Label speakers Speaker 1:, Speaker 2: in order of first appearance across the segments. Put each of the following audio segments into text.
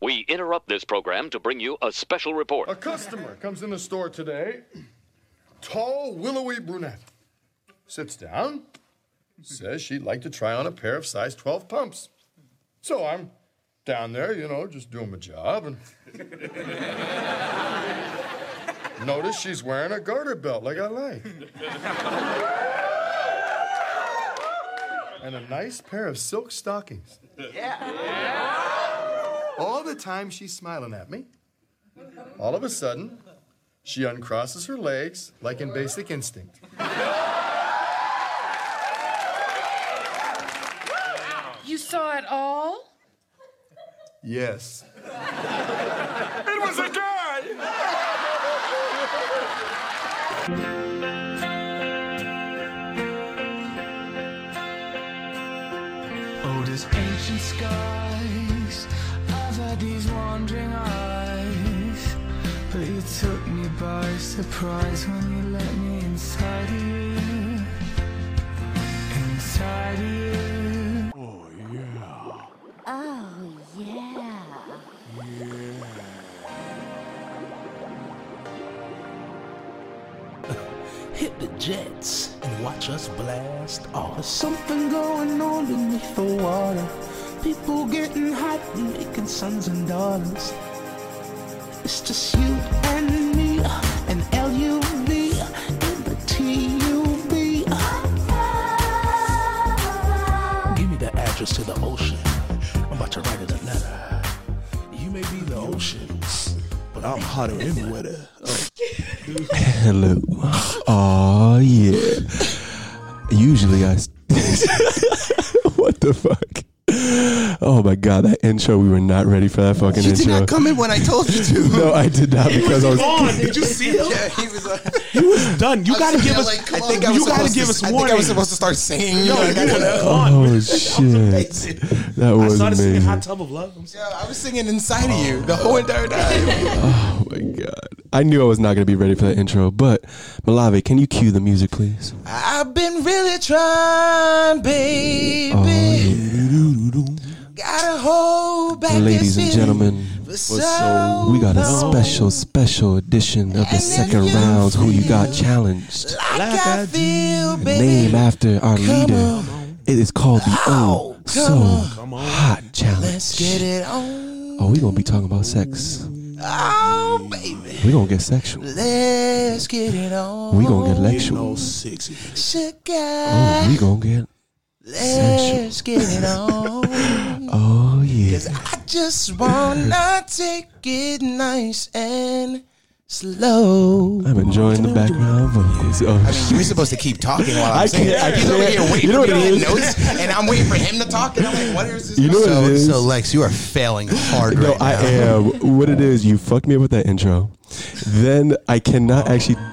Speaker 1: We interrupt this program to bring you a special report.
Speaker 2: A customer comes in the store today, tall, willowy brunette. Sits down, says she'd like to try on a pair of size 12 pumps. So I'm down there, you know, just doing my job, and notice she's wearing a garter belt like I like. and a nice pair of silk stockings. All the time she's smiling at me. All of a sudden, she uncrosses her legs like in Basic Instinct.
Speaker 3: You saw it all?
Speaker 2: Yes.
Speaker 4: It was a guy!
Speaker 5: Oh, these ancient skies, I've had these wandering eyes. But you took me by surprise when you let me inside of you. Inside of you.
Speaker 6: Oh, yeah.
Speaker 7: hit the jets and watch us blast off. There's something going on beneath the water. People getting hot and making sons and daughters. It's just you and me and L-U-V and the T-U-B. Give me the address to the ocean. I'm about to write it a letter. You may be the ocean, but I'm hotter in wetter.
Speaker 8: Hello. Oh yeah. Usually I. what the fuck? Oh my god, that intro. We were not ready for that fucking
Speaker 7: You did
Speaker 8: intro.
Speaker 7: not come in when I told you to.
Speaker 8: no, I did not because I was.
Speaker 4: Did you see him?
Speaker 7: Yeah, he was. Uh,
Speaker 4: He was done. You
Speaker 7: I
Speaker 4: gotta
Speaker 7: was
Speaker 4: give
Speaker 7: thinking,
Speaker 4: us.
Speaker 7: Like, come
Speaker 4: I
Speaker 7: on,
Speaker 4: think
Speaker 7: I was
Speaker 4: you gotta
Speaker 7: supposed
Speaker 4: give
Speaker 7: to-
Speaker 4: us
Speaker 7: I think
Speaker 4: warning.
Speaker 7: I was supposed to start singing.
Speaker 4: No,
Speaker 7: like,
Speaker 4: you
Speaker 7: I,
Speaker 4: gotta-
Speaker 7: don't know.
Speaker 4: Come
Speaker 8: Oh
Speaker 4: on.
Speaker 8: shit, that
Speaker 4: I
Speaker 8: was
Speaker 4: started singing
Speaker 8: amazing.
Speaker 4: Hot Tub of Love. I'm sorry.
Speaker 7: Yeah, I was singing inside of you the whole entire time.
Speaker 8: Oh my god, I knew I was not gonna be ready for that intro. But Malave, can you cue the music, please?
Speaker 7: I've been really trying, baby. Gotta hold back
Speaker 8: Ladies and gentlemen,
Speaker 7: was
Speaker 8: we got a special, special edition of the
Speaker 7: And
Speaker 8: second
Speaker 7: if you
Speaker 8: round. Who you got
Speaker 7: feel
Speaker 8: challenged?
Speaker 7: I feel,
Speaker 8: Name after our leader.
Speaker 7: on.
Speaker 8: It is called the Oh
Speaker 7: Oh,
Speaker 8: So
Speaker 7: come on.
Speaker 8: Hot
Speaker 7: Let's get
Speaker 8: Challenge.
Speaker 7: it on.
Speaker 8: Oh, we gonna be talking about sex.
Speaker 7: Oh, baby.
Speaker 8: We gonna get sexual.
Speaker 7: Let's get it on.
Speaker 8: We gonna get lectual.
Speaker 7: Sugar.
Speaker 8: Oh, we gonna get.
Speaker 7: Let's get it on.
Speaker 8: Oh yeah.
Speaker 7: I just wanna take it nice and slow.
Speaker 8: I'm enjoying the background voice. Oh,
Speaker 7: We're supposed to keep talking while I'm
Speaker 8: I
Speaker 7: saying
Speaker 8: can't- I
Speaker 7: it. He's over
Speaker 8: can't.
Speaker 7: here waiting
Speaker 8: You know
Speaker 7: for
Speaker 8: what
Speaker 7: me
Speaker 8: it
Speaker 7: to
Speaker 8: is?
Speaker 7: hit notes, and I'm waiting for him to talk, and I'm like, what is this?
Speaker 8: You know what
Speaker 7: so,
Speaker 8: it is?
Speaker 7: so, Lex, you are failing hard
Speaker 8: No,
Speaker 7: right
Speaker 8: I
Speaker 7: now.
Speaker 8: am. What it is, you fucked me up with that intro. Then I cannot actually.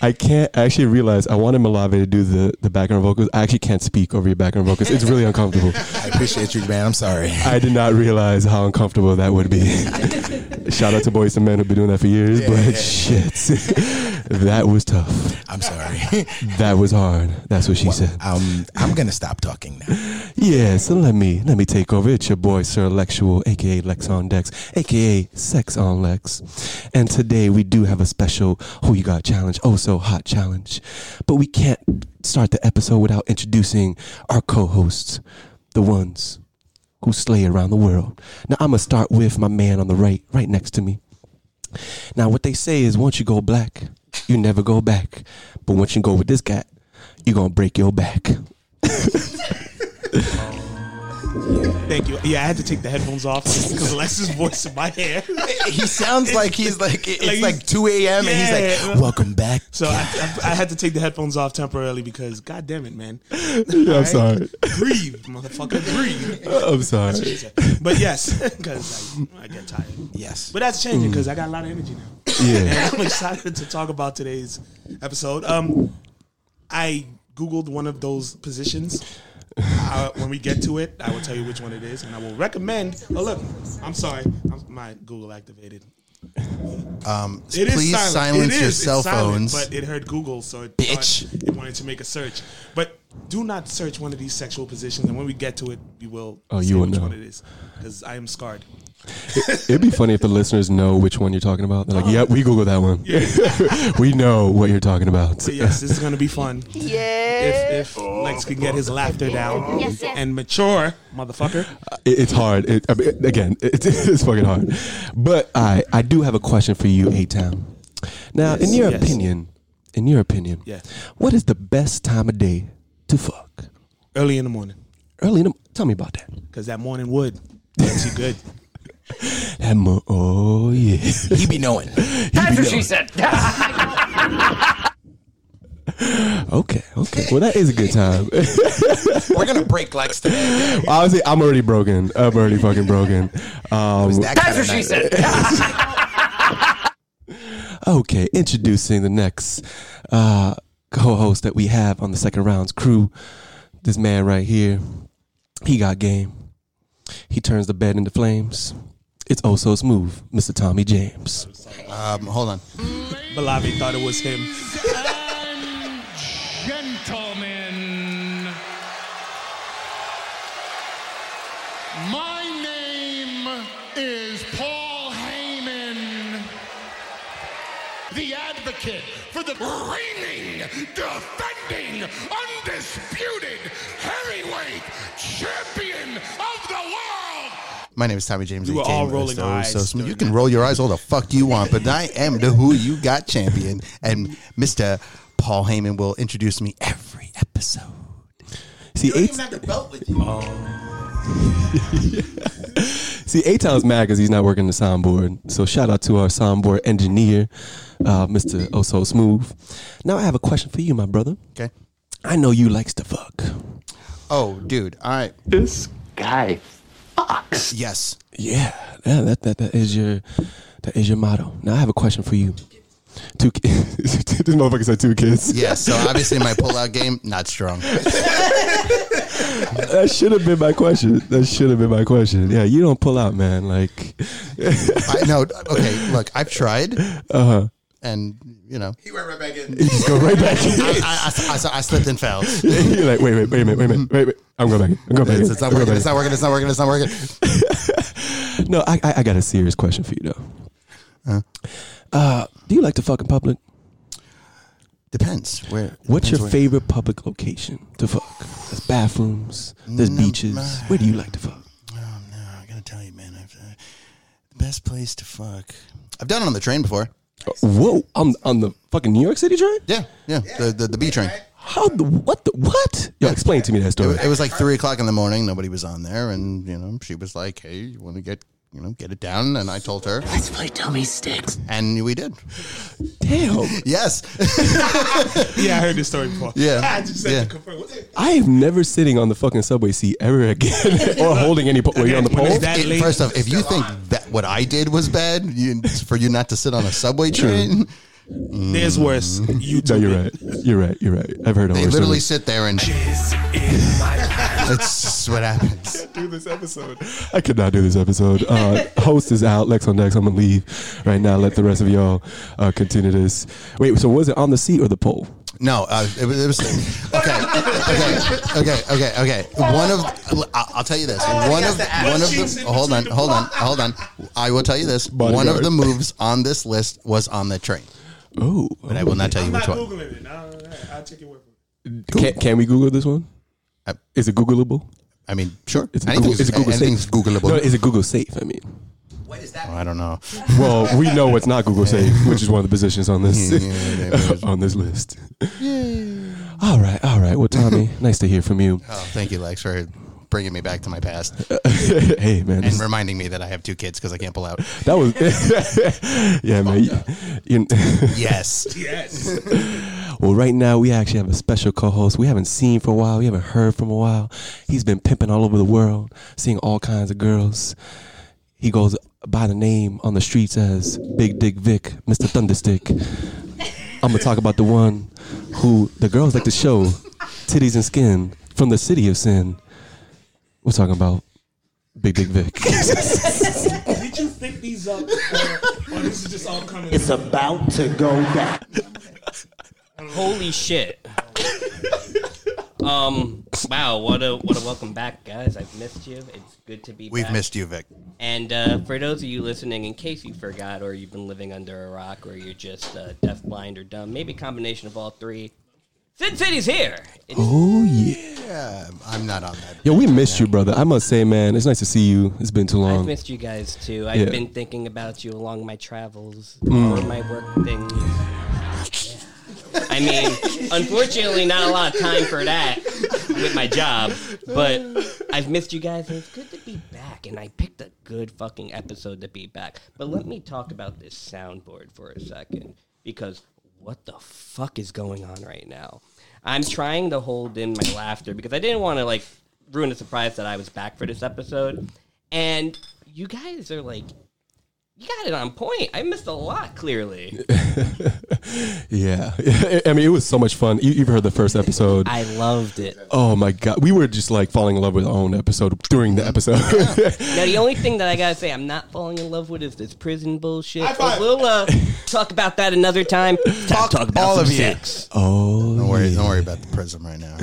Speaker 8: I can't actually realize I wanted Malave to do the, the background vocals. I actually can't speak over your background vocals. It's really uncomfortable.
Speaker 7: I appreciate you, man. I'm sorry.
Speaker 8: I did not realize how uncomfortable that would be. Shout out to Boys and Men who've been doing that for years, but shit. that was tough.
Speaker 7: I'm sorry.
Speaker 8: That was hard. That's what she said.
Speaker 7: Um, I'm gonna stop talking now.
Speaker 8: Yeah, so let me let me take over. It's your boy Sir Lectual, aka Lex on Dex, aka Sex on Lex. And today we do have a special Who You Got challenge, oh so hot challenge. But we can't start the episode without introducing our co-hosts, the ones who slay around the world. Now I'ma start with my man on the right, right next to me. Now what they say is once you go black, you never go back. But once you go with this cat, you're gonna break your back.
Speaker 4: Thank you. Yeah, I had to take the headphones off because Lex's voice in my hair.
Speaker 7: He sounds like he's like it's
Speaker 4: Like
Speaker 7: like,
Speaker 4: he's-
Speaker 7: 2 a.m. and he's
Speaker 4: Yeah.
Speaker 7: like, "Welcome back."
Speaker 4: So I, I, I had to take the headphones off temporarily because, god damn it, man.
Speaker 8: I'm sorry.
Speaker 4: Breathe, motherfucker, breathe.
Speaker 8: I'm sorry.
Speaker 4: But yes, because I, I get tired.
Speaker 7: Yes.
Speaker 4: But that's changing because I got a lot of energy now.
Speaker 8: Yeah.
Speaker 4: And I'm excited to talk about today's episode. Um, I Googled one of those positions. I, when we get to it, I will tell you which one it is, and I will recommend. Oh, look, I'm sorry. I'm, my Google activated.
Speaker 7: Um,
Speaker 4: It is
Speaker 7: please
Speaker 4: silent.
Speaker 7: silence
Speaker 4: It
Speaker 7: your
Speaker 4: is. It's
Speaker 7: cell
Speaker 4: silent,
Speaker 7: phones.
Speaker 4: But it heard Google, so it
Speaker 7: Bitch.
Speaker 4: thought it wanted to make a search. But do not search one of these sexual positions, and when we get to it, we will.
Speaker 8: Oh,
Speaker 4: say
Speaker 8: you will
Speaker 4: which
Speaker 8: know.
Speaker 4: one it is because I am scarred.
Speaker 8: It'd be funny if the listeners know which one you're talking about. They're like, "Yep, we Google that one. we know what you're talking about."
Speaker 4: But yes, this is gonna be fun.
Speaker 6: Yeah.
Speaker 4: If, if Lex can get his laughter down
Speaker 6: Yes, yes.
Speaker 4: and mature, motherfucker.
Speaker 8: It, it's hard. It, I mean, again, it, it's fucking hard. But I, I do have a question for you, A Town. Now, in your
Speaker 4: yes.
Speaker 8: opinion, in your opinion,
Speaker 4: Yeah.
Speaker 8: what is the best time of day to fuck?
Speaker 4: Early in the morning,
Speaker 8: Early in the tell me about that.
Speaker 4: because that morning wood does you good.
Speaker 8: That mo- oh yeah, he be knowing. That's what she said. okay, okay. Well, that is a good time.
Speaker 7: We're gonna break legs today.
Speaker 8: Honestly, I'm already broken. I'm already fucking broken. Um,
Speaker 7: That's what she said.
Speaker 8: Okay, introducing the next uh, co-host that we have on the second rounds crew. This man right here, he got game. He turns the bed into flames. It's oh so smooth, Mr. Tommy James.
Speaker 7: Um, hold on.
Speaker 4: Balabi thought it was him.
Speaker 9: Gentlemen, my name is Paul Heyman, the advocate for the reigning, defending, undisputed heavyweight champion of the world.
Speaker 7: My name is Tommy James.
Speaker 4: You
Speaker 7: aka
Speaker 4: were all
Speaker 7: Mr.
Speaker 4: rolling our
Speaker 7: So
Speaker 4: eyes
Speaker 7: Smooth. you
Speaker 4: during
Speaker 7: can roll your eyes all the fuck you want, but I am the Who You Got champion, and Mr. Paul Heyman will introduce me every episode. Oh.
Speaker 8: See, eight,
Speaker 7: the belt with you.
Speaker 8: see, eight times mad because he's not working the soundboard. So shout out to our soundboard engineer, uh, Mr. Oh so smooth. Now I have a question for you, my brother.
Speaker 7: Okay.
Speaker 8: I know you likes to fuck.
Speaker 7: Oh, dude. All right.
Speaker 3: This guy.
Speaker 7: Yes.
Speaker 8: Yeah, yeah, that, that that is your that is your motto. Now I have a question for you. Two kids. this motherfucker said two kids.
Speaker 7: Yes. So obviously my pullout game not strong.
Speaker 8: That should have been my question. That should have been my question. Yeah, you don't pull out, man. Like,
Speaker 7: I know. Okay. Look, I've tried. Uh huh. And you know, he went right back in.
Speaker 8: just go right back. in.
Speaker 7: I, I, I, I, I slipped and fell.
Speaker 8: You're like, wait, wait, wait a minute, wait a minute, wait, wait. I'm going back. in. I'm going back. in.
Speaker 7: It's, it's not
Speaker 8: I'm going
Speaker 7: working. It's
Speaker 8: back
Speaker 7: not working. It's not working. It's not working.
Speaker 8: in. No, I, I I got a serious question for you though. Uh-huh. Uh, do you like to fuck in public?
Speaker 7: Depends where.
Speaker 8: What's
Speaker 7: depends
Speaker 8: your
Speaker 7: where.
Speaker 8: favorite public location to fuck? There's bathrooms. There's beaches. Where do you like to fuck?
Speaker 7: Oh no, I gotta tell you, man. I've, uh, the best place to fuck. I've done it on the train before.
Speaker 8: Whoa, on on the fucking New York City train?
Speaker 7: Yeah, yeah. The the, the B train.
Speaker 8: How the what the what? Yo, explain to me that
Speaker 7: It,
Speaker 8: story.
Speaker 7: wa- it was like three o'clock in the morning. Nobody was on there, and you know she was like, "Hey, you want to get you know get it down?" And I told her,
Speaker 3: Let's play dummy sticks.
Speaker 7: and we did.
Speaker 8: Damn,
Speaker 7: Yes.
Speaker 4: Yeah, I heard this story before.
Speaker 7: Yeah.
Speaker 4: I just had
Speaker 7: Yeah.
Speaker 4: to confirm. Was it-
Speaker 8: I am never sitting on the fucking subway seat ever again, or holding any. Po- were you on the
Speaker 4: When
Speaker 8: pole?
Speaker 4: it's that
Speaker 7: It-
Speaker 4: late-
Speaker 7: first off, if you think that what I did was bad, you, for you not to sit on a subway train,
Speaker 4: There's worse. You
Speaker 8: No,
Speaker 4: do
Speaker 8: you're
Speaker 4: it.
Speaker 8: right. You're right. You're right. I've heard.
Speaker 7: they
Speaker 8: horror
Speaker 7: literally
Speaker 8: stories.
Speaker 7: sit there and. That's just what happens.
Speaker 4: Do this episode.
Speaker 8: I could not do this episode. Uh, host is out. Lex on Dex. I'm gonna leave right now. Let the rest of y'all uh, continue this. Wait. So was it on the seat or the pole?
Speaker 7: No, uh, it was, it was okay, okay, okay, okay, okay. One of I'll, I'll tell you this. One of one of the hold on, hold on, hold on. I will tell you this. One of
Speaker 8: Bodyguard.
Speaker 7: the moves on this list was on the train,
Speaker 8: Oh.
Speaker 7: but I will not tell you
Speaker 4: I'm not
Speaker 7: which one.
Speaker 4: googling it. No, no, no. I'll check your word. for it.
Speaker 8: Can, can we Google this one?
Speaker 7: I-
Speaker 8: Is it Googleable?
Speaker 7: I mean, sure,
Speaker 8: Is it
Speaker 7: anything's,
Speaker 8: is it
Speaker 7: anything's
Speaker 8: safe? No,
Speaker 7: Googleable.
Speaker 8: is it Google safe? I mean.
Speaker 7: I don't know.
Speaker 8: Well, we know what's not Google safe, which is one of the positions on this
Speaker 7: Yeah, yeah, yeah, yeah.
Speaker 8: on this list. All right, all right. Well, Tommy, nice to hear from you.
Speaker 7: Oh, thank you, Lex, for bringing me back to my past
Speaker 8: hey, man,
Speaker 7: and
Speaker 8: this-
Speaker 7: reminding me that I have two kids because I can't pull out.
Speaker 8: that was yeah, man. You- you-
Speaker 7: Yes,
Speaker 4: Yes.
Speaker 8: well, right now we actually have a special co-host we haven't seen for a while, we haven't heard from a while. He's been pimping all over the world, seeing all kinds of girls. He goes by the name on the streets as Big Dick Vic, Mr. Thunderstick. I'm gonna talk about the one who the girls like to show titties and skin from the city of sin. We're talking about Big Dick Vic.
Speaker 4: Did you think these up? Or, or this is just all coming?
Speaker 3: It's about to go down.
Speaker 10: Holy shit. Um, wow, what a what a welcome back, guys. I've missed you. It's good to be.
Speaker 7: We've
Speaker 10: back.
Speaker 7: missed you, Vic.
Speaker 10: And uh, for those of you listening, in case you forgot, or you've been living under a rock, or you're just uh, deaf, blind, or dumb, maybe a combination of all three. Sin City's here. It's
Speaker 8: Oh yeah.
Speaker 7: I'm not on that.
Speaker 8: Yo, we missed you, brother. I must say, man, it's nice to see you. It's been too long.
Speaker 10: I've missed you guys too. I've
Speaker 8: Yeah.
Speaker 10: been thinking about you along my travels,
Speaker 8: Mm.
Speaker 10: or my work things. Yeah. I mean, unfortunately, not a lot of time for that with my job, but I've missed you guys, and it's good to be back. And I picked a good fucking episode to be back. But let me talk about this soundboard for a second, because what the fuck is going on right now? I'm trying to hold in my laughter because I didn't want to like ruin the surprise that I was back for this episode. And you guys are like, you got it on point. I missed a lot, clearly.
Speaker 8: Yeah, I mean, it was so much fun. You, you've heard the first episode.
Speaker 10: I loved it.
Speaker 8: Oh my god, we were just like falling in love with our own episode during the episode.
Speaker 10: now, the only thing that I gotta say I'm not falling in love with is this prison bullshit. But we'll uh, talk about that another time. Talk, talk about
Speaker 7: All
Speaker 10: some
Speaker 7: of you.
Speaker 10: sex.
Speaker 8: Oh,
Speaker 7: don't worry. Don't worry about the prism right now.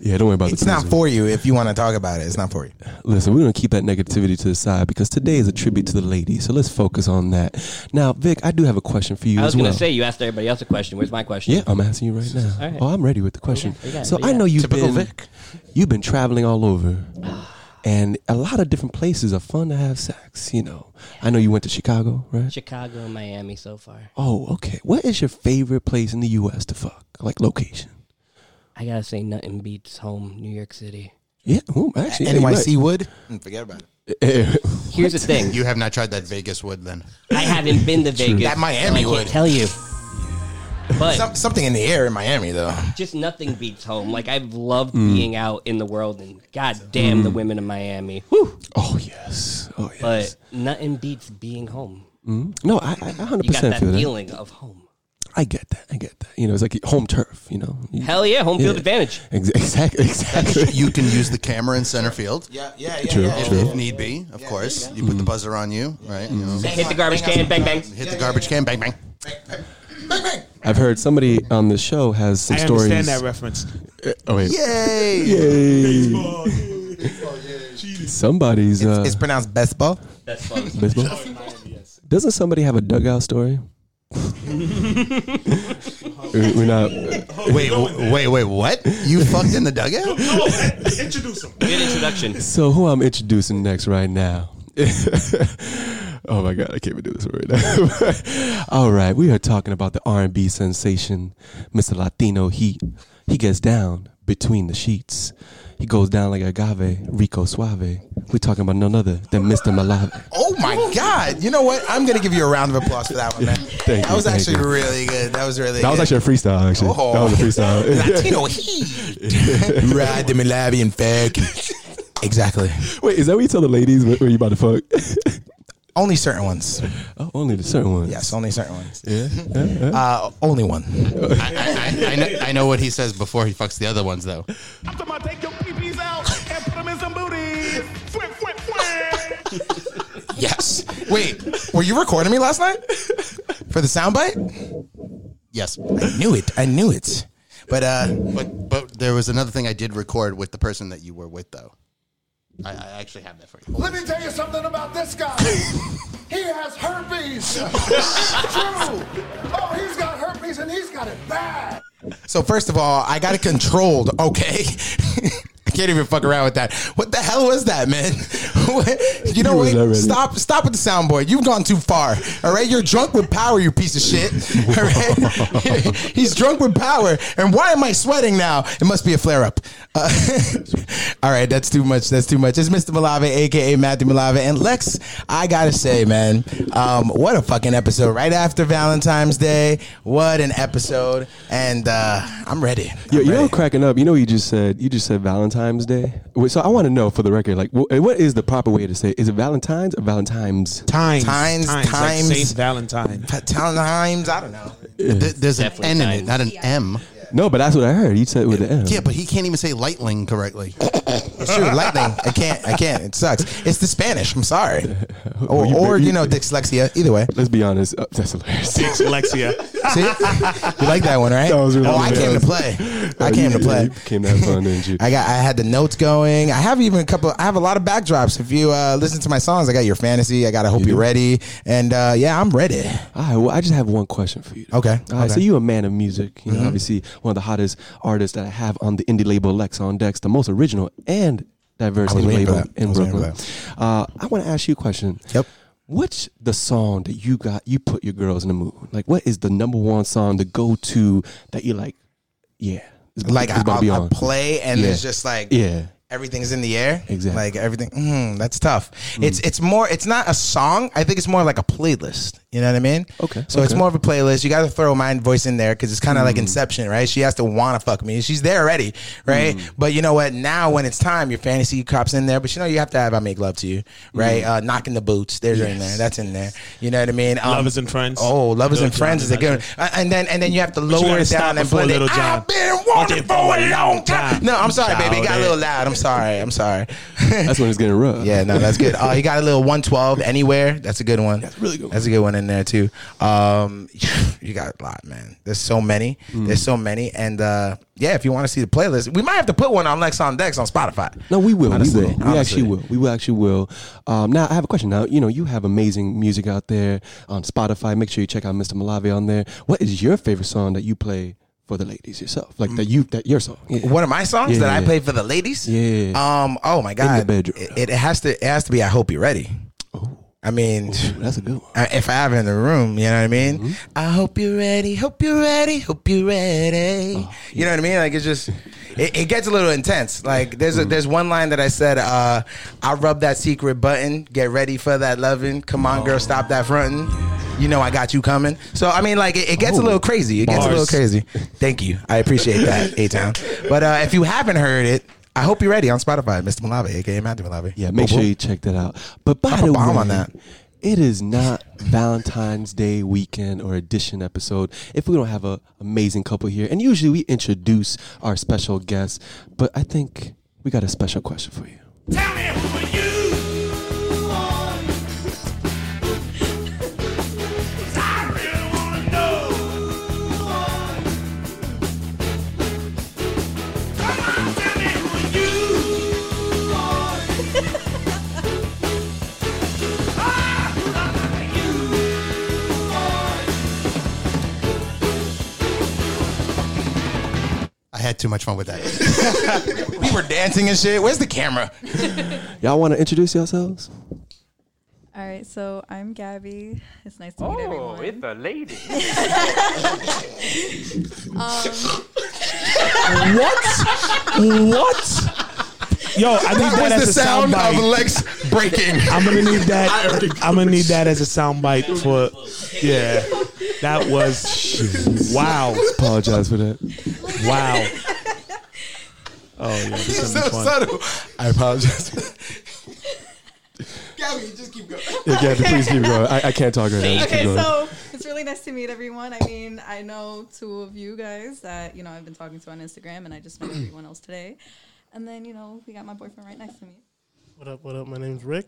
Speaker 8: Yeah, don't worry about
Speaker 7: It's not
Speaker 8: for
Speaker 7: you if you want to talk about it. It's not for you.
Speaker 8: Listen, we're gonna keep that negativity to the side because today is a tribute to the ladies. So let's focus on that. Now, Vic, I do have a question for you
Speaker 10: I was
Speaker 8: as
Speaker 10: gonna
Speaker 8: well.
Speaker 10: say, you asked everybody else a question. Where's my question?
Speaker 8: yeah, I'm asking you right now.
Speaker 10: All right.
Speaker 8: Oh, I'm ready with the question.
Speaker 10: Yeah, we got it,
Speaker 8: so
Speaker 10: we
Speaker 8: I
Speaker 10: got
Speaker 8: know
Speaker 10: it.
Speaker 8: you've
Speaker 10: Typical
Speaker 8: been
Speaker 10: Vic.
Speaker 8: you've been traveling all over, and a lot of different places are fun to have sex. You know, I know you went to Chicago, right?
Speaker 10: Chicago and Miami so far.
Speaker 8: Oh, okay. What is your favorite place in the U.S. to fuck? Like location?
Speaker 10: I gotta say, nothing beats home, New York City.
Speaker 8: Yeah. Oh, actually, yeah, you're
Speaker 7: NYC
Speaker 8: right.
Speaker 7: wood. And Hmm, forget about
Speaker 8: Eh,
Speaker 7: it.
Speaker 10: Here's the thing.
Speaker 7: You have not tried that Vegas wood, then.
Speaker 10: I haven't been to Vegas.
Speaker 7: That
Speaker 10: so I
Speaker 7: Miami
Speaker 10: can't
Speaker 7: wood.
Speaker 10: Tell you. But
Speaker 7: Some- something in the air in Miami, though.
Speaker 10: just nothing beats home. Like I've loved
Speaker 7: Mm.
Speaker 10: being out in the world, and god damn the
Speaker 8: Mm.
Speaker 10: women in Miami. Whew.
Speaker 8: Oh yes, oh yes.
Speaker 10: But nothing beats being home.
Speaker 8: Mhm. No, I, I I 100%
Speaker 10: You got that
Speaker 8: feel that.
Speaker 10: feeling of home.
Speaker 8: I get that. I get that. You know, it's like home turf. You know. You-
Speaker 10: Hell yeah, home field advantage.
Speaker 8: Ex- Exactly. Exactly.
Speaker 7: you can use the camera in center field.
Speaker 10: Yeah,
Speaker 8: yeah, yeah, True, yeah,
Speaker 7: If,
Speaker 8: true.
Speaker 7: if need be, of course. You, put the buzzer on you, right? You know.
Speaker 10: Hit the garbage can, bang bang.
Speaker 7: Hit the garbage can, bang bang.
Speaker 8: I've heard somebody on the show has some
Speaker 4: I
Speaker 8: stories.
Speaker 4: understand that reference.
Speaker 8: Eh, Oh wait.
Speaker 7: Yay!
Speaker 8: Yay!
Speaker 4: Baseball,
Speaker 8: Somebody's. uh,
Speaker 7: It's pronounced best ball.
Speaker 10: Baseball.
Speaker 8: Baseball. Doesn't somebody have a dugout story? We're we're not.
Speaker 7: Wait, w- wait, wait! What? You fucked in the dugout?
Speaker 4: Introduce him.
Speaker 10: Good introduction.
Speaker 8: So who I'm introducing next right now? oh my god, I can't even do this right now. All right, we are talking about the R&B sensation, Mr. Latino Heat. He gets down between the sheets. He goes down like agave, Rico Suave. We're talking about none other than Mr. Malave.
Speaker 7: Oh my god! You know what? I'm gonna give you a round of applause for that one, man.
Speaker 8: Thank
Speaker 7: that
Speaker 8: you,
Speaker 7: was
Speaker 8: thank
Speaker 7: actually Oh.
Speaker 8: you.
Speaker 7: really good. That was really.
Speaker 8: That was
Speaker 7: good.
Speaker 8: actually a freestyle. Actually, that was a freestyle.
Speaker 7: Latino heat. Ride the Malabi and fag. Exactly.
Speaker 8: Wait, is that what you tell the ladies when when you about to fuck?
Speaker 7: Only certain ones.
Speaker 8: Oh, only the certain ones.
Speaker 7: Yes, only certain ones.
Speaker 8: Yeah.
Speaker 7: Uh, only one. I, I, I, I, know, I know what he says before he fucks the other ones, though.
Speaker 9: I'm talking about take your peepees out and put them in some booty. Fwah, fwah, fwah.
Speaker 7: Yes. Wait, were you recording me last night for the soundbite? Yes. I knew it. I knew it. But uh, but but there was another thing I did record with the person that you were with, though. I, I actually have that for you.
Speaker 9: Let me tell you something about this guy. He has herpes. It's true. Oh, he's got herpes and he's got it bad.
Speaker 7: So first of all, Uh, I got it controlled. Okay. I can't even fuck around with that. What the hell was that, man? What- you know
Speaker 8: You was
Speaker 7: what?
Speaker 8: already-
Speaker 7: Stop stop with the soundboard. You've gone too far. All right? You're drunk with power, you piece of shit. All right? He's drunk with power. And why am I sweating now? It must be a flare up. Uh, all right, that's too much. That's too much. It's Mr. Malave, aka Matthew Malave, and Lex. I gotta say, man, um, what a fucking episode! Right after Valentine's Day, what an episode! And uh, I'm ready.
Speaker 8: Yo, you know, cracking up. You know, what you just said you just said Valentine's Day. Wait, so I want to know for the record, like, wh- what is the proper way to say? It? Is it Valentine's or Valentine's?
Speaker 4: Times,
Speaker 7: Times,
Speaker 4: times,
Speaker 7: times.
Speaker 4: like Saint Valentine.
Speaker 7: Times, I don't know. There's an
Speaker 8: Definitely
Speaker 7: N in it, not an M.
Speaker 8: No, but that's what I heard. You said it with an M.
Speaker 7: Yeah, but he can't even say Lightling correctly.
Speaker 10: It's true. Lightning. I can't. I can't. It sucks. It's the Spanish. I'm sorry. Or,
Speaker 8: Well, you-
Speaker 10: or
Speaker 8: you-
Speaker 10: you know, dyslexia. Either way.
Speaker 8: Let's be honest. Uh, that's hilarious.
Speaker 4: Dyslexia.
Speaker 10: See, you like that one, right?
Speaker 8: That was really
Speaker 10: oh, I
Speaker 8: good.
Speaker 10: came to play. I
Speaker 8: Uh,
Speaker 10: came
Speaker 8: you-
Speaker 10: to play.
Speaker 8: You came to have fun, didn't you?
Speaker 10: I got. I had the notes going. I have even a couple. I have a lot of backdrops. If you uh, listen to my songs, I got your fantasy. I got. I hope you are ready. And uh, yeah, I'm ready.
Speaker 8: All right. Well, I just have one question for you.
Speaker 10: Okay.
Speaker 8: All right,
Speaker 10: Okay.
Speaker 8: so you a man of music. You
Speaker 10: Mhm.
Speaker 8: know, obviously one of the hottest artists that I have on the indie label Lex on Dex, the most original and diverse
Speaker 10: I was
Speaker 8: indie
Speaker 10: waiting for
Speaker 8: label
Speaker 10: that. I
Speaker 8: in
Speaker 10: was waiting for
Speaker 8: Brooklyn. Uh, I want to ask you a question.
Speaker 10: Yep.
Speaker 8: What's the song that you got? You put your girls in the mood. Like, what is the number one song, the go-to that you like? Yeah. it's-
Speaker 10: Like
Speaker 8: it's
Speaker 10: I,
Speaker 8: about to be
Speaker 10: I'll- I'll
Speaker 8: on.
Speaker 10: play, and
Speaker 8: Yeah.
Speaker 10: it's just like
Speaker 8: yeah.
Speaker 10: everything's in the air.
Speaker 8: Exactly. Mm.
Speaker 10: Like everything. Mm, that's tough. It's it's more. It's not a song. I think it's more like a playlist. You know what I mean?
Speaker 8: Okay.
Speaker 10: So it's
Speaker 8: okay.
Speaker 10: more of a playlist. You got to throw my voice in there because it's kind of like
Speaker 8: Mm.
Speaker 10: Inception, right? She has to want to fuck me. She's there already,
Speaker 8: Mm.
Speaker 10: right? But you know what? Now when it's time, your fantasy crops in there. But you know you have to have I make love to you, right?
Speaker 4: Mm.
Speaker 10: Uh, knocking the boots, there's in there.
Speaker 4: Yes.
Speaker 10: That's in there. You know what I mean? Um,
Speaker 4: Lovers and friends.
Speaker 10: Oh, lovers
Speaker 4: Little
Speaker 10: and friends
Speaker 4: John
Speaker 10: is a
Speaker 4: and
Speaker 10: good. one. Uh, And then and then you have to lower it down and blend it.
Speaker 4: Little
Speaker 10: I
Speaker 4: John.
Speaker 10: been wanting for a long time. No, I'm sorry, baby. It got a little loud.
Speaker 8: eh.
Speaker 10: I'm sorry. I'm sorry.
Speaker 8: That's when it's getting rough.
Speaker 10: Yeah, no, that's good. Oh, you got a little 112 anywhere. That's a good one. That's really good. That's a good one in there too. Um, you got a lot, man. There's so many.
Speaker 8: Hmm.
Speaker 10: There's so many, and uh, yeah, if you want to see the playlist, we might have to put one on Lex on Dex on Spotify.
Speaker 8: No, we will.
Speaker 10: Honestly,
Speaker 8: we will. We
Speaker 10: honestly.
Speaker 8: actually will. We will actually will. Um, now, I have a question. Now, you know, you have amazing music out there on Spotify. Make sure you check out Mr. Malave on there. What is your favorite song that you play for the ladies yourself? Like that you that your song. Yeah.
Speaker 10: One of my songs
Speaker 8: Yeah,
Speaker 10: that
Speaker 8: yeah,
Speaker 10: I
Speaker 8: yeah.
Speaker 10: play for the ladies.
Speaker 8: Yeah.
Speaker 10: Um. Oh my
Speaker 8: In
Speaker 10: God.
Speaker 8: the bedroom. Oh.
Speaker 10: It, it has to. It has to be. I hope you're ready. I mean,
Speaker 8: that's a good one.
Speaker 10: Uh, If I have it in the room, you know what I mean.
Speaker 8: Mm-hmm.
Speaker 10: I hope you're ready. Hope you're ready. Hope you're ready.
Speaker 8: Oh,
Speaker 10: You know what I mean? Like it's just, it, it gets a little intense. Like there's
Speaker 8: Mm-hmm.
Speaker 10: a, there's one line that I said, uh, I rub that secret button. Get ready for that loving. Come on, girl, stop that fronting. You know I got you coming. So I mean, like it, it gets a little crazy. It gets a little
Speaker 4: Bars.
Speaker 10: crazy. Thank you. I appreciate that, A Town. But uh, if you haven't heard it, I hope you're ready on Spotify, Mr. Malave, aka Matthew Malave.
Speaker 8: Yeah, make sure you check that out. But by
Speaker 10: I'm a
Speaker 8: the
Speaker 10: bomb
Speaker 8: way,
Speaker 10: on that.
Speaker 8: it is not Valentine's Day weekend or edition episode if we don't have an amazing couple here. And usually we introduce our special guests, but I think we got a special question for you.
Speaker 10: I had too much fun with that. we were dancing and shit. Where's the camera?
Speaker 8: Y'all want to introduce yourselves?
Speaker 5: All right, so I'm Gabby. It's nice
Speaker 3: Oh,
Speaker 5: to meet everyone.
Speaker 3: it's a lady.
Speaker 5: Um,
Speaker 4: What? Yo, I need
Speaker 10: That
Speaker 4: that,
Speaker 10: was
Speaker 4: as
Speaker 10: the
Speaker 4: a
Speaker 10: sound
Speaker 4: sound bite.
Speaker 10: of Lex breaking.
Speaker 4: I'm gonna need that. I'm gonna need that as a sound bite for. Yeah, that was wow.
Speaker 8: Apologize for that.
Speaker 4: Wow. Oh yeah, this is
Speaker 10: so
Speaker 4: gonna be fun.
Speaker 10: subtle. I apologize. Gabby, just keep going.
Speaker 8: Yeah, Gabby, please keep going. I, I can't talk right now. Just keep
Speaker 5: okay,
Speaker 8: going.
Speaker 5: so it's really nice to meet everyone. I mean, I know two of you guys that you know I've been talking to on Instagram, and I just met everyone else today. And then you know we got my boyfriend right next to me.
Speaker 11: What up? What up? My name's Rick.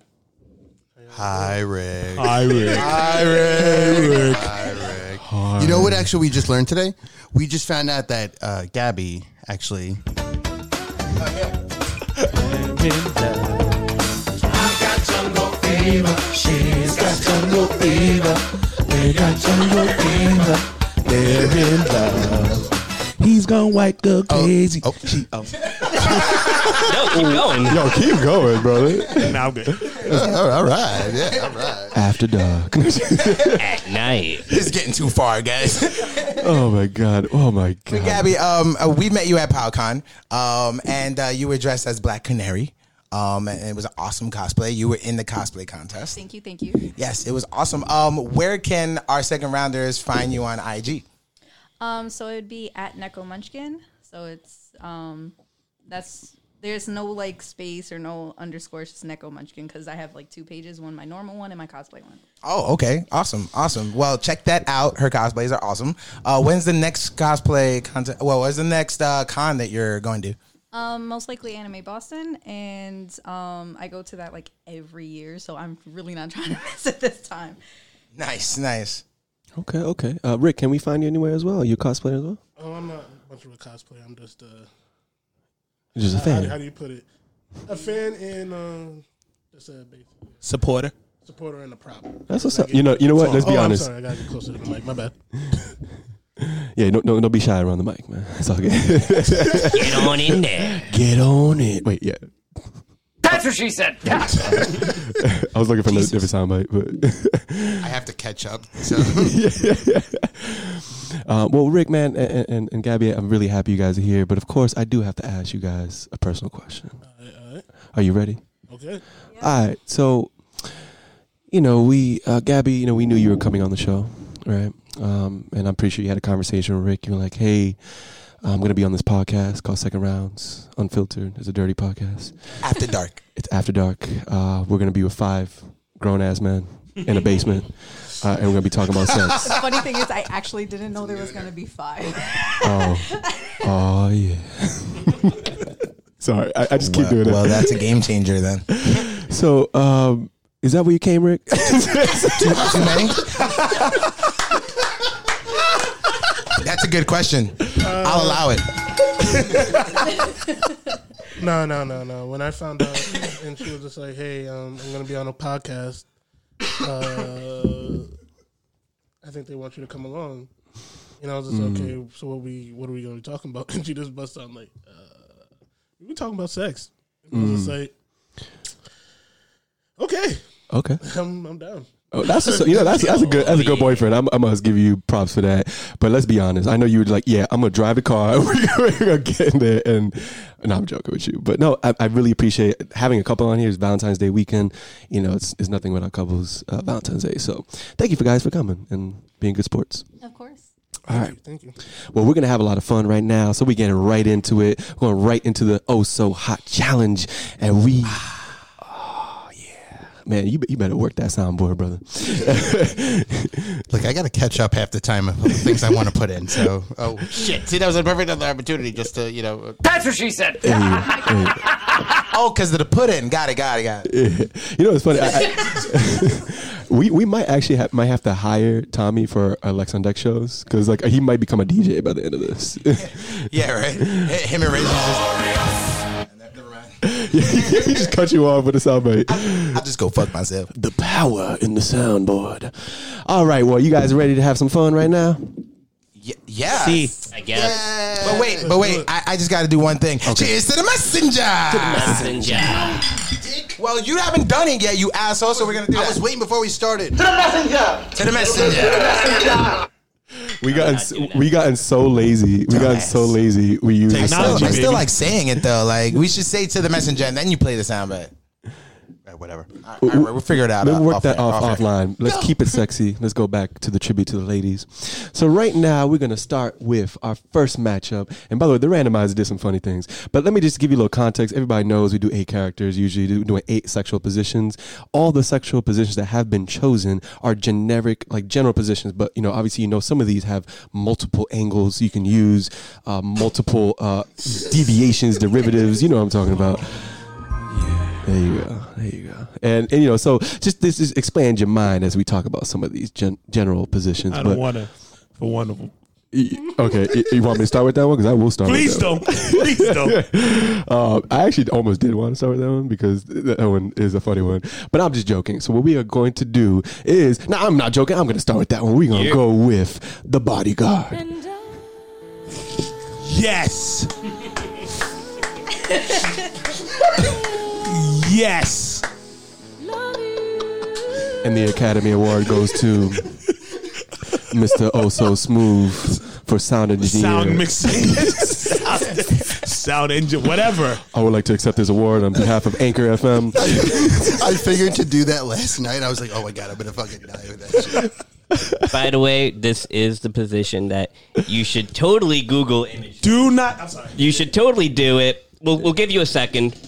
Speaker 12: Hi, Rick.
Speaker 4: Hi, Rick.
Speaker 12: Hi,
Speaker 4: Rick.
Speaker 12: Hi, Rick.
Speaker 4: Hi,
Speaker 12: You know what?
Speaker 4: Rick.
Speaker 12: Actually, we just learned today. We just found out that uh, Gabby actually.
Speaker 13: She's got jungle fever. They got jungle fever. They're in love.
Speaker 4: He's gone white girl crazy.
Speaker 12: Oh,
Speaker 4: She, oh.
Speaker 14: No, keep going.
Speaker 12: Yo, keep going, brother.
Speaker 4: Now I'm good.
Speaker 12: all, all right. Yeah, all right.
Speaker 8: After dark.
Speaker 14: At night.
Speaker 10: This is getting too far, guys.
Speaker 8: oh my god. Oh my
Speaker 10: But
Speaker 8: god.
Speaker 10: Gabby, um, uh, we met you at PowCon, um, and uh, you were dressed as Black Canary. Um, and it was an awesome cosplay. You were in the cosplay contest.
Speaker 5: Thank you, thank you.
Speaker 10: Yes, it was awesome. Um, where can our second rounders find you on IG?
Speaker 5: Um, so it'd be at Neko Munchkin. So it's um, that's there's no like space or no underscore. It's just Neko Munchkin because I have like two pages: one my normal one and my cosplay one.
Speaker 10: Oh, okay. Awesome. Awesome. Well, check that out. Her cosplays are awesome. Uh, when's the next cosplay contest? Well, when's the next uh, con that you're going to?
Speaker 5: Um, most likely Anime Boston, and um, I go to that like every year, so I'm really not trying to miss it this time.
Speaker 7: Nice, nice.
Speaker 8: Okay, okay. Uh, Rick, can we find you anywhere as well? You cosplayer as well?
Speaker 15: Oh, I'm not much of a cosplayer. I'm just uh,
Speaker 8: You're just a
Speaker 15: how- how
Speaker 8: fan.
Speaker 15: do- How, do you put it? A fan and um, just a basic
Speaker 7: Supporter.
Speaker 15: supporter and a problem.
Speaker 8: That's what's
Speaker 15: Like
Speaker 8: up.
Speaker 15: it-
Speaker 8: You know- you know what?
Speaker 15: Oh,
Speaker 8: Let's be
Speaker 15: I'm
Speaker 8: honest.
Speaker 15: sorry. I gotta get closer to the mic. My bad.
Speaker 8: Yeah, don't, don't, don't be shy around the mic, man. It's all good. Get
Speaker 10: on in there.
Speaker 8: Get on it. Wait, yeah.
Speaker 3: That's what she said.
Speaker 8: I was looking for a different soundbite, but
Speaker 7: I have to catch up. So.
Speaker 8: Uh, well, Rick, man, and, and, and Gabby, I'm really happy you guys are here. But of course, I do have to ask you guys a personal question. Are you ready?
Speaker 15: Okay.
Speaker 8: All right. So, you know, we, uh, Gabby, you know, we knew you were coming on the show, right? Um, and I'm pretty sure you had a conversation with Rick. You were like, hey, I'm going to be on this podcast called Second Rounds, Unfiltered. It's a dirty podcast.
Speaker 7: After dark.
Speaker 8: It's after dark. Uh, we're going to be with five grown ass men in a basement, uh, and we're going to be talking about sex.
Speaker 5: The funny thing is, I actually didn't know there was gonna be five.
Speaker 8: Oh, oh yeah. Sorry, I, I just keep
Speaker 7: Well-
Speaker 8: doing that.
Speaker 7: well, that's a game changer then.
Speaker 8: So, um, is that where you came, Rick?
Speaker 7: too, too many? That's a good question. I'll allow it.
Speaker 15: No, no, no, no. When I found out, and she was just like, "Hey, um, I'm gonna be on a podcast. Uh, I think they want you to come along." And I was just
Speaker 8: Mm.
Speaker 15: okay. So what we what are we gonna be talking about? And she just busts out like, uh, "We were talking about sex." And I was just
Speaker 8: Mm.
Speaker 15: like, "Okay,
Speaker 8: Okay.
Speaker 15: I'm, I'm down."
Speaker 8: Oh, that's a, you know that's that's a good that's a good boyfriend. I'm, I must give you props for that. But let's be honest. I know you were like, yeah, I'm gonna drive the car. We're gonna- we're gonna get in there, and no, I'm joking with you. But no, I, I really appreciate having a couple on here. It's Valentine's Day weekend. You know, it's, it's nothing without couples. Uh, Valentine's Day. So thank you for guys for coming and being good sports.
Speaker 5: Of course.
Speaker 8: All right.
Speaker 15: Thank you.
Speaker 8: Well, we're gonna have a lot of fun right now, so we're getting right into it. We're going right into the oh so hot challenge, and we, oh
Speaker 15: Ah,
Speaker 8: yeah, man, you be- you better work that soundboard, brother.
Speaker 7: Look, I got to catch up half the time of the things I want to put in. So, oh shit! See, that was a perfect other opportunity just to you know. uh,
Speaker 3: That's what she said.
Speaker 7: Oh, because of the put in. Got it. Got it. Got it.
Speaker 8: you know, it's funny. I, I, we we might actually have, might have to hire Tommy for our Lex on Deck shows because like he might become a DJ by the end of this.
Speaker 7: Yeah, right. Him and Rachel just.
Speaker 8: he just cut you off with a soundbite. I'll
Speaker 7: just go fuck myself.
Speaker 8: The power in the soundboard. All right, well, you guys ready to have some fun right now?
Speaker 7: Yeah.
Speaker 8: See,
Speaker 10: I guess.
Speaker 7: But wait, but wait. I, I just got to do one thing. Cheers to the messenger. To
Speaker 10: the messenger.
Speaker 7: Well, you haven't done it yet, you asshole. So we're gonna do. I was waiting before we started. To the messenger. To the messenger.
Speaker 8: We got we gotten so lazy. We gotten so lazy. We use
Speaker 7: I still, I still like saying it though. Like we should say to the messenger, and then you play the soundbite. Right, whatever. All right, all right, we'll figure it out.
Speaker 8: We'll
Speaker 7: uh,
Speaker 8: work
Speaker 7: off
Speaker 8: that
Speaker 7: air,
Speaker 8: off,
Speaker 7: off air.
Speaker 8: offline. Let's keep it sexy. Let's go back to the tribute to the ladies. So right now we're gonna start with our first matchup. And by the way, the randomizer did some funny things. But let me just give you a little context. Everybody knows we do eight characters usually. We're doing eight sexual positions. All the sexual positions that have been chosen are generic, like general positions. But you know, obviously, you know some of these have multiple angles you can use, uh, multiple uh, deviations, derivatives. You know what I'm talking about. There you go. There you go. And and you know, so just this is expand your mind as we talk about some of these gen- general positions.
Speaker 4: I
Speaker 8: but-
Speaker 4: don't want to. For one of them.
Speaker 8: Y- Okay, y- you want me to start with that one? Because I will start.
Speaker 4: Please
Speaker 8: with that
Speaker 4: don't. Please don't.
Speaker 8: don't. Um, I actually almost did want to start with that one because that one is a funny one. But I'm just joking. So what we are going to do is now I'm not joking. I'm going to start with that one. We're going to
Speaker 4: Yeah.
Speaker 8: go with the bodyguard.
Speaker 4: Yes. yes.
Speaker 8: And the Academy Award goes to Mr. Oh So Smooth for sound engineer.
Speaker 4: Sound mixing. sound, sound engine. Whatever.
Speaker 8: I would like to accept this award on behalf of Anchor FM.
Speaker 16: I figured to do that last night. I was like, oh my god, I'm gonna fucking die with that shit.
Speaker 10: By the way, this is the position that you should totally Google image.
Speaker 4: Do not. I'm sorry.
Speaker 10: You should totally do it. We'll, we'll give you a second.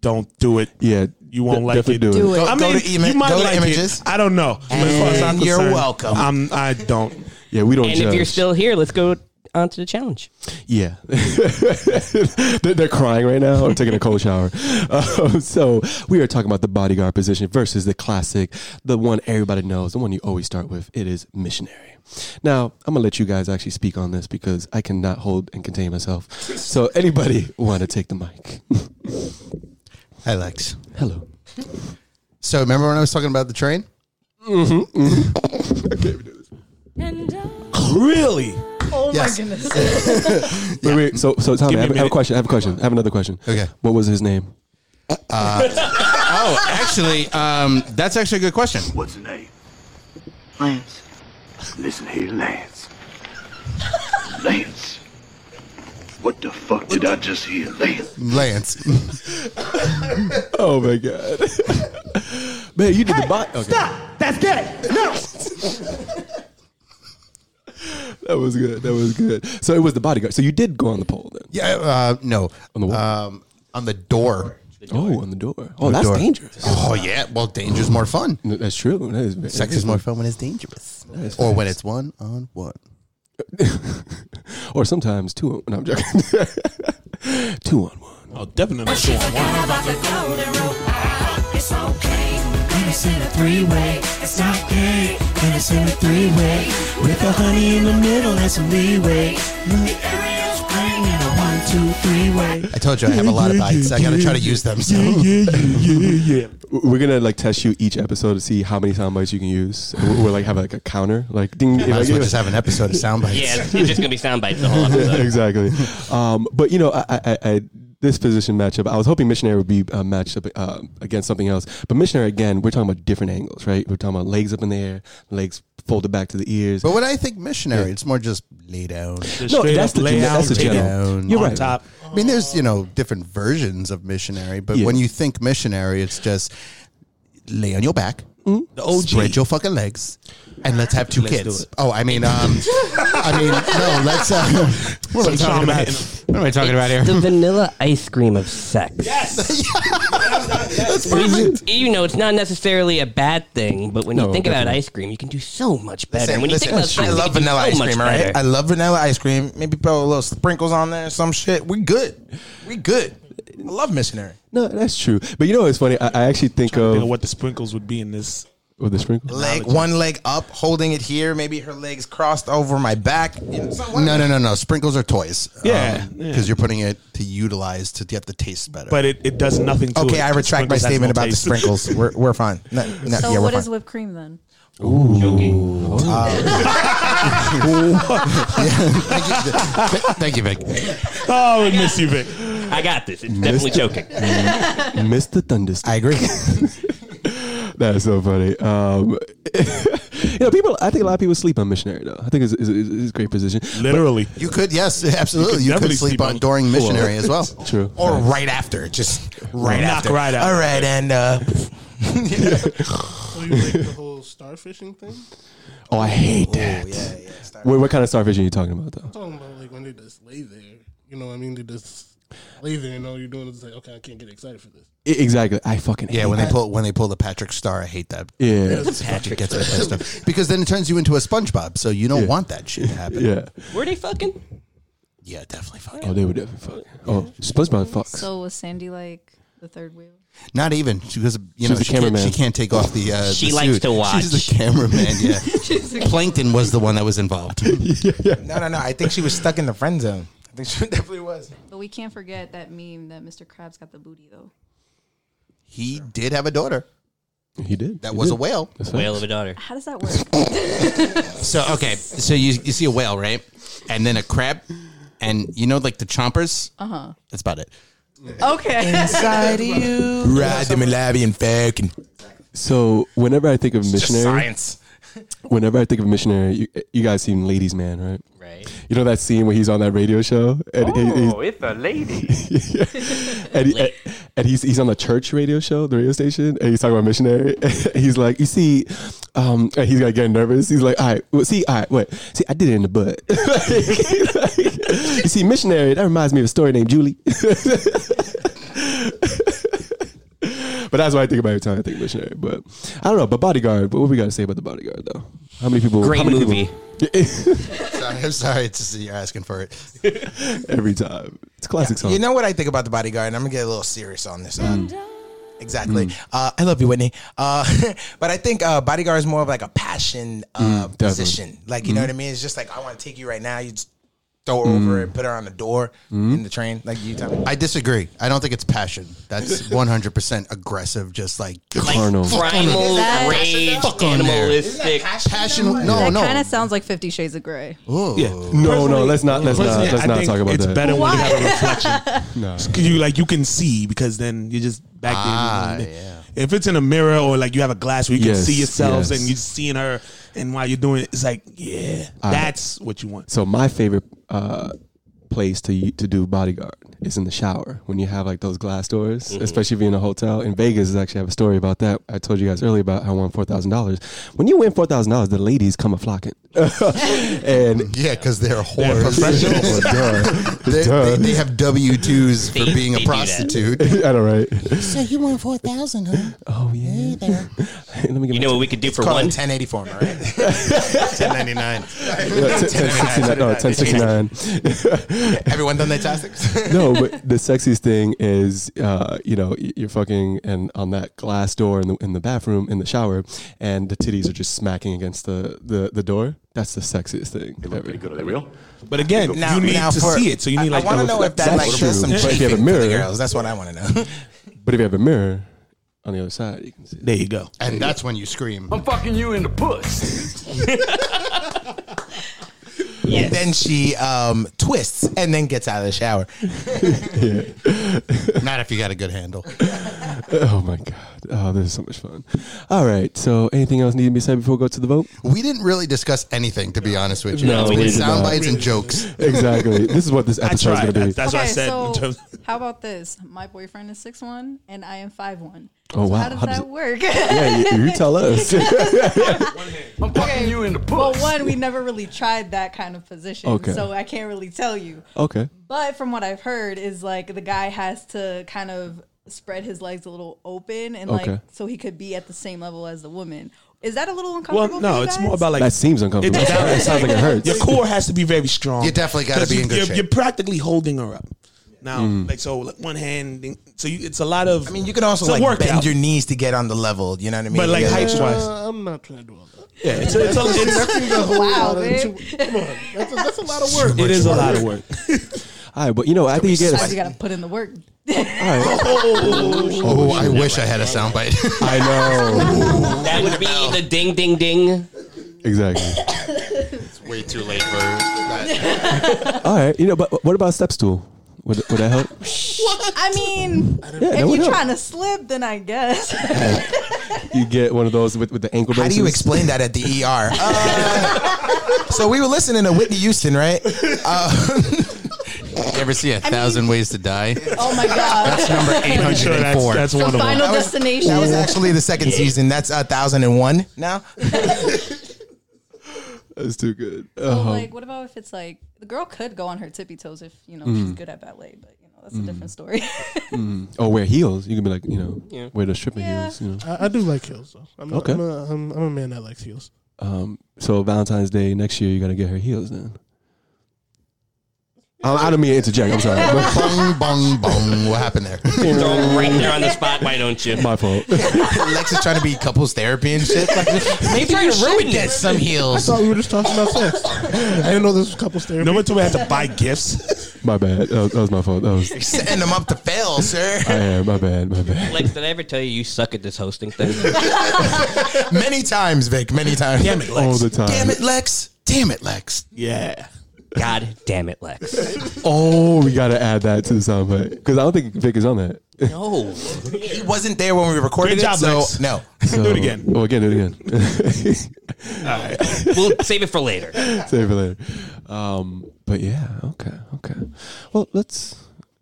Speaker 4: Don't do it.
Speaker 8: Yeah.
Speaker 4: You won't
Speaker 10: De-
Speaker 4: like
Speaker 10: definitely
Speaker 4: it.
Speaker 10: do it. Do it.
Speaker 4: I mean,
Speaker 10: Go- go to ima-
Speaker 4: you might
Speaker 10: go to
Speaker 4: like
Speaker 10: images.
Speaker 4: It. I don't know.
Speaker 10: And
Speaker 4: as far as I'm
Speaker 10: you're
Speaker 4: concerned,
Speaker 10: welcome.
Speaker 4: I'm, I don't.
Speaker 8: Yeah, we
Speaker 10: and if you're still here, let's go
Speaker 17: onto the challenge.
Speaker 8: Yeah. they're, they're crying right now or taking a cold shower. Uh, so, we are talking about the bodyguard position versus the classic, the one everybody knows, the one you always start with. It is missionary. Now, I'm going to let you guys actually speak on this because I cannot hold and contain myself. So, anybody want to take the mic?
Speaker 7: Hi, Lex.
Speaker 8: Hello.
Speaker 7: So remember when I was talking about the train? Mm-hmm.
Speaker 8: Really?
Speaker 7: Oh
Speaker 10: my
Speaker 7: goodness.
Speaker 8: Wait, wait. So, so Tommy, I have, I have a question. I have a question. I have another question.
Speaker 7: Okay.
Speaker 8: What was his name?
Speaker 7: Uh, oh, actually, um, that's actually a good question. What's the name?
Speaker 18: Lance. Listen here, Lance. Lance. What the fuck did I just hear, Lance?
Speaker 7: Lance.
Speaker 8: oh my god. Man, you did the bot. Okay.
Speaker 10: Stop! That's gay! No!
Speaker 8: That was good. That was good. So it was the bodyguard. So you did go on the pole then?
Speaker 7: Yeah. Uh, no. On the Um, on the door.
Speaker 8: Oh, on the door. Oh, that's
Speaker 7: Door.
Speaker 8: dangerous.
Speaker 7: Oh yeah. Well, danger's more fun.
Speaker 8: That's true. That is very-
Speaker 7: Sex is more fun when it's dangerous,
Speaker 8: That is
Speaker 7: or when
Speaker 8: facts.
Speaker 7: it's one on one.
Speaker 8: Or sometimes two. No, I'm joking. two on one.
Speaker 4: Oh, definitely two on one.
Speaker 10: It's okay. Gonna send a three-way. It's not gay. Gonna send a three-way with a honey in the middle and some leeway. The area's playing in a one-two-three-way.
Speaker 7: I told you I have a lot of bites. I gotta try to use them. So.
Speaker 8: yeah, yeah, yeah. We're gonna like test you each episode to see how many sound bites you can use. We'll, we'll, like have like a counter, like ding.
Speaker 7: Might as well just have an episode of sound bites.
Speaker 17: Yeah, it's, it's just gonna be sound bites the whole episode.
Speaker 8: exactly. Um, but you know, I, I, I, this position matchup, I was hoping missionary would be uh, matched up uh, against something else. But missionary again, we're talking about different angles, right? We're talking about legs up in the air, legs folded back to the ears.
Speaker 7: But when I think missionary, it's more just lay
Speaker 8: no,
Speaker 7: down.
Speaker 8: that's the gen- that's the general. You're right.
Speaker 7: I mean, there's you know different versions of missionary, but
Speaker 8: Yeah.
Speaker 7: when you think missionary, it's just lay on your back,
Speaker 8: The OG.
Speaker 7: spread your fucking legs, and let's have two
Speaker 8: Let's do
Speaker 7: kids.
Speaker 8: it.
Speaker 7: Oh, I mean, um, I mean, no, let's. Uh, what am I
Speaker 17: Some
Speaker 7: talking
Speaker 17: trauma
Speaker 7: about?
Speaker 17: in-
Speaker 7: What am I talking about here?
Speaker 17: The vanilla ice cream of sex.
Speaker 7: That's
Speaker 17: You, you know, it's not necessarily a bad thing, but when
Speaker 7: No,
Speaker 17: you think about
Speaker 7: definitely.
Speaker 17: ice cream, you can do so much better.
Speaker 7: Listen,
Speaker 17: when you
Speaker 7: listen,
Speaker 17: think about sex,
Speaker 7: I
Speaker 17: you
Speaker 7: love
Speaker 17: can do
Speaker 7: vanilla
Speaker 17: so
Speaker 7: ice
Speaker 17: much
Speaker 7: cream, all right?
Speaker 17: better.
Speaker 7: I love vanilla ice cream. Maybe put a little sprinkles on there, some shit. We good. We good. I love missionary.
Speaker 8: No, that's true. But you know, it's funny. I, I actually think of,
Speaker 4: Think of what the sprinkles would be in this.
Speaker 8: with the sprinkle.
Speaker 7: Leg, one leg up, holding it here. Maybe her legs crossed over my back. No, no, no, no. Sprinkles are toys.
Speaker 4: Yeah,
Speaker 7: because
Speaker 4: yeah.
Speaker 7: you're putting it to utilize to get the taste better.
Speaker 4: But it- it does nothing to
Speaker 7: okay,
Speaker 4: it.
Speaker 7: I retract my
Speaker 4: Sprinkles has
Speaker 7: statement
Speaker 4: no
Speaker 7: about
Speaker 4: taste.
Speaker 7: the sprinkles. We're, we're fine. No, no,
Speaker 5: so
Speaker 7: yeah, we're
Speaker 5: what
Speaker 7: fine.
Speaker 5: is whipped cream then?
Speaker 7: Ooh. Thank you, Vic.
Speaker 4: Oh, we miss you, Vic.
Speaker 17: I got this. It's definitely choking.
Speaker 8: Missed the thunderstorm. I agree. That's so funny. Um, you know, people. I think a lot of people sleep on missionary though. I think it's, it's, it's a great position.
Speaker 4: Literally,
Speaker 7: You could, yes, absolutely. You could,
Speaker 8: definitely
Speaker 7: sleep,
Speaker 8: sleep
Speaker 7: on
Speaker 8: on-
Speaker 7: during missionary
Speaker 8: Well,
Speaker 7: as well.
Speaker 8: true.
Speaker 7: Or
Speaker 8: Facts.
Speaker 7: right after, just right
Speaker 8: Knock
Speaker 7: after.
Speaker 8: right out.
Speaker 7: All right, and uh,
Speaker 19: So you like the whole starfishing thing?
Speaker 8: oh, I hate that. what, what kind of starfish are you talking about though?
Speaker 19: I'm talking about like when they just lay there. You know what I mean? They just lay there and all you're doing is like, okay, I can't get excited for this.
Speaker 8: I- E, exactly. I fucking
Speaker 7: yeah.
Speaker 8: hate
Speaker 7: When
Speaker 8: that.
Speaker 7: they pull when they pull the Patrick Star, I hate that.
Speaker 8: Yeah.
Speaker 7: It's fucking gets me pissed off. because then it turns you into a SpongeBob. So you don't
Speaker 8: Yeah.
Speaker 7: want that shit to happen.
Speaker 8: Yeah.
Speaker 17: Were they fucking?
Speaker 7: Yeah, definitely fuck.
Speaker 8: Oh, they would definitely fuck. Oh, SpongeBob fucks.
Speaker 5: So was Sandy like the third wheel?
Speaker 7: Not even because
Speaker 8: She's
Speaker 7: you know
Speaker 8: the
Speaker 7: she can't,
Speaker 8: cameraman.
Speaker 7: she can't take off the. Uh,
Speaker 17: She
Speaker 7: the
Speaker 17: likes
Speaker 7: suit.
Speaker 17: to watch.
Speaker 7: She's the cameraman. Yeah,
Speaker 5: She's the-
Speaker 7: Plankton was the one that was involved.
Speaker 20: No, no, no. I think she was stuck in the friend zone. I think she definitely was.
Speaker 5: But we can't forget that meme that Mr. Krabs got the booty though.
Speaker 7: He did have a daughter.
Speaker 8: He did.
Speaker 7: That
Speaker 17: He
Speaker 7: was
Speaker 17: did.
Speaker 7: a whale.
Speaker 8: That's
Speaker 17: Whale of a daughter.
Speaker 5: How does that work?
Speaker 7: So okay, so you you see a whale, right? And then a crab, and you know like the chompers.
Speaker 5: Uh-huh.
Speaker 7: That's about it.
Speaker 5: okay.
Speaker 10: Inside
Speaker 5: you.
Speaker 7: Ride the Malawi and Falcon.
Speaker 8: So whenever I think of
Speaker 7: just
Speaker 8: missionary,
Speaker 7: science.
Speaker 8: whenever I think of missionary, you, you guys seen Ladies Man, right? Right. You know that scene where he's on that radio show and, he- he-
Speaker 10: Oh, it's a lady.
Speaker 8: and, he, and he's he's on the church radio show, the radio station, and he's talking about missionary. he's like, you see, um, and he's like getting nervous. He's like, all right, well, see, all right, wait, see, I did it in the butt. you see, missionary. That reminds me of a story named Julie. But that's what I think about every time I think missionary. But I don't know. But bodyguard. But what we got to say about the bodyguard, though? How many people?
Speaker 17: Great
Speaker 8: how many
Speaker 17: movie.
Speaker 8: People,
Speaker 7: sorry, I'm sorry. It's just, you're asking for it.
Speaker 8: Every time. It's a classic song.
Speaker 7: You know what I think about the bodyguard, and I'm gonna get a little serious on this. Uh, Exactly.
Speaker 10: Mm.
Speaker 7: Uh, I love you, Whitney. Uh, but I think uh, bodyguard is more of like a passion uh,
Speaker 8: Mm, definitely.
Speaker 7: position. Like you know
Speaker 8: Mhm.
Speaker 7: what I
Speaker 10: Mm-hmm.
Speaker 7: mean? It's just like I want to take you right now. You just throw her over
Speaker 8: Mm.
Speaker 7: and put her on the door
Speaker 8: Mm.
Speaker 7: in the train, like you. Tell me.
Speaker 10: Mm-hmm. I disagree. I don't think it's passion. That's 100% aggressive, just like,
Speaker 8: Carnal.
Speaker 10: fuck on
Speaker 21: Primal,
Speaker 10: her.
Speaker 5: that-
Speaker 21: rage,
Speaker 10: Fuck on there.
Speaker 21: animalistic.
Speaker 7: Passion.
Speaker 5: that
Speaker 7: No, no.
Speaker 5: kind of sounds like Fifty Shades of Grey.
Speaker 8: Yeah. No, no, let's not let's not
Speaker 4: Personally,
Speaker 8: let's
Speaker 4: I
Speaker 8: not
Speaker 4: think
Speaker 8: talk about
Speaker 4: it's
Speaker 8: that.
Speaker 4: better when you have a reflection.
Speaker 8: No.
Speaker 4: It's 'cause You like you can see because then you're just back there. If it's in a mirror or like you have a glass where you can
Speaker 8: Ah, Yes,
Speaker 4: see yourselves
Speaker 8: yes.
Speaker 4: and you're seeing her, and while you're doing it, it's like yeah,
Speaker 8: All right.
Speaker 4: that's what you want.
Speaker 8: So my favorite uh, place to to do bodyguard is in the shower when you have like those glass doors, especially if you're in a hotel. In Vegas, I actually have a story about that. I told you guys earlier about how I won four thousand dollars. When you win four thousand dollars, the ladies come a flocking, and
Speaker 10: yeah, because they're
Speaker 8: They're
Speaker 10: whores.
Speaker 8: professionals.
Speaker 10: Duh. They, they, they have W twos for being a prostitute.
Speaker 8: I know, right?
Speaker 10: So you want four thousand, huh?
Speaker 8: Oh yeah. Let me get
Speaker 21: You know what we could do for
Speaker 7: Call it
Speaker 21: one?
Speaker 7: 1080 form, all right? 1099.
Speaker 8: No, 1069.
Speaker 7: Everyone done their chopsticks?
Speaker 8: no, but the sexiest thing is, uh, you know, y- you're fucking and on that glass door in the in the bathroom in the shower, and the titties are just smacking against the the, the door. That's the sexiest thing. They look pretty good. Are they real?
Speaker 4: But again, you need to see it, so you need like.
Speaker 7: I want to
Speaker 4: the
Speaker 7: know if that
Speaker 8: That's
Speaker 7: like does some
Speaker 8: true. But if you
Speaker 7: chafing
Speaker 8: have a
Speaker 7: for the
Speaker 8: mirror-
Speaker 7: girls. That's what I want to know.
Speaker 8: But if you have a mirror on the other side, you can see.
Speaker 4: There you go.
Speaker 10: And that's when you scream.
Speaker 3: I'm fucking you in the puss.
Speaker 7: And then she um, twists and then gets out of the shower.
Speaker 10: Not if you got a good handle.
Speaker 8: Oh my god! Oh, this is so much fun. All right. So, anything else need to be said before we go to the vote?
Speaker 10: We didn't really discuss anything, to be honest with you.
Speaker 8: No,
Speaker 10: it's
Speaker 8: we
Speaker 10: been
Speaker 8: did
Speaker 10: sound
Speaker 8: not.
Speaker 10: bites and jokes.
Speaker 8: Exactly. this is what this episode is
Speaker 4: tried.
Speaker 8: going to be.
Speaker 4: That's- that's- what I said in terms-
Speaker 5: how about this? My boyfriend is six one, and I am five one.
Speaker 8: Oh, wow.
Speaker 5: How does
Speaker 8: How does
Speaker 5: that
Speaker 8: it-
Speaker 5: work?
Speaker 8: yeah, you, you tell us.
Speaker 5: I'm fucking you in the Well,
Speaker 8: puss.
Speaker 5: one, we never really tried that kind of position,
Speaker 8: Okay.
Speaker 5: so I can't really tell you.
Speaker 8: okay.
Speaker 5: But from what I've heard, is like the guy has to kind of spread his legs a little open and like
Speaker 8: Okay.
Speaker 5: so he could be at the same level as the woman. Is that a little uncomfortable?
Speaker 4: no,
Speaker 5: for you
Speaker 4: it's
Speaker 5: guys?
Speaker 4: more about like
Speaker 8: That seems uncomfortable. It sounds- it sounds like it hurts.
Speaker 4: Your core has to be very strong.
Speaker 10: You definitely gotta
Speaker 4: 'Cause
Speaker 10: be
Speaker 4: you-
Speaker 10: in good
Speaker 4: you're,
Speaker 10: shape.
Speaker 4: You're practically holding her up. Now,
Speaker 10: Mm.
Speaker 4: like so, like, one hand. then- So you, it's a lot of. I mean,
Speaker 7: You can also like bend your knees to get on the level. You know what I mean?
Speaker 4: But, like,
Speaker 7: Yeah.
Speaker 4: height- Twice.
Speaker 22: Uh, I'm not trying to do all that.
Speaker 4: Yeah, it's a, it's a, it's,
Speaker 5: Wow,
Speaker 22: Come on, that's a, that's a lot of work.
Speaker 4: it is a lot of work.
Speaker 8: All right, but you know, I think you get
Speaker 5: Sometimes you
Speaker 8: a.
Speaker 5: gotta put in the work.
Speaker 8: All right.
Speaker 10: Oh, I wish I had a sound bite.
Speaker 8: I know.
Speaker 21: That would be the ding, ding, ding.
Speaker 8: exactly.
Speaker 10: it's way too late for that.
Speaker 8: All right. You know, but what about step stool? Would, would that help?
Speaker 5: I mean,
Speaker 8: that
Speaker 5: if
Speaker 8: would
Speaker 5: you're
Speaker 8: help.
Speaker 5: trying to slip, then I guess.
Speaker 8: You get one of those with, with the ankle
Speaker 7: How
Speaker 8: braces.
Speaker 7: do you explain that at the ER? Uh, so we were listening to Whitney Houston, right? Uh,
Speaker 10: You ever see a thousand ways to die?
Speaker 5: oh my god.
Speaker 10: That's number eight hundred and four.
Speaker 4: That's one of them. Uh-huh.
Speaker 5: Final destination.
Speaker 7: that was actually the second season. That's a thousand and one now.
Speaker 8: That's too good.
Speaker 5: So,
Speaker 8: Uh-huh.
Speaker 5: like, what about if it's like the girl could go on her tippy toes if you know she's
Speaker 8: Mm.
Speaker 5: good at ballet, but you know that's a different story.
Speaker 8: Mm. Or wear heels. You can be like, you know,
Speaker 5: Yeah.
Speaker 8: wear the stripper
Speaker 5: Yeah.
Speaker 8: heels. You know.
Speaker 22: I, I do like heels though. I'm, okay.
Speaker 8: Okay.
Speaker 22: I'm, a, I'm, I'm a man that likes heels.
Speaker 8: Um, so Valentine's Day next year, you're gonna get her heels then. I, I don't mean to interject. I'm sorry. But-
Speaker 10: bong bong bong. What happened there?
Speaker 21: Throw him right there on the spot. Why don't you?
Speaker 8: My fault.
Speaker 7: Lex is trying to be couples therapy and shit. Like, maybe
Speaker 21: trying
Speaker 7: you
Speaker 21: to
Speaker 7: should
Speaker 21: ruin
Speaker 7: get
Speaker 21: this.
Speaker 7: some
Speaker 22: I
Speaker 7: heels.
Speaker 22: thought we were just talking about sex. I didn't know this was couples therapy.
Speaker 4: No one told me I had to buy gifts.
Speaker 8: My bad. That was, that was my fault. That was.
Speaker 7: Setting them up to fail, sir.
Speaker 8: I am. My bad. My bad.
Speaker 21: Lex, did I ever tell you you suck at this hosting thing?
Speaker 7: Many times, Vic. Many times.
Speaker 4: Damn it,
Speaker 8: All
Speaker 4: Lex.
Speaker 8: the time.
Speaker 7: Damn it, Lex. Damn it, Lex.
Speaker 4: Yeah.
Speaker 21: God damn it, Lex.
Speaker 8: Oh, we gotta add that to the soundbite because I don't think Vic is on that.
Speaker 21: No.
Speaker 7: He wasn't there when we recorded
Speaker 4: Great job,
Speaker 7: it, so
Speaker 4: Lex.
Speaker 7: no.
Speaker 8: So-
Speaker 4: Do it again.
Speaker 8: Oh, again. Do it again.
Speaker 21: We'll save it for later.
Speaker 8: Save it later. Um, but yeah, okay, okay. Well, let's.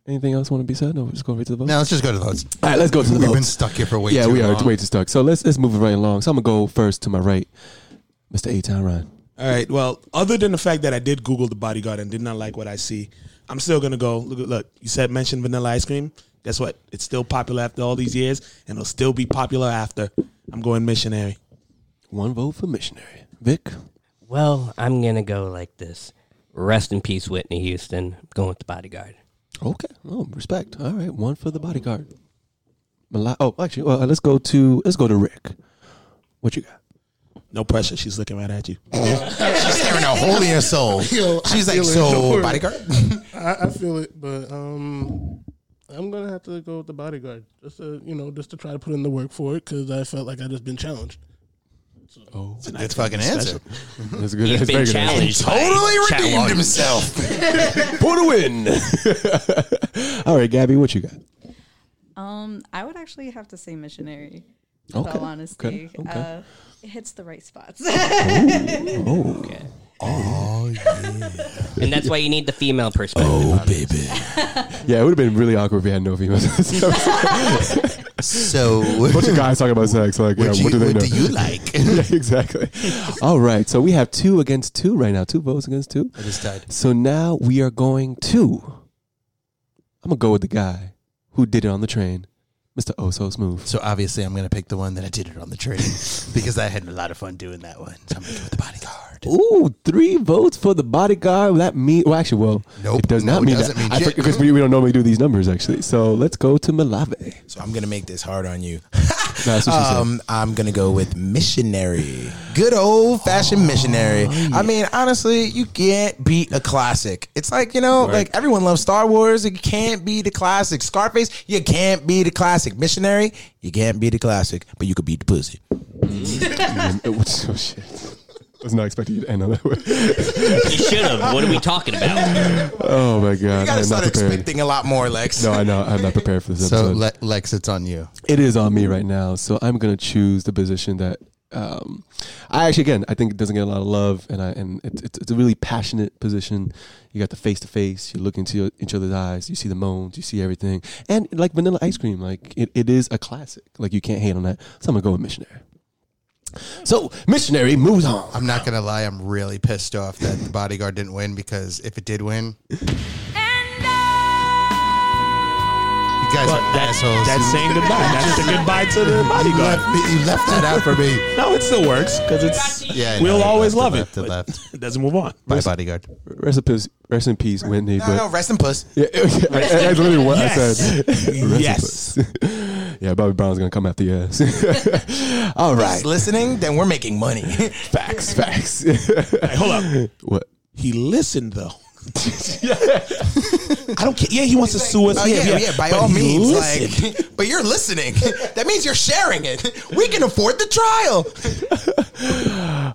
Speaker 8: Anything else want to be said? No, we're just going right to the vote.
Speaker 10: Now let's just go to those.
Speaker 8: All right, let's go to the
Speaker 10: We've
Speaker 8: votes.
Speaker 10: been stuck here for way
Speaker 8: yeah,
Speaker 10: too
Speaker 8: we are
Speaker 10: long.
Speaker 8: way too stuck. So let's let's move it right along. So I'm gonna go first to my right, Mr. A Town Ryan.
Speaker 4: All right. Well, other than the fact that I did Google the bodyguard and did not like what I see, I'm still gonna go. Look, look you said mention vanilla ice cream. Guess what? It's still popular after all these years, and it'll still be popular after. I'm going missionary.
Speaker 8: One vote for missionary. Vic.
Speaker 10: Well, I'm gonna go like this. Rest in peace, Whitney Houston. I'm going with the bodyguard.
Speaker 8: Okay. Oh, respect. All right. One for the bodyguard. Mala- oh, actually, well, let's go to let's go to Rick. What you got?
Speaker 4: No pressure. She's looking right at you.
Speaker 7: She's staring out holy and soul.
Speaker 15: Yo, I
Speaker 7: She's like,
Speaker 15: feel it. Don't
Speaker 7: so
Speaker 15: worry."
Speaker 7: bodyguard.
Speaker 15: I, I feel it, but um, I'm gonna have to go with the bodyguard just to you know just to try to put in the work for it because I felt like I just been challenged.
Speaker 8: Oh,
Speaker 7: it's a nice fucking answer.
Speaker 8: That's a good.
Speaker 7: He's
Speaker 8: that's
Speaker 7: been
Speaker 8: very good answer.
Speaker 7: challenged by Totally redeemed challenge. himself.
Speaker 8: For the win. All right, Gabby, what you got?
Speaker 5: Um, I would actually have to say missionary. In
Speaker 8: Okay,
Speaker 5: all honesty,
Speaker 8: okay, okay.
Speaker 5: Uh, it hits the right spots.
Speaker 10: Oh, okay.
Speaker 7: Oh,
Speaker 10: And that's why you need the female perspective. Oh, baby.
Speaker 8: Yeah, it would have been really awkward if we had no females.
Speaker 7: so,
Speaker 8: a bunch of guys talking about sex. Like, yeah,
Speaker 7: What
Speaker 8: what,
Speaker 7: you-
Speaker 8: do they
Speaker 7: what
Speaker 8: know?
Speaker 7: do you like?
Speaker 8: yeah, exactly. All right, so we have two against two right now. Two votes against two.
Speaker 7: I just died.
Speaker 8: So now we are going to. I'm gonna go with the guy who did it on the train, Mr. Oh So Smooth.
Speaker 7: So obviously, I'm gonna pick the one that I did it on the train because I had a lot of fun doing that one. So I'm gonna go with the bodyguard.
Speaker 8: Ooh, three votes for the bodyguard. That mean well, actually, well,
Speaker 7: Nope.
Speaker 8: it does not
Speaker 7: No, it
Speaker 8: mean
Speaker 7: doesn't mean
Speaker 8: that
Speaker 7: shit.
Speaker 8: because we, we don't normally do these numbers actually. So let's go to Malave.
Speaker 7: So I'm gonna make this hard on you.
Speaker 8: That's what she said.
Speaker 7: um, I'm gonna go with missionary. Good old
Speaker 10: Oh,
Speaker 7: fashioned missionary. I mean, honestly, you can't beat a classic. It's like you know,
Speaker 16: Right.
Speaker 7: like everyone loves Star Wars. You can't beat the classic. Scarface, you can't beat the classic. Missionary, you can't beat the classic, but you could beat the pussy.
Speaker 8: Mm, it was- oh, shit. I was not expecting you to end on that way.
Speaker 10: You should have. What are we talking about?
Speaker 8: Oh my god!
Speaker 7: You gotta
Speaker 8: I'm
Speaker 7: start
Speaker 8: not prepared.
Speaker 7: expecting a lot more, Lex.
Speaker 8: No, I know. I'm not prepared for this
Speaker 7: So,
Speaker 8: episode.
Speaker 7: Le- Lex, it's on you.
Speaker 8: it is on me right now. So I'm gonna choose the position that um, I actually again I think it doesn't get a lot of love, and I and it's it's, it's a really passionate position. You got the face to face. You look into your- each other's eyes. You see the moans. You see everything. And like vanilla ice cream, like it, it is a classic. Like you can't hate on that. So I'm gonna go with missionary. So missionary moves on.
Speaker 7: I'm not gonna lie. I'm really pissed off that the bodyguard didn't win because if it did win, you guys
Speaker 4: But
Speaker 7: are
Speaker 4: that-
Speaker 7: assholes.
Speaker 4: that's saying goodbye. That's the goodbye to the
Speaker 7: You
Speaker 4: bodyguard.
Speaker 7: left, me, you left that out for me.
Speaker 4: No, it still works because it's
Speaker 7: Yeah, I know,
Speaker 4: we'll
Speaker 7: you
Speaker 4: always love
Speaker 7: left it,
Speaker 4: it.
Speaker 7: left it,
Speaker 4: but
Speaker 7: left.
Speaker 4: It doesn't move on.
Speaker 7: My bodyguard.
Speaker 8: Rest in peace. Rest in peace, Whitney.
Speaker 7: No,
Speaker 8: but
Speaker 7: no, rest in puss.
Speaker 8: Yeah, I- that's literally what I
Speaker 7: Yes.
Speaker 8: said. Rest in
Speaker 7: Yes.
Speaker 8: peace. yeah, Bobby Brown's gonna come after your ass. All right.
Speaker 7: He's listening, then we're making money.
Speaker 8: Facts, facts.
Speaker 4: Hey, hold up.
Speaker 8: What?
Speaker 4: He listened though. I don't care. Yeah, he wants to sue us.
Speaker 7: Oh,
Speaker 4: yeah, yeah,
Speaker 7: by
Speaker 4: but
Speaker 7: all
Speaker 4: he
Speaker 7: means.
Speaker 4: listened.
Speaker 7: Like, but you're listening. That means you're sharing it. We can afford the trial.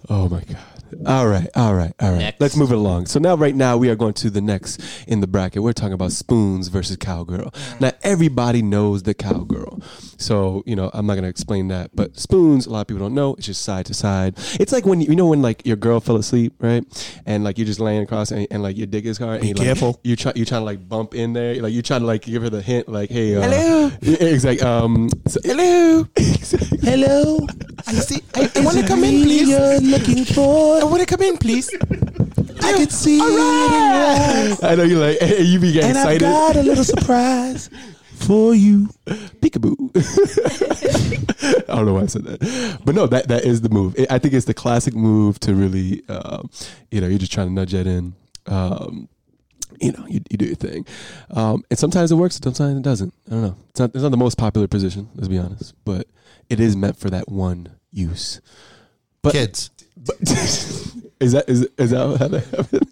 Speaker 8: Oh my god. All right, all right, all right.
Speaker 10: Next.
Speaker 8: Let's move it along. So now, right now, we are going to the next in the bracket. We're talking about spoons versus cowgirl.
Speaker 4: Mm.
Speaker 8: Now, everybody knows the cowgirl, so you know I'm not going to explain that. But spoons, a lot of people don't know. It's just side to side. It's like when you know when like your girl fell asleep, right? And like you're just laying across, and, and like your dick is hard.
Speaker 4: Be
Speaker 8: and
Speaker 4: careful.
Speaker 8: Like, you try, you trying to like bump in there, like you trying to like give her the hint, like hey, uh,
Speaker 7: Hello?
Speaker 8: yeah, Exactly. Um, so-
Speaker 7: Hello.
Speaker 8: Exactly.
Speaker 7: Hello. I see. I, I want to come in, please. You're looking for. I want to come in, please. I can see
Speaker 8: I know you like hey, you be getting
Speaker 7: And I've
Speaker 8: excited.
Speaker 7: got a little
Speaker 4: surprise for you.
Speaker 8: Peekaboo. I don't know why I said that, but no, that that is the move. It, I think it's the classic move to really, um, you know, you're just trying to nudge that in. Um, you know, you, you do your thing, um, and sometimes it works, sometimes it doesn't. I don't know. It's not it's not the most popular position, let's be honest, but it is meant for that one use. But
Speaker 7: Kids.
Speaker 8: but, is that is is that how that happened?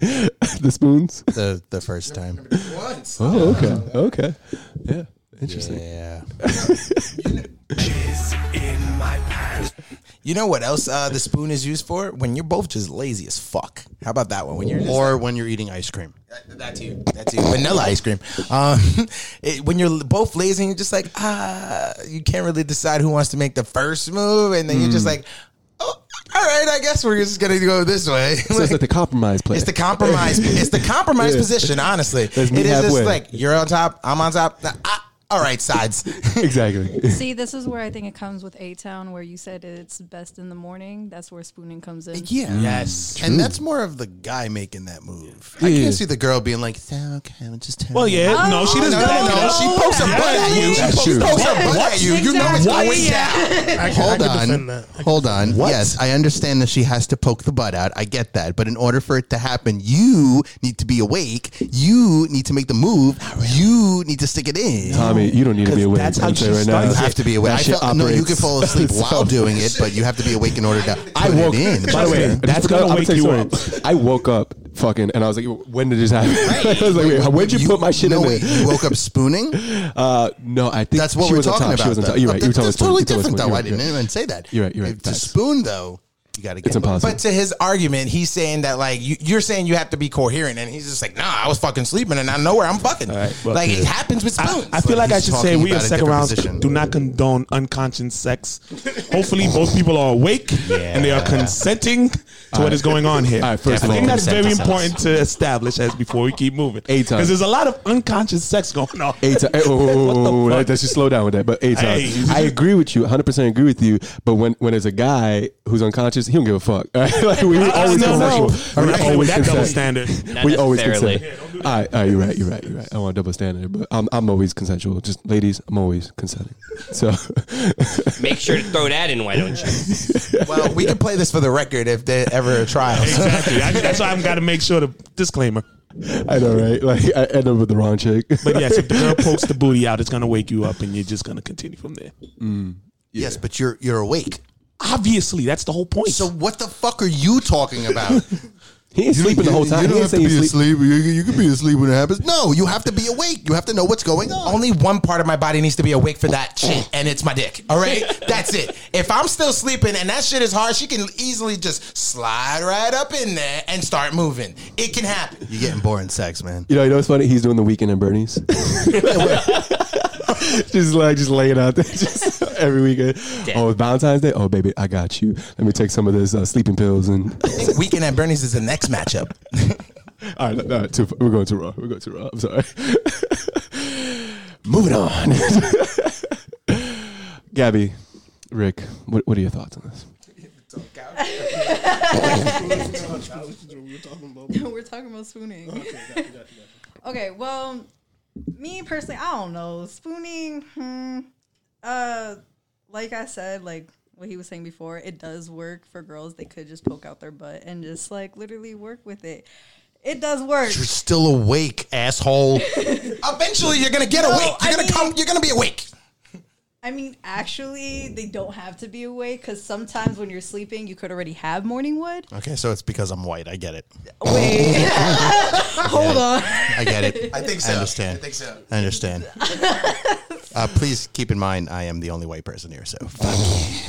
Speaker 8: the spoons.
Speaker 7: The the first time.
Speaker 8: Once. Oh, okay, okay, yeah, interesting.
Speaker 7: Yeah.
Speaker 23: in my pants.
Speaker 7: You know what else uh, the spoon is used for? When you're both just lazy as fuck. How about that one? When you're or when you're eating ice cream. That too. That too. Vanilla ice cream. Um, it, when you're both lazy and you're just like, ah, you can't really decide who wants to make the first move, and then you're just
Speaker 8: Mm.
Speaker 7: like, oh, all right, I guess we're just gonna go this way.
Speaker 8: So it's like the compromise play.
Speaker 7: It's the compromise. it's the compromise
Speaker 8: Yeah.
Speaker 7: position. Honestly,
Speaker 8: That's me
Speaker 7: it is
Speaker 8: halfway.
Speaker 7: just like you're on top. I'm on top. Nah, ah,
Speaker 10: All right, sides.
Speaker 8: exactly.
Speaker 5: See, this is where I think it comes with A Town, where you said it's best in the morning. That's where spooning comes in.
Speaker 10: Yeah. Yes.
Speaker 5: True.
Speaker 10: And that's more of the guy making that move. I
Speaker 7: Yeah.
Speaker 10: can't see the girl being like, "Yeah, okay, I'm just tell
Speaker 7: Well,
Speaker 10: me."
Speaker 7: yeah, no,
Speaker 5: Oh,
Speaker 7: she doesn't
Speaker 10: Oh, No, no,
Speaker 7: back it
Speaker 10: no.
Speaker 7: up.
Speaker 10: She pokes her
Speaker 7: Yeah.
Speaker 10: butt at you.
Speaker 7: That's
Speaker 10: she
Speaker 7: true.
Speaker 10: pokes
Speaker 7: What?
Speaker 10: her butt
Speaker 7: What?
Speaker 10: at you. You know it's
Speaker 7: Exactly.
Speaker 10: going
Speaker 7: Yeah. I
Speaker 10: down.
Speaker 7: can- I
Speaker 10: Hold
Speaker 7: can
Speaker 10: on.
Speaker 7: defend that. I can
Speaker 10: Hold on. Yes, I understand that she has to poke the butt out. I get that. But in order for it to happen, you need to be awake. You need to make the move. You need to stick it in.
Speaker 8: Tommy, you don't need to be awake.
Speaker 10: That's how
Speaker 8: I'm
Speaker 10: you
Speaker 8: saying right now,
Speaker 10: You have to be awake.
Speaker 8: that
Speaker 10: I
Speaker 8: shit
Speaker 10: felt- no, you
Speaker 8: operates.
Speaker 10: can fall asleep
Speaker 8: So-
Speaker 10: while doing it, but you have to be awake in order to put
Speaker 8: I woke.
Speaker 10: it in.
Speaker 8: By the way,
Speaker 10: Trust me.
Speaker 8: that's gonna wake you up. I woke up fucking, and I was like, "When did this happen?" I was like, "Wait, where'd you, put my shit in
Speaker 10: wait,
Speaker 8: there?"
Speaker 10: you woke up spooning.
Speaker 8: Uh, no, I think
Speaker 10: That's what
Speaker 8: she
Speaker 10: we're
Speaker 8: was on
Speaker 10: talking
Speaker 8: top.
Speaker 10: about.
Speaker 8: She was on
Speaker 10: though.
Speaker 8: top. You're
Speaker 10: But
Speaker 8: right. You were
Speaker 10: that-
Speaker 8: telling
Speaker 10: That's
Speaker 8: us.
Speaker 10: totally
Speaker 8: You told us
Speaker 10: different,
Speaker 8: one.
Speaker 10: though.
Speaker 8: You're
Speaker 10: I
Speaker 8: right.
Speaker 10: didn't even say that.
Speaker 8: You're right. You're right.
Speaker 10: To
Speaker 8: Facts.
Speaker 10: spoon, though, you got to get
Speaker 8: It's impossible.
Speaker 10: But
Speaker 7: But to his argument, he's saying that like you, you're saying you have to be coherent, and he's just like, nah, I was fucking sleeping, and I know where I'm fucking.
Speaker 4: well,
Speaker 7: like
Speaker 4: yeah.
Speaker 7: it happens with spoons.
Speaker 4: I feel
Speaker 7: But
Speaker 4: like I
Speaker 7: he's
Speaker 4: should say
Speaker 7: talking
Speaker 4: we
Speaker 7: about
Speaker 4: at
Speaker 7: a
Speaker 4: second
Speaker 7: different
Speaker 4: rounds
Speaker 7: position.
Speaker 4: do not condone unconscious sex. Hopefully, both people are awake and they are consenting to
Speaker 8: All
Speaker 4: what
Speaker 8: right.
Speaker 4: is going on here.
Speaker 8: All right, first
Speaker 4: I
Speaker 8: of
Speaker 4: think
Speaker 8: all-
Speaker 4: that's very
Speaker 8: Consent to sex.
Speaker 4: important to establish as before we keep moving.
Speaker 8: Eight times.
Speaker 4: Because there's a lot of unconscious sex going on.
Speaker 8: Eight times. Oh, oh, oh, oh, that, that should slow down with that. But eight times.
Speaker 4: Hey.
Speaker 8: I agree with you. 100% agree with you. But when, when there's a guy who's unconscious, he don't give a fuck. All right? like, we
Speaker 4: Uh,
Speaker 8: always
Speaker 4: no,
Speaker 8: consensual.
Speaker 4: no. We're not playing
Speaker 8: We
Speaker 4: with
Speaker 8: always
Speaker 4: that double
Speaker 8: consent.
Speaker 4: standard. Not
Speaker 8: We always
Speaker 4: necessarily.
Speaker 8: consent. All right, all right, you're right. You're right. You're right. I want a double standard. But I'm, I'm always consensual. Just ladies, I'm always consenting. So,
Speaker 24: Make sure to throw that in, why don't you?
Speaker 10: well, we can play this for the record if there ever are trials.
Speaker 4: Exactly. I, that's why I've got to make sure the disclaimer.
Speaker 8: I know, right? Like, I end up with the wrong chick.
Speaker 4: But yes, if the girl pokes the booty out, it's going to wake you up and you're just going to continue from there.
Speaker 10: Yes, but you're you're awake.
Speaker 4: Obviously, that's the whole point.
Speaker 10: So what the fuck are you talking about?
Speaker 8: He ain't
Speaker 10: You
Speaker 8: sleeping the
Speaker 10: don't-
Speaker 8: whole
Speaker 10: you-
Speaker 8: time.
Speaker 10: You don't
Speaker 8: He
Speaker 10: have
Speaker 8: ain't
Speaker 10: to
Speaker 8: saying
Speaker 10: be
Speaker 8: sleep.
Speaker 10: asleep. You, you can be asleep when it happens. No, you have to be awake. You have to know what's going on.
Speaker 7: Only one part of my body needs to be awake for that shit, and it's my dick. All right, that's it. If I'm still sleeping and that shit is hard, she can easily just slide right up in there and start moving. It can happen.
Speaker 10: You're getting boring sex, man.
Speaker 8: You know, you know what's funny? He's doing the weekend in Bernie's. just like just laying out there just every weekend. Oh, it's Valentine's Day. Oh, baby, I got you. Let me take some of this uh, sleeping pills and.
Speaker 10: I think Weekend at Bernie's is the next matchup.
Speaker 8: All right, no, no, too, we're going too raw. We're going too raw. I'm sorry. Moving on. Gabby, Rick, what, what are your thoughts on this?
Speaker 5: We're talking about spooning. Okay, well, me personally, I don't know. Spooning, hmm, uh, like I said, like what he was saying before, it does work for girls. They could just poke out their butt and just like literally work with it. It does work.
Speaker 10: You're still awake, asshole. Eventually, you're gonna get
Speaker 5: No,
Speaker 10: awake. You're
Speaker 5: I
Speaker 10: gonna
Speaker 5: mean-
Speaker 10: come. You're gonna be awake.
Speaker 5: I mean, actually, they don't have to be awake because sometimes when you're sleeping, you could already have morning wood.
Speaker 10: Okay, so it's because I'm white. I get it.
Speaker 5: Wait, hold on.
Speaker 10: I get it.
Speaker 5: I think
Speaker 10: I
Speaker 5: so.
Speaker 10: understand.
Speaker 5: I think so.
Speaker 10: I understand. uh, please keep in mind, I am the only white person here, so.
Speaker 8: Oh.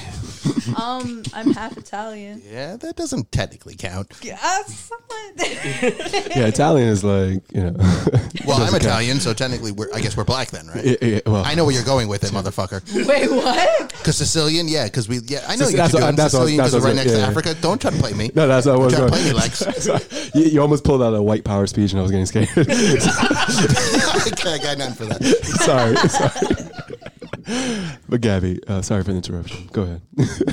Speaker 5: Um, I'm half Italian.
Speaker 10: Yeah, that doesn't technically count.
Speaker 5: Uh, somewhat.
Speaker 8: Yeah, Italian is like, you know.
Speaker 10: Well, I'm
Speaker 8: doesn't count.
Speaker 10: Italian, so technically, we're, I guess we're black then, right?
Speaker 8: Yeah, yeah, well.
Speaker 10: I know where you're going with it, motherfucker.
Speaker 5: Wait, what?
Speaker 10: Because Sicilian, yeah, because we, yeah, I know
Speaker 8: Sic-
Speaker 10: you're
Speaker 8: that's what-
Speaker 10: doing
Speaker 8: that's what-
Speaker 10: Sicilian
Speaker 8: that's
Speaker 10: because we're
Speaker 8: what-
Speaker 10: right next to
Speaker 8: yeah, yeah.
Speaker 10: Africa. Don't try to play me.
Speaker 8: No, that's not what I
Speaker 10: Don't
Speaker 8: was
Speaker 10: try to
Speaker 8: going.
Speaker 10: play me, Lex.
Speaker 8: you, you almost pulled out a white power speech, and I was getting scared.
Speaker 10: okay, I got nothing for that.
Speaker 8: sorry, sorry. But Gabby, uh, sorry for the interruption. Go ahead.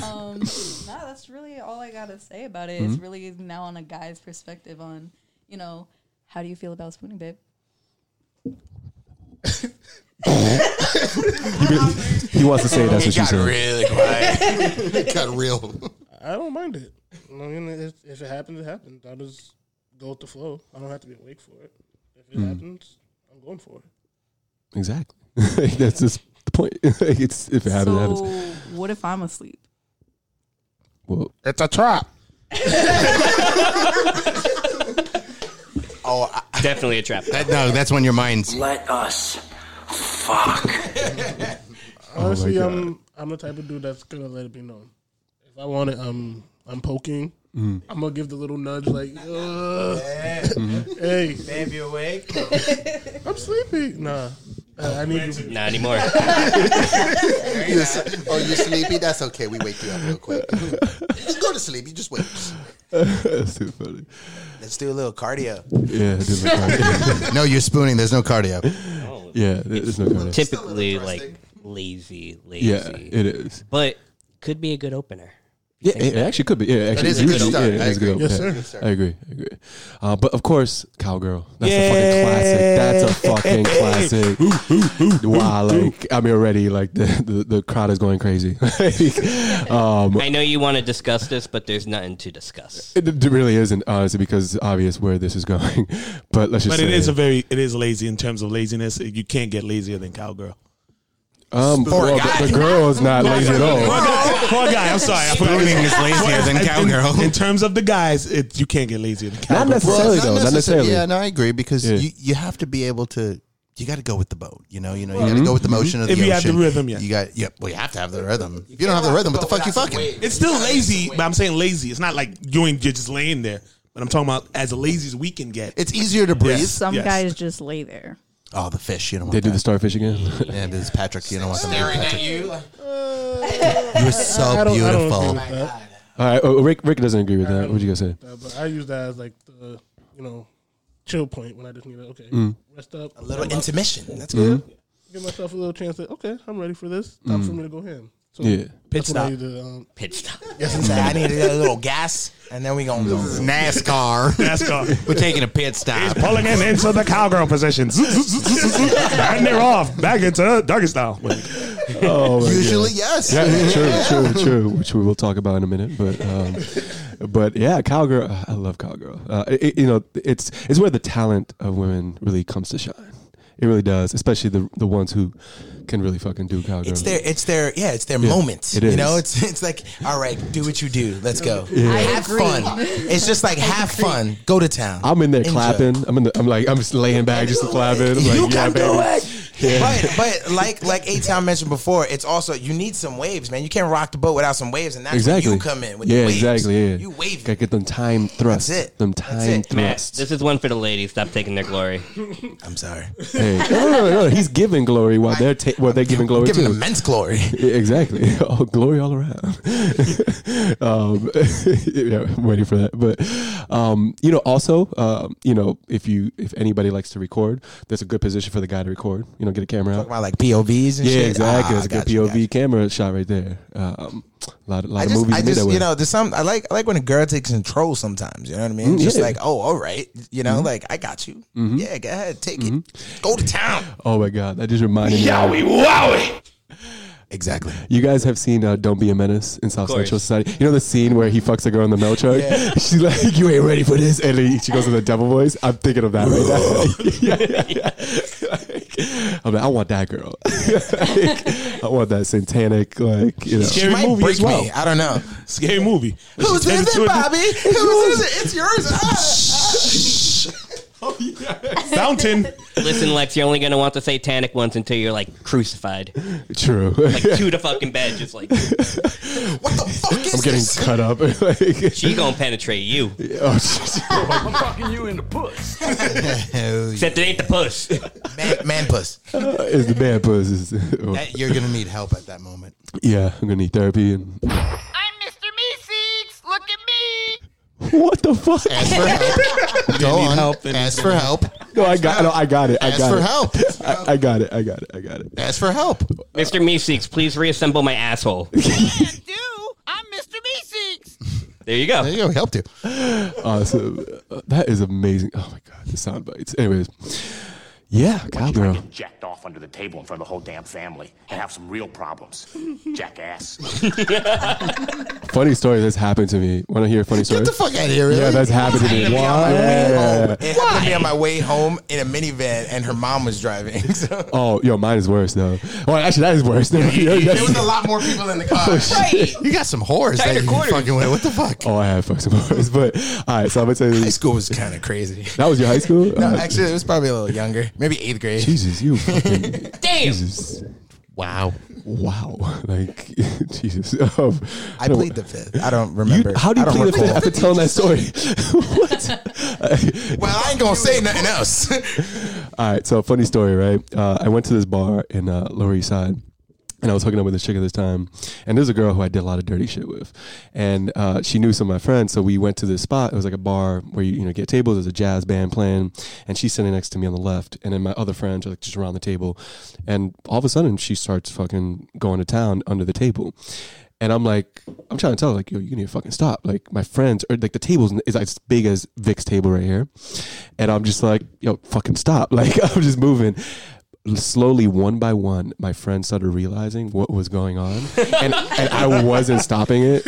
Speaker 5: um, no, that's really all I gotta say about it. It's
Speaker 8: Mhm.
Speaker 5: really now on a guy's perspective on, you know, how do you feel about spooning, babe?
Speaker 8: he wants to say that's what you said.
Speaker 10: got real.
Speaker 25: I don't mind it. I mean, if, if it happens, it happens. I just go with the flow. I don't have to be awake for it. If it
Speaker 8: Mm.
Speaker 25: happens, I'm going for it.
Speaker 8: Exactly. that's just the point. it's if it happens, it
Speaker 5: So,
Speaker 8: happens.
Speaker 5: what if I'm asleep?
Speaker 8: Well,
Speaker 7: it's a trap.
Speaker 10: Oh, I,
Speaker 24: Definitely a trap.
Speaker 10: That, no, that's when your mind's.
Speaker 3: Let us fuck.
Speaker 25: Honestly, I'm I'm the type of dude that's gonna let it be known. If I want it, I'm I'm poking.
Speaker 8: Mm.
Speaker 25: I'm gonna give the little nudge like, "Ugh."
Speaker 7: Mhm.
Speaker 25: hey,
Speaker 7: Babe, you awake?
Speaker 25: I'm sleepy. Nah, Uh, I need you.
Speaker 24: Not anymore.
Speaker 10: You're s- oh, you're sleepy? That's okay. We wake you up real quick. You go to sleep. You just wake.
Speaker 8: that's too funny.
Speaker 10: Let's do a little cardio.
Speaker 8: Yeah. I did look like-
Speaker 10: no, you're spooning. There's no cardio.
Speaker 24: Oh,
Speaker 8: Yeah, there- there's no counter.
Speaker 10: Typically, like lazy, lazy.
Speaker 8: Yeah, it is.
Speaker 10: But could be a good opener.
Speaker 8: Yeah, it, it actually could be. Yeah, actually,
Speaker 10: is a
Speaker 8: usually,
Speaker 10: good
Speaker 8: yeah,
Speaker 10: opener.
Speaker 8: it is a good
Speaker 10: Yes,
Speaker 8: opener.
Speaker 10: sir. Yes, sir.
Speaker 8: I agree. I agree. Uh, but of course, cowgirl. That's a fucking classic. That's a fucking classic. wow, like I mean, already like the, the, the crowd is going crazy. Like, um,
Speaker 10: I know you want to discuss this, but there's nothing to discuss.
Speaker 8: it, it really isn't honestly because it's obvious where this is going. But let's just.
Speaker 4: But it
Speaker 8: say
Speaker 4: is a very it is lazy in terms of laziness. You can't get lazier than cowgirl.
Speaker 8: Um,
Speaker 4: Poor
Speaker 8: well,
Speaker 4: guy.
Speaker 8: the, the girl is not lazy at
Speaker 10: Oh.
Speaker 8: all.
Speaker 4: Poor guy. Poor guy. I'm sorry. I forgot.
Speaker 8: Spooning is lazier than
Speaker 4: In- in-
Speaker 8: cowgirl.
Speaker 4: In, terms of the guys, it, you can't get lazier than cowgirl.
Speaker 7: Well, not necessar- Yeah, no, I agree because you, you have to be able to. You got to go with the boat. You know, you know, you got to
Speaker 4: Mhm.
Speaker 7: go with the motion of
Speaker 4: If
Speaker 7: the
Speaker 4: you have the
Speaker 7: ocean.
Speaker 4: rhythm, yeah.
Speaker 7: You got, yeah. Well, you have to have the rhythm. If you don't have the rhythm, what the fuck you fucking?
Speaker 4: It's still lazy, but I'm saying lazy. It's not like you ain't, you're just laying there. But I'm talking about as lazy as we can get.
Speaker 7: It's easier to breathe.
Speaker 5: Some guys just lay there.
Speaker 7: Oh, the fish. You don't want
Speaker 8: They do
Speaker 7: that.
Speaker 8: the starfish again.
Speaker 7: Yeah, this is Patrick. You don't want them to
Speaker 26: Staring
Speaker 7: do
Speaker 26: at
Speaker 7: Patrick.
Speaker 26: you, like,
Speaker 7: You're so
Speaker 27: I don't- I don't
Speaker 7: beautiful.
Speaker 27: agree with that.
Speaker 8: All right, oh, Rick, Rick doesn't agree with that. What do you guys say?
Speaker 27: Uh, but I use that as like the you know chill point when I just need to okay
Speaker 8: Mm.
Speaker 27: rest up
Speaker 7: A little
Speaker 27: warm up.
Speaker 7: intermission. That's
Speaker 27: Yeah.
Speaker 7: good.
Speaker 27: Give myself a little chance to okay I'm ready for this. Time for
Speaker 7: Mm.
Speaker 27: me to go ham.
Speaker 8: Yeah. Pit
Speaker 27: that's when I
Speaker 7: stop.
Speaker 27: use the, um,
Speaker 10: Pit stop.
Speaker 7: Yes, I'm saying, I need to get a little gas, and then we gonna go. NASCAR.
Speaker 4: NASCAR.
Speaker 7: We're taking a pit stop.
Speaker 4: He's pulling in into the cowgirl position. and they're off back into doggy style.
Speaker 8: Oh my God.
Speaker 4: Usually, yes.
Speaker 8: Yeah, true, true, true. Which we will talk about in a minute. But, um, but yeah, cowgirl. I love cowgirl. Uh, it- it- you know, it's it's where the talent of women really comes to shine. It really does, especially the the ones who can really fucking do cowgirl.
Speaker 7: It's their, it's their, yeah, it's their
Speaker 8: Yeah,
Speaker 7: moment.
Speaker 8: it
Speaker 7: You
Speaker 8: is.
Speaker 7: know, it's it's like, all right, do what you do. Let's go.
Speaker 8: Yeah. I
Speaker 7: have
Speaker 8: agree.
Speaker 7: fun. It's just like have fun. Go to town.
Speaker 8: I'm in there
Speaker 7: Enjoy.
Speaker 8: clapping. I'm in. The, I'm like I'm just laying back, just clapping. I'm like,
Speaker 7: you
Speaker 8: yeah,
Speaker 7: can
Speaker 8: baby.
Speaker 7: do it.
Speaker 8: Yeah.
Speaker 7: But but like like A Town mentioned before, it's also you need some waves, man. You can't rock the boat without some waves, and that's
Speaker 8: exactly.
Speaker 7: when you come in with
Speaker 8: yeah,
Speaker 7: the waves.
Speaker 8: exactly. Yeah,
Speaker 7: You wave
Speaker 8: Gotta get them time thrusts.
Speaker 7: it.
Speaker 8: Them time
Speaker 10: Matt,
Speaker 8: thrusts.
Speaker 10: this is one for the ladies. Stop taking their glory.
Speaker 7: I'm sorry.
Speaker 8: Hey, no, no, no, no, He's giving glory while they're ta- while they're giving glory.
Speaker 7: giving
Speaker 8: too. E-,
Speaker 7: immense glory.
Speaker 8: exactly. Oh, glory all around. um, yeah, I'm waiting for that. But um, you know, also, um, you know, if you if anybody likes to record, there's a good position for the guy to record. You know, get a camera out.
Speaker 7: Talking about like POVs and
Speaker 8: yeah,
Speaker 7: shit? Ah,
Speaker 8: exactly. There's a good
Speaker 7: gotcha,
Speaker 8: POV camera shot right there. Um, a lot, a lot
Speaker 7: I
Speaker 8: of
Speaker 7: just,
Speaker 8: movies
Speaker 7: I
Speaker 8: made that
Speaker 7: just,
Speaker 8: way.
Speaker 7: you know, there's some I like. I like when a girl takes control sometimes. You know what I mean?
Speaker 8: Mm,
Speaker 7: just
Speaker 8: yeah.
Speaker 7: like, oh, all right, you know,
Speaker 8: Mhm.
Speaker 7: like I got you.
Speaker 8: Mhm.
Speaker 7: Yeah, go ahead, take it, go to town.
Speaker 8: Oh my god, that just reminded me. of-
Speaker 7: Exactly.
Speaker 8: You guys have seen uh, "Don't Be a Menace" in South
Speaker 7: course.
Speaker 8: Central Society. You know the scene where he fucks a girl in the mail truck.
Speaker 7: Yeah.
Speaker 8: She's like, "You ain't ready for this," and then she goes in the devil voice. I'm thinking of that right now. Yeah, yeah, yeah. I'm like, I want that girl. Like, I want that satanic, like you know,
Speaker 4: Scary movie as well.
Speaker 7: I don't know.
Speaker 4: Scary movie.
Speaker 7: Who's
Speaker 4: Turn
Speaker 7: is
Speaker 4: into
Speaker 7: it,
Speaker 4: a-
Speaker 7: Bobby? Who's is it? It's yours. Ah,
Speaker 4: Fountain.
Speaker 10: Listen, Lex, you're only gonna want the satanic ones until you're like crucified.
Speaker 8: True.
Speaker 10: Like to the fucking bed, just like
Speaker 8: I'm getting cut up. Like-
Speaker 10: she gonna penetrate you.
Speaker 8: Oh,
Speaker 28: I'm fucking you in the puss.
Speaker 10: Except it ain't the puss.
Speaker 7: Man, man puss.
Speaker 8: it's the bad puss.
Speaker 7: That- you're gonna need help at that moment.
Speaker 8: yeah, I'm gonna need therapy and
Speaker 29: I'm Mr. Meeseeks. Look at me.
Speaker 8: what the fuck?
Speaker 7: Ask for help. Go on. Ask for help.
Speaker 8: No, I got. No, I got it. I
Speaker 7: Ask
Speaker 8: got
Speaker 7: for
Speaker 8: it.
Speaker 7: help.
Speaker 8: I, I got it. I got it. I got it.
Speaker 7: Ask for help.
Speaker 10: Mr. Meeseeks, please reassemble my asshole.
Speaker 29: I'm Mr. Meeseeks.
Speaker 10: There you go.
Speaker 7: There you go. Helped you.
Speaker 8: Awesome. Uh, That is amazing. Oh my god, the sound bites. Anyways, yeah, cowgirl.
Speaker 3: jacked off under the table in front of the whole damn family and have some real problems. Jackass.
Speaker 8: Funny story that's happened to me. Want to hear a funny story?
Speaker 7: Get the fuck out of here. Really?
Speaker 8: Yeah, that's happened to me.
Speaker 7: It happened to
Speaker 8: Yeah.
Speaker 7: me on my way home. It happened to me on my way home in a minivan, and her mom was driving. So
Speaker 8: Oh, yo, mine is worse though. Well, actually, that is worse. There
Speaker 7: there was a lot more people in the car. You got some whores that you fucking with. What the fuck?
Speaker 8: Oh, I had fucked some boys, but all right. So I'm gonna tell you. High
Speaker 7: school was kind of crazy.
Speaker 8: That was your high school?
Speaker 7: No,
Speaker 8: Uh,
Speaker 7: actually, it was probably a little younger, maybe eighth grade.
Speaker 8: Jesus, you fucking
Speaker 10: Damn.
Speaker 8: Jesus.
Speaker 7: Wow.
Speaker 8: Wow. Like Jesus. Um,
Speaker 7: I plead the fifth. I don't remember.
Speaker 8: how do you
Speaker 7: I don't
Speaker 8: plead the fifth
Speaker 7: recall.
Speaker 8: after telling that story?
Speaker 7: well, I ain't gonna say nothing else.
Speaker 8: All right, so funny story, right? Uh, I went to this bar in uh, Lower East Side, and I was hooking up with this chick at this time, and there's a girl who I did a lot of dirty shit with, and uh, she knew some of my friends, so we went to this spot. It was like a bar where you you know get tables. There's a jazz band playing, and she's sitting next to me on the left, and then my other friends are like just around the table, and all of a sudden she starts fucking going to town under the table. And I'm like, I'm trying to tell her, like, yo, you need to fucking stop. Like, my friends are like, the table's is as big as Vic's table right here. And I'm just like, yo, fucking stop. Like, I'm just moving. Slowly, one by one, my friends started realizing what was going on. And, and I wasn't stopping it.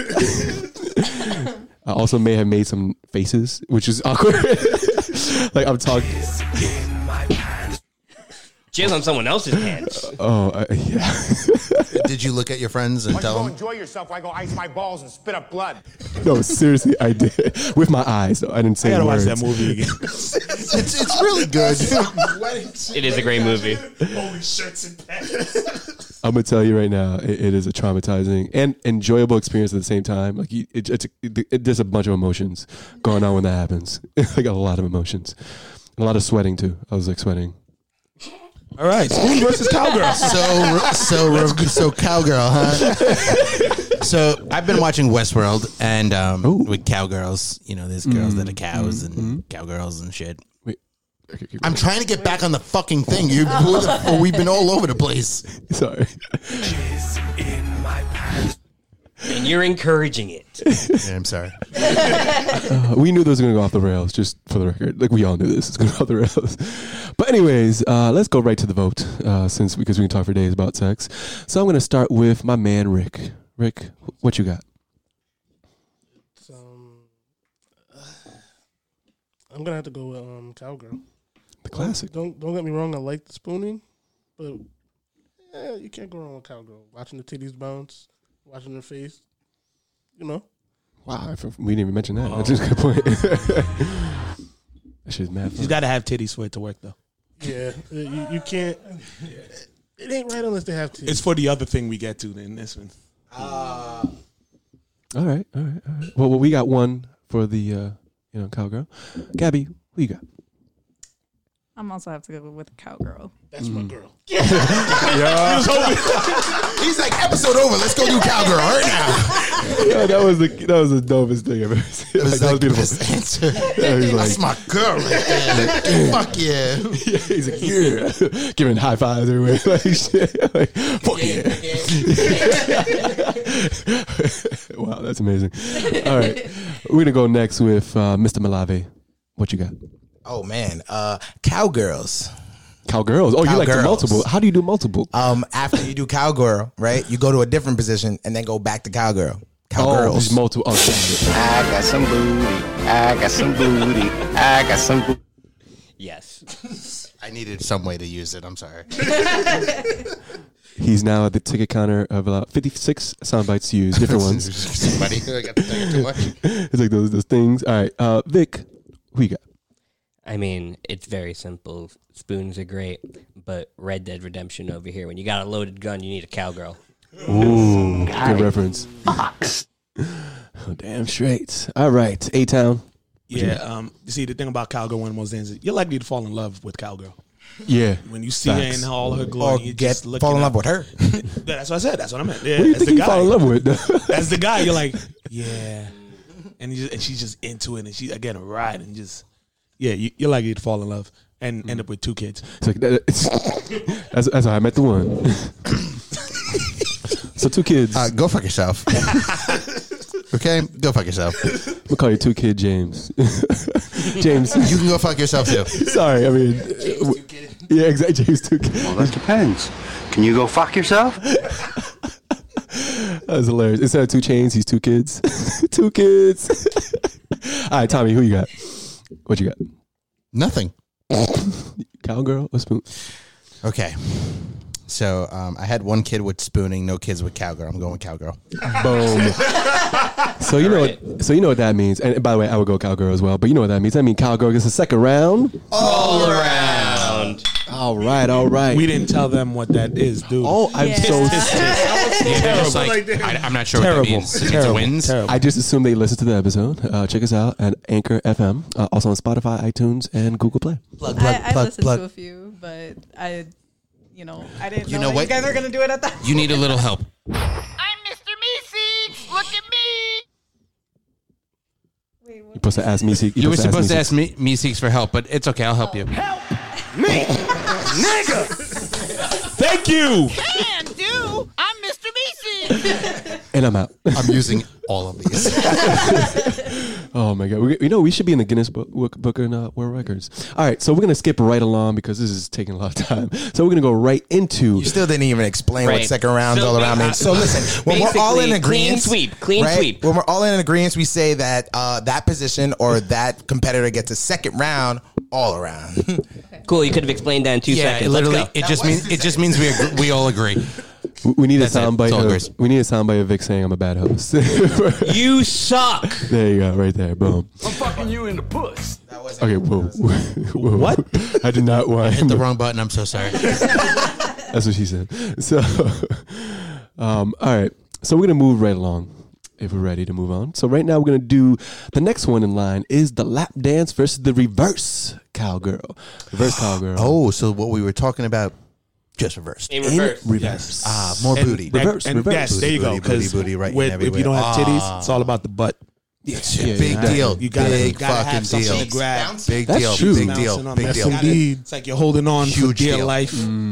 Speaker 8: I also may have made some faces, which is awkward. like, I'm talking.
Speaker 3: Jizz on someone else's pants.
Speaker 8: Oh, uh, yeah.
Speaker 7: Did you look at your friends and
Speaker 2: Why
Speaker 7: tell
Speaker 2: don't you go
Speaker 7: them?
Speaker 2: enjoy yourself while I go ice my balls and spit up blood?
Speaker 8: No, seriously, I did. With my eyes, though. I didn't say
Speaker 4: I gotta watch
Speaker 8: words.
Speaker 4: that movie again.
Speaker 7: it's, it's really good.
Speaker 3: It is a great movie.
Speaker 4: Holy shirts and pants.
Speaker 8: I'm gonna tell you right now, it, it is a traumatizing and enjoyable experience at the same time. Like you, it, it's it, it- there's a bunch of emotions going on when that happens. like a lot of emotions, and a lot of sweating too. I was like sweating.
Speaker 4: All right, spoon versus cowgirl.
Speaker 7: So, so, so cowgirl, huh? so I've been watching Westworld and um, with cowgirls. You know, there's girls that are cows and cowgirls and shit. I'm trying to get back on the fucking thing. You, blew the- oh, we've been all over the place.
Speaker 8: Sorry.
Speaker 3: And you're encouraging it.
Speaker 7: Yeah, I'm sorry.
Speaker 8: Uh, we knew this was gonna go off the rails, just for the record. Like we all knew this is gonna go off the rails. But anyways, uh, let's go right to the vote, uh, since because we can talk for days about sex. So I'm gonna start with my man Rick. Rick, wh- what you got?
Speaker 10: I'm gonna have to go with um, cowgirl.
Speaker 8: The classic.
Speaker 10: Don't don't get me wrong. I like the spooning, but eh, you can't go wrong with cowgirl. Watching the titties bounce, watching her face. You know,
Speaker 8: Wow, I f- we didn't even mention that. That's
Speaker 7: Oh.
Speaker 8: just a good point. that shit's mad.
Speaker 4: She's got to have titties for it to work, though.
Speaker 10: yeah, eh, you, you can't. It ain't right unless they have titties.
Speaker 4: It's for the other thing we get to than this one.
Speaker 8: All right, all right, all right. Well, well we got one for the uh, you know cowgirl. Gabby, who you got?
Speaker 5: I'm also have to go with cowgirl.
Speaker 10: That's my girl.
Speaker 7: He's like episode over. Let's go do cowgirl right now.
Speaker 8: Yeah, that was the that was the dopest thing I've ever seen. Like, that was beautiful.
Speaker 7: Answer.
Speaker 8: Yeah, he's
Speaker 7: That's my
Speaker 8: like-
Speaker 7: girl. Right there. Fuck yeah.
Speaker 8: Yeah, he's like, yeah, giving high fives everywhere. like, shit. Like, fuck yeah. wow, that's amazing. All right, we're gonna go next with uh, Mr. Malave. What you got?
Speaker 7: Oh man, uh, cowgirls.
Speaker 8: Cowgirls. Oh, you like the
Speaker 7: Cowgirls.
Speaker 8: multiple? How do you do multiple?
Speaker 7: Um, after you do cowgirl, right? You go to a different position and then go back to
Speaker 8: Oh,
Speaker 7: cowgirl.
Speaker 8: there's
Speaker 7: Cowgirls.
Speaker 8: multiple. Oh, shit.
Speaker 30: I got some booty. I got some booty. I got some booty.
Speaker 7: yes. I needed some way to use it. I'm sorry.
Speaker 8: He's now at the ticket counter of about 56 sound bites to use, different ones.
Speaker 7: Somebody, I got to think too much.
Speaker 8: it's like those those things. All right, uh, Vic, who you got?
Speaker 3: I mean, it's very simple. Spoons are great, but Red Dead Redemption over here. When you got a loaded gun, you need a cowgirl.
Speaker 8: Ooh, good reference. Oh, damn straight. All right, A Town.
Speaker 4: Yeah. Um. You see, the thing about cowgirl one of those things is you're likely to fall in love with cowgirl.
Speaker 8: Yeah.
Speaker 4: When you see
Speaker 8: Facts.
Speaker 4: her in all her glory,
Speaker 7: Or
Speaker 4: you
Speaker 7: get
Speaker 4: just looking
Speaker 7: fall in love
Speaker 4: up.
Speaker 7: with her.
Speaker 4: That's what I said. That's what I meant. Yeah,
Speaker 8: what do you
Speaker 4: as
Speaker 8: think
Speaker 4: the
Speaker 8: you
Speaker 4: guy,
Speaker 8: fall in love with?
Speaker 4: as the guy, you're like, yeah, and you just, and she's just into it, and she again ride and just yeah, you, you're likely to fall in love and end up with two kids.
Speaker 8: It's like that, it's, that's, that's how I met the one. so two kids.
Speaker 7: Uh, go fuck yourself. okay, go fuck yourself.
Speaker 8: We'll call you two kid James. James,
Speaker 7: You can go fuck yourself too.
Speaker 8: sorry. I mean, uh, w- yeah, exactly. James two kid.
Speaker 31: Well, that depends. Can you go fuck yourself?
Speaker 8: That was hilarious. Instead of two chains, he's two kids. two kids. All right, Tommy, who you got? What you got?
Speaker 7: Nothing.
Speaker 8: Cowgirl or spoon?
Speaker 7: Okay. So um, I had one kid with spooning, no kids with cowgirl. I'm going with cowgirl.
Speaker 8: Boom. So you know what? So you know what that means. And by the way, I would go cowgirl as well. But you know what that means? That means cowgirl gets the second round.
Speaker 7: All around.
Speaker 8: All right, all right.
Speaker 4: We didn't tell them what that is, dude.
Speaker 8: Oh, I'm so
Speaker 7: I, am not sure
Speaker 4: terrible,
Speaker 7: what that means. It's
Speaker 4: terrible,
Speaker 7: wins.
Speaker 4: terrible.
Speaker 8: I just assume they listen to the episode. Uh, check us out at Anchor FM, uh, also on Spotify, iTunes, and Google Play.
Speaker 7: Plug,
Speaker 5: I, I listened to a few, but I you know, I didn't
Speaker 16: You
Speaker 5: know,
Speaker 16: know
Speaker 5: that
Speaker 16: what?
Speaker 5: you guys were gonna do it at that.
Speaker 16: You need a little help.
Speaker 32: I'm Mr. Meeseeks. Look at me.
Speaker 8: You're supposed to ask me. You're
Speaker 16: You were supposed to ask me, me Seeks for help, but it's okay. I'll help you.
Speaker 32: Me,
Speaker 8: Thank you.
Speaker 32: Can do. I'm Mr. Meeseeks.
Speaker 8: And I'm out.
Speaker 16: I'm using all of these.
Speaker 8: oh my god! We, you know we should be in the Guinness Book, Book, Book and uh, World Records. All right, so we're gonna skip right along because this is taking a lot of time. So we're gonna go right into. You
Speaker 7: still didn't even explain what second rounds all around means. So listen, when we're all in
Speaker 10: Basically, clean
Speaker 7: agreement,
Speaker 10: sweep, clean sweep.
Speaker 7: When we're all in agreement, we say that uh, that position or that competitor gets a second round all around.
Speaker 10: Cool. You could have explained that in two
Speaker 7: Yeah,
Speaker 10: seconds.
Speaker 7: it literally-
Speaker 10: Let's go.
Speaker 7: it That just was means- two it just seconds. means we agree-
Speaker 16: we all agree.
Speaker 8: We- We need
Speaker 16: That's it.
Speaker 8: a soundbite.
Speaker 16: It's all
Speaker 8: of-
Speaker 16: Chris.
Speaker 8: We need a soundbite of Vic saying I'm a bad host.
Speaker 10: you suck.
Speaker 8: There you go, right there, boom.
Speaker 3: I'm fucking you in the puss. That was
Speaker 8: Okay, whoa, whoa. What? I did not want.
Speaker 16: hit the wrong button. I'm so sorry.
Speaker 8: That's what she said. So, um, all right. So we're gonna move right along if we're ready to move on. So right now we're gonna do the next one in line is the lap dance versus the reverse cowgirl. Reverse cowgirl.
Speaker 16: Oh, so what we were talking about just reversed.
Speaker 10: In reverse.
Speaker 8: In reverse.
Speaker 10: Yes.
Speaker 16: Ah, more
Speaker 4: And
Speaker 16: booty.
Speaker 4: that- and Yes, there you go.
Speaker 16: Booty, booty,
Speaker 4: 'cause
Speaker 16: booty, right
Speaker 4: with-
Speaker 16: and
Speaker 4: if you don't have
Speaker 16: everywhere.
Speaker 4: titties,
Speaker 16: Ah.
Speaker 4: it's all about the butt.
Speaker 16: Yes, yeah, big
Speaker 4: exactly.
Speaker 16: deal.
Speaker 4: You gotta,
Speaker 16: Big
Speaker 4: you gotta
Speaker 16: fucking
Speaker 4: have something
Speaker 16: deal.
Speaker 4: to grab.
Speaker 16: Big That's deal. true. Big
Speaker 4: Bouncing
Speaker 16: deal.
Speaker 4: on
Speaker 16: Big
Speaker 4: that.
Speaker 16: deal.
Speaker 4: Gotta-
Speaker 16: Indeed.
Speaker 4: It's like you're holding on
Speaker 16: Huge
Speaker 4: for dear
Speaker 16: deal. Mm.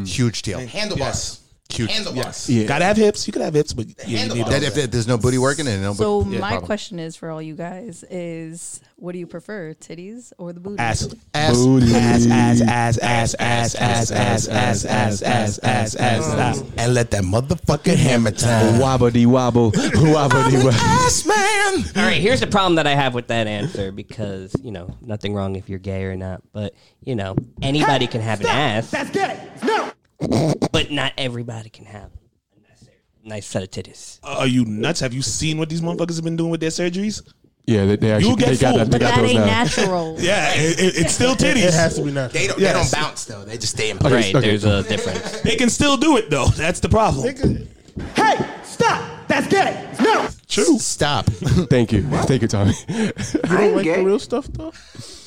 Speaker 4: life.
Speaker 16: Huge deal.
Speaker 7: Handlebars.
Speaker 16: Huge.
Speaker 7: Handlebars.
Speaker 4: Yes. Gotta have hips. You could have hips, but yeah, you need
Speaker 16: That, if there- there's no booty working and no
Speaker 5: So
Speaker 16: booty,
Speaker 5: my
Speaker 16: problem.
Speaker 5: question is for all you guys is what do you prefer, titties or the booty?
Speaker 4: Ass. Ass. Booty.
Speaker 8: Mm.
Speaker 4: Ass, ass, ass, ass, ass, ass, ass, ass, ass, ass, ass, ass,
Speaker 7: Mm.
Speaker 4: ass.
Speaker 7: and let that motherfucking hammer time.
Speaker 8: Wobble de wobble. Wobble de wobble.
Speaker 7: Ass man.
Speaker 10: All right, here's the problem that I have with that answer because, you know, nothing wrong if you're gay or not, but, you know, anybody can have an ass. That's
Speaker 32: gay. No.
Speaker 10: But not everybody can have a nice set of titties.
Speaker 4: Are you nuts? Have you seen what these motherfuckers have been doing with their surgeries?
Speaker 8: Yeah, they, they actually
Speaker 4: You'll get
Speaker 8: they got,
Speaker 4: fooled.
Speaker 8: that, they got
Speaker 4: That
Speaker 8: those
Speaker 4: ain't
Speaker 8: now.
Speaker 5: natural.
Speaker 4: Yeah, it, it, it's still titties.
Speaker 15: It has to be natural.
Speaker 7: They don't, they
Speaker 4: Yes.
Speaker 7: don't bounce though. They just stay in
Speaker 4: Okay,
Speaker 7: place.
Speaker 4: okay. They can still do it though. That's the problem.
Speaker 32: Hey, stop. That's gay. No.
Speaker 4: True.
Speaker 7: Stop.
Speaker 8: Thank you. Thank you, Tommy.
Speaker 15: You don't like the real stuff though.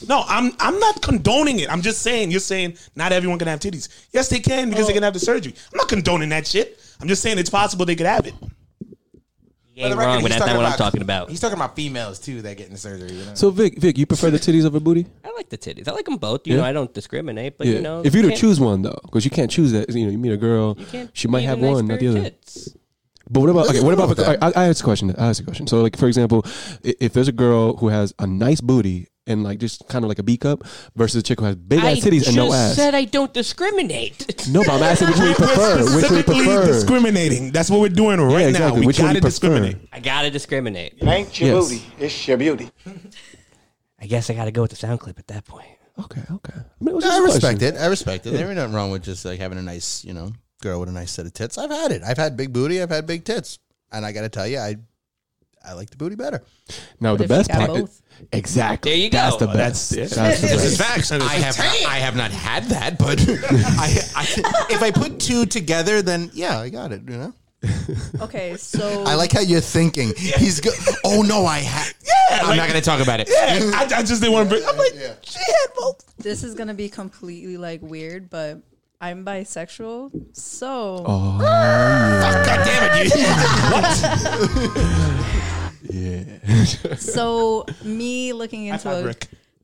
Speaker 4: No, I'm I'm not condoning it. I'm just saying you're saying not everyone can have titties. Yes, they can
Speaker 5: Oh.
Speaker 4: because they can have the surgery. I'm not condoning that shit. I'm just saying it's possible they could have it.
Speaker 10: You ain't wrong, but that's not what I'm talking about.
Speaker 7: He's talking about females too that get in surgery. You know?
Speaker 8: So Vic, Vic, you prefer the titties over booty?
Speaker 10: I like the titties. I like them both. You
Speaker 8: Yeah.
Speaker 10: know, I don't discriminate, but, you know.
Speaker 8: if you were to
Speaker 10: can't-
Speaker 8: choose one though, because you can't choose that. You know, you meet a girl,
Speaker 10: can't
Speaker 8: she might
Speaker 10: eat a
Speaker 8: have
Speaker 10: nice
Speaker 8: one, not the
Speaker 10: pair of
Speaker 8: other. But what about
Speaker 10: What's
Speaker 8: okay? What
Speaker 10: wrong
Speaker 8: about
Speaker 10: with
Speaker 8: I, I, I asked a question. I asked a question. So like for example, i- if there's a girl who has a nice booty and like just kind of like a B cup versus a chick who has big
Speaker 10: I
Speaker 8: ass titties and no
Speaker 10: just
Speaker 8: ass.
Speaker 10: said I don't discriminate.
Speaker 8: no, but I'm asking which one you prefer. Which one you
Speaker 4: Specifically
Speaker 8: prefer?
Speaker 4: discriminating. That's what we're doing right
Speaker 8: Yeah,
Speaker 4: now.
Speaker 8: exactly.
Speaker 4: We
Speaker 8: Which one
Speaker 4: gotta
Speaker 8: you prefer?
Speaker 4: discriminate.
Speaker 10: I gotta discriminate.
Speaker 33: It ain't
Speaker 8: your Yes. booty,
Speaker 33: It's your beauty.
Speaker 10: I guess I gotta go with the sound clip at that point.
Speaker 8: Okay, okay.
Speaker 16: I respect it. I respect it.
Speaker 10: Yeah.
Speaker 16: There ain't nothing wrong with just like having a nice, you know, girl with a nice set of tits. I've had it. I've had big booty. I've had big tits, and I got to tell you, I I like the booty better.
Speaker 8: Now the best part. Exactly.
Speaker 16: There you
Speaker 8: That's
Speaker 16: go.
Speaker 8: the best.
Speaker 16: That's-
Speaker 8: That's the
Speaker 16: This is
Speaker 8: best.
Speaker 16: facts. I have I have not had that, but I, I, if I put two together, then yeah, I got it. You know,
Speaker 5: Okay, so
Speaker 16: I like how you're thinking. He's go- oh no, I had.
Speaker 4: Yeah,
Speaker 16: I'm
Speaker 4: like-
Speaker 16: not gonna talk about it.
Speaker 4: Yeah, I, I just didn't want to bring. I'm like,
Speaker 5: This is gonna be completely like weird, but I'm bisexual, so
Speaker 8: Oh, yeah.
Speaker 16: God damn it!
Speaker 8: Yeah.
Speaker 5: so me looking into a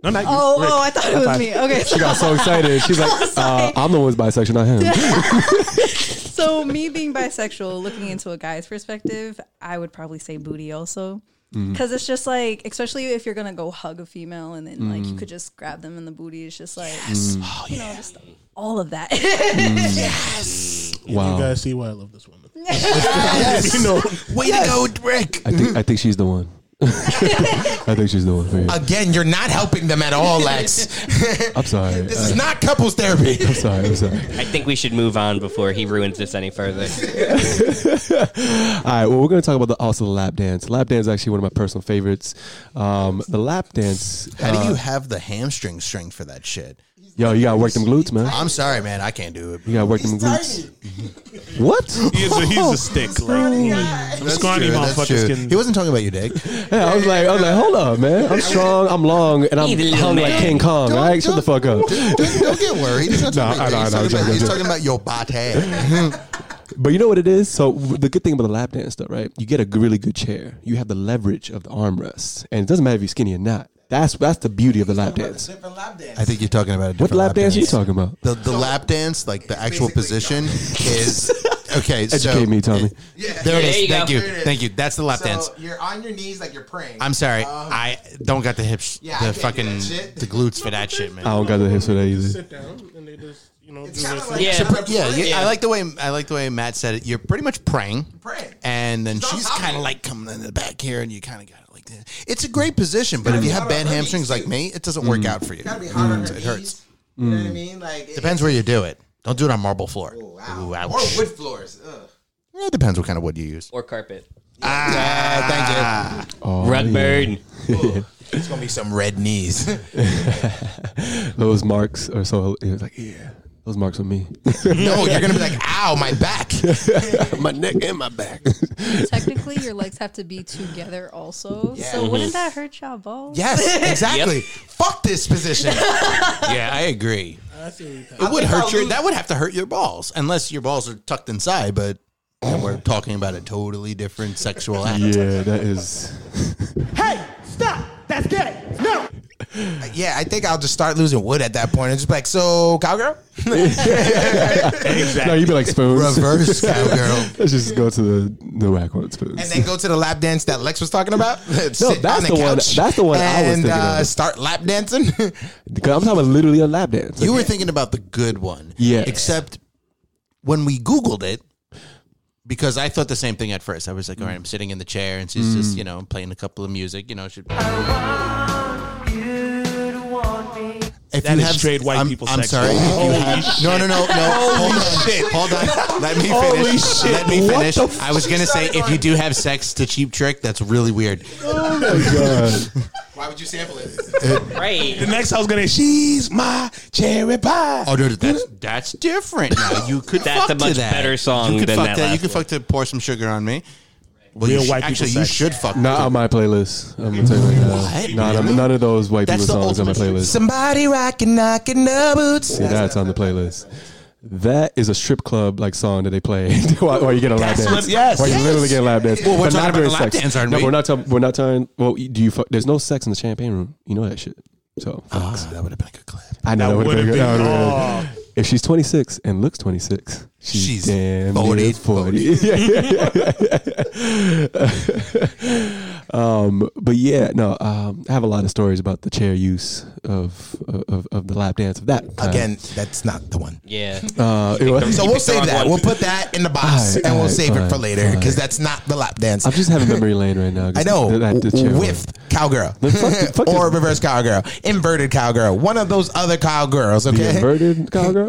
Speaker 4: No, not you.
Speaker 5: Oh,
Speaker 4: Rick.
Speaker 5: oh, I thought it was me. Okay,
Speaker 8: She got so excited. She's like, uh, I'm the one who's bisexual, not him.
Speaker 5: so me being bisexual, looking into a guy's perspective, I would probably say booty also.
Speaker 8: Mhm.
Speaker 5: Because it's just like, especially if you're gonna go hug a female and then like you
Speaker 8: Mm.
Speaker 5: could just grab them in the booty, it's just like,
Speaker 8: Mm.
Speaker 5: you know, just all of that.
Speaker 8: Yes. Wow.
Speaker 15: You guys see why I love this woman.
Speaker 8: Yes.
Speaker 15: You know,
Speaker 16: Way to go, Rick.
Speaker 8: I think I think she's the one. I think she's the one for you.
Speaker 7: Again, you're not helping them at all, Lex.
Speaker 8: I'm sorry.
Speaker 7: This is not couples therapy.
Speaker 8: I'm sorry. I'm sorry.
Speaker 10: I think we should move on before he ruins this any further.
Speaker 8: All right. Well, we're going to talk about the, also the lap dance. Lap dance is actually one of my personal favorites. Um, the lap dance.
Speaker 16: How do
Speaker 8: uh,
Speaker 16: you have the hamstring strength for that shit?
Speaker 8: Yo, you gotta work them glutes, man.
Speaker 7: I'm sorry, man. I can't do it.
Speaker 8: You gotta work them glutes. What?
Speaker 4: He's a- he's a stick, like,
Speaker 7: That's
Speaker 4: scrawny
Speaker 7: true, that's
Speaker 4: motherfuckers
Speaker 7: true.
Speaker 4: can-
Speaker 7: He wasn't talking about you, Dick.
Speaker 8: Yeah, I was like, I was like, hold up, man. I'm strong, I'm long, and I'm,
Speaker 7: He's a little
Speaker 8: I'm like
Speaker 7: man.
Speaker 8: King Kong. All right, shut the fuck up.
Speaker 7: Don't get worried. He's not
Speaker 8: No,
Speaker 7: talking
Speaker 8: I know, I
Speaker 7: about
Speaker 8: know,
Speaker 7: you.
Speaker 8: I'm
Speaker 7: He's
Speaker 8: joking,
Speaker 7: talking about- He's
Speaker 8: I'm
Speaker 7: talking about your body.
Speaker 8: But you know what it is? So w- the good thing about the lap dance stuff, right? You get a g- really good chair. You have the leverage of the armrests, and it doesn't matter if you're skinny or not. That's that's the beauty of the lap dance.
Speaker 7: I think you're talking about a
Speaker 8: What
Speaker 7: different
Speaker 8: lap dance you talking about?
Speaker 7: The, the lap dance, like the actual position, is okay. so-
Speaker 8: Educate me, Tommy.
Speaker 7: There it
Speaker 10: Yeah, there you
Speaker 7: is.
Speaker 10: go.
Speaker 7: Thank you.
Speaker 10: There it is.
Speaker 7: Thank you. That's the lap
Speaker 10: So
Speaker 7: dance.
Speaker 10: You're on your knees like you're praying.
Speaker 7: I'm sorry. I don't got the hips,
Speaker 10: Yeah, I
Speaker 7: the
Speaker 10: can't do
Speaker 7: fucking
Speaker 10: that shit.
Speaker 7: the glutes for that shit, man.
Speaker 8: I don't got the hips for that either.
Speaker 2: sit down and they just you know do
Speaker 10: kinda
Speaker 2: this.
Speaker 10: like-
Speaker 7: Yeah,
Speaker 10: Yeah.
Speaker 7: yeah, you-
Speaker 10: Yeah.
Speaker 7: I like the way I like the way Matt said it. You're pretty much praying, praying, and then she's kind of like coming in the back here, and you kind of got it like this. It's a great position, but if you have bad hamstrings like me, it doesn't work out for you.
Speaker 10: gotta be hard on her
Speaker 7: Mm. It hurts.
Speaker 10: You know what I
Speaker 7: Mm.
Speaker 10: mean? Like it-
Speaker 7: Depends where you do it. Don't do it on marble floor. Ooh, ouch.
Speaker 10: or wood floors. Ugh.
Speaker 7: Yeah, it depends what kind of wood you use.
Speaker 3: Or carpet.
Speaker 7: Ah, thank you.
Speaker 8: Oh,
Speaker 3: Rug burn.
Speaker 7: It's gonna be some red knees.
Speaker 8: those marks are so. It was like, yeah, those marks on me.
Speaker 7: no, Oh, you're gonna be like, ow, my back,
Speaker 8: my neck, and my back.
Speaker 5: Technically, your legs have to be together also.
Speaker 7: Yeah.
Speaker 5: So
Speaker 7: Mhm.
Speaker 8: Mm-hmm.
Speaker 5: wouldn't that hurt y'all balls?
Speaker 7: Yes, exactly. Fuck this position. yeah, I agree. It would hurt your. That would have to hurt your balls, unless your balls are tucked inside. But then we're talking about a totally different sexual act.
Speaker 8: yeah, that is.
Speaker 10: That's gay. No.
Speaker 7: Yeah, I think I'll just start losing wood at that point and just be like, so cowgirl.
Speaker 8: No, you'd be like spoons.
Speaker 7: Reverse cowgirl.
Speaker 8: Let's just go to the the whack one spoons.
Speaker 7: And then go to the lap dance that Lex was talking about. Sit
Speaker 8: that's
Speaker 7: on
Speaker 8: the one-
Speaker 7: couch
Speaker 8: that's the one I was
Speaker 7: and,
Speaker 8: thinking
Speaker 7: uh,
Speaker 8: of.
Speaker 7: Start lap dancing.
Speaker 8: 'Cause I'm talking about literally a lap dance.
Speaker 7: you were thinking about the good one.
Speaker 8: Yeah.
Speaker 7: Except when we Googled it, because I thought the same thing at first. I was like, all right, I'm sitting in the chair and she's just,
Speaker 8: Mm.
Speaker 7: you know, playing a couple of music, you know, she If
Speaker 4: That is straight white
Speaker 7: I'm,
Speaker 4: people
Speaker 7: I'm
Speaker 4: sex.
Speaker 7: sorry. If you
Speaker 4: Holy
Speaker 7: have-
Speaker 4: shit.
Speaker 7: no, no, no, no.
Speaker 4: Holy
Speaker 7: hold on.
Speaker 4: shit.
Speaker 7: Hold on. Let me
Speaker 4: Holy
Speaker 7: finish.
Speaker 4: shit.
Speaker 7: Let me
Speaker 4: What
Speaker 7: finish.
Speaker 4: the f-
Speaker 7: I was gonna say if you do have sex to Cheap Trick, that's really weird.
Speaker 4: Oh
Speaker 8: my
Speaker 4: god.
Speaker 10: Why would you sample it?
Speaker 3: Right.
Speaker 4: The next I was gonna she's my cherry pie.
Speaker 7: Oh, no, that's that's different. Now you could
Speaker 3: That's
Speaker 7: fuck
Speaker 3: a much
Speaker 7: to that.
Speaker 3: better song
Speaker 7: you could
Speaker 3: than
Speaker 7: fuck
Speaker 3: that
Speaker 7: to
Speaker 3: last
Speaker 7: You could fuck to pour some sugar on me. Well,
Speaker 8: Real
Speaker 7: you sh-
Speaker 8: white people
Speaker 7: actually, you
Speaker 8: sex.
Speaker 7: should fuck.
Speaker 8: Not on my playlist. I'm gonna tell you right now. Not on- none of those white
Speaker 7: That's
Speaker 8: people
Speaker 7: the
Speaker 8: songs on my
Speaker 7: ultimate-
Speaker 8: playlist.
Speaker 7: Somebody rocking, knocking the boots.
Speaker 8: See, that's on the playlist. That is a strip club like song that they play while, while you get a lap
Speaker 7: That's
Speaker 8: dance.
Speaker 7: what- yes,
Speaker 8: while you
Speaker 7: yes.
Speaker 8: literally get a lap dance.
Speaker 7: Well, we're
Speaker 8: But
Speaker 7: talking
Speaker 8: not
Speaker 7: about
Speaker 8: during
Speaker 7: the lap dance, aren't
Speaker 8: no,
Speaker 7: we?
Speaker 8: are not. talking. we're not talking. Well, do you? Fuck, there's no sex in the champagne room. You know that shit. So fucks.
Speaker 7: Ah, that would have been a good clip.
Speaker 8: I know
Speaker 4: That
Speaker 8: that would
Speaker 4: would've
Speaker 8: have been. good.
Speaker 4: been-
Speaker 8: That would've been
Speaker 4: oh.
Speaker 8: good. If she's 26 and looks 26, she's,
Speaker 7: She's
Speaker 8: damn
Speaker 7: 40.
Speaker 8: near 40. Yeah, yeah, yeah. um, but yeah, no, um, I have a lot of stories about the chair use of of, of the lap dance of that. time.
Speaker 7: Again, that's not the one.
Speaker 3: Yeah.
Speaker 8: Uh, it was-
Speaker 7: so we'll save that. We'll put that in the box
Speaker 8: Alright,
Speaker 7: and we'll
Speaker 8: alright,
Speaker 7: save it for
Speaker 8: fine,
Speaker 7: later because
Speaker 8: fine.
Speaker 7: that's not the lap dance.
Speaker 8: I'm just having memory lane right now. 'cause
Speaker 7: I
Speaker 8: that-
Speaker 7: know.
Speaker 8: that- the chair
Speaker 7: with cowgirl
Speaker 8: Then fuck the- fuck
Speaker 7: or reverse cowgirl, inverted cowgirl, one of those other cowgirls. Okay,
Speaker 8: inverted cowgirl.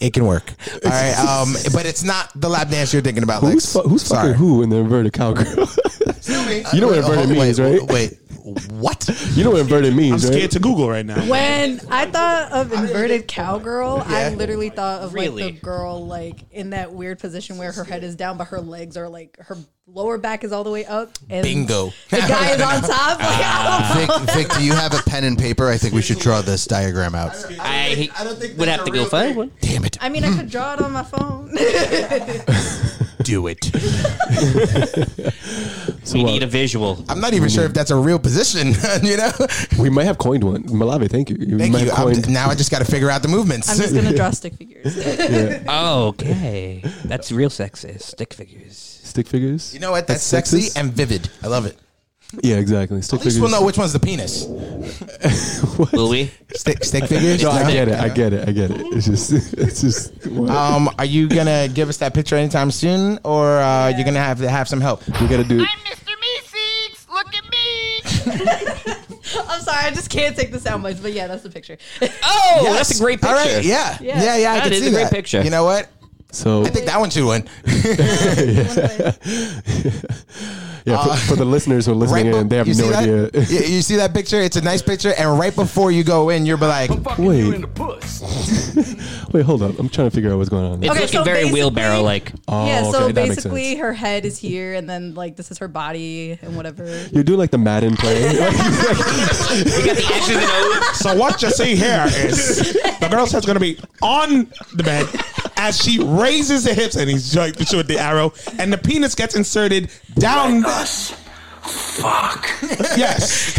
Speaker 7: it can work. All right, um, but it's not the lap dance you're thinking about.
Speaker 8: was-
Speaker 7: Lex.
Speaker 8: Who's, fu- who's fucking who in the inverted cowgirl? you know what
Speaker 7: Uh, wait,
Speaker 8: inverted
Speaker 7: hold-
Speaker 8: means, right?
Speaker 7: Wait, what?
Speaker 8: You know what inverted means,
Speaker 4: I'm
Speaker 8: right?
Speaker 4: scared to Google right now.
Speaker 5: When I thought of inverted cowgirl, I
Speaker 4: Yeah.
Speaker 5: literally thought of
Speaker 4: Really?
Speaker 5: like the girl like in that weird position where her head is down, but her legs are like her lower back is all the way up. And
Speaker 7: Bingo.
Speaker 5: The guy is on top. Like, I
Speaker 7: Vic,
Speaker 5: don't know.
Speaker 7: Vic, do you have a pen and paper? I think we should draw this diagram out.
Speaker 3: I, would have to go find one.
Speaker 7: Damn it.
Speaker 5: I mean, I could draw it on my phone.
Speaker 7: Do it.
Speaker 8: uh,
Speaker 3: we need a visual.
Speaker 7: I'm not even sure if that's a real position. you know,
Speaker 8: we might have coined one. Malave, thank you. We
Speaker 7: Thank
Speaker 8: might
Speaker 7: you.
Speaker 8: have
Speaker 7: I'm-
Speaker 8: coined-
Speaker 7: now I just got to figure out the movements.
Speaker 5: I'm just gonna draw stick figures.
Speaker 3: Oh, okay. That's real sexist. Stick figures.
Speaker 8: stick figures.
Speaker 7: You know what? That's, sexy and vivid. I love it.
Speaker 8: Yeah, exactly. Stick
Speaker 7: At least
Speaker 8: figures.
Speaker 7: we'll know which one's the penis.
Speaker 3: Will we?
Speaker 7: Stick, stick figures.
Speaker 8: No, I
Speaker 7: No?
Speaker 8: get it. I get it. I get it. It's just, it's just.
Speaker 7: Um, are you gonna give us that picture anytime soon, or uh, you're gonna have to have some help?
Speaker 8: We gotta do.
Speaker 34: Mr. Meeseeks, look at me.
Speaker 5: I'm sorry, I just can't take this out much, but yeah, that's the picture.
Speaker 3: Oh, that's a great picture.
Speaker 7: All right, yeah, yeah,
Speaker 5: Yeah.
Speaker 7: yeah. I
Speaker 3: That
Speaker 7: can
Speaker 3: is
Speaker 7: see
Speaker 3: a great
Speaker 7: that.
Speaker 3: picture.
Speaker 7: You know what?
Speaker 8: So
Speaker 7: I think that one should win.
Speaker 8: Yeah, for,
Speaker 7: Uh,
Speaker 8: for the listeners who are listening
Speaker 7: right
Speaker 8: in, they have
Speaker 7: you
Speaker 8: no
Speaker 7: see that?
Speaker 8: idea.
Speaker 7: you, you see that picture? It's a nice picture. And right before you go in, you're like,
Speaker 8: Wait, wait, hold up. I'm trying to figure out what's going on.
Speaker 5: It's Okay, looking so very basically-
Speaker 10: like.
Speaker 8: Oh,
Speaker 5: yeah, so
Speaker 8: okay, that makes
Speaker 5: basically
Speaker 8: sense.
Speaker 5: her head is here, and then like this is her body and whatever.
Speaker 8: You do like the Madden play.
Speaker 4: So what you see here is the girl's head's gonna be on the bed as she raises the hips and he's like with the arrow and the penis gets inserted
Speaker 7: Oh
Speaker 4: down. Fuck. Yes.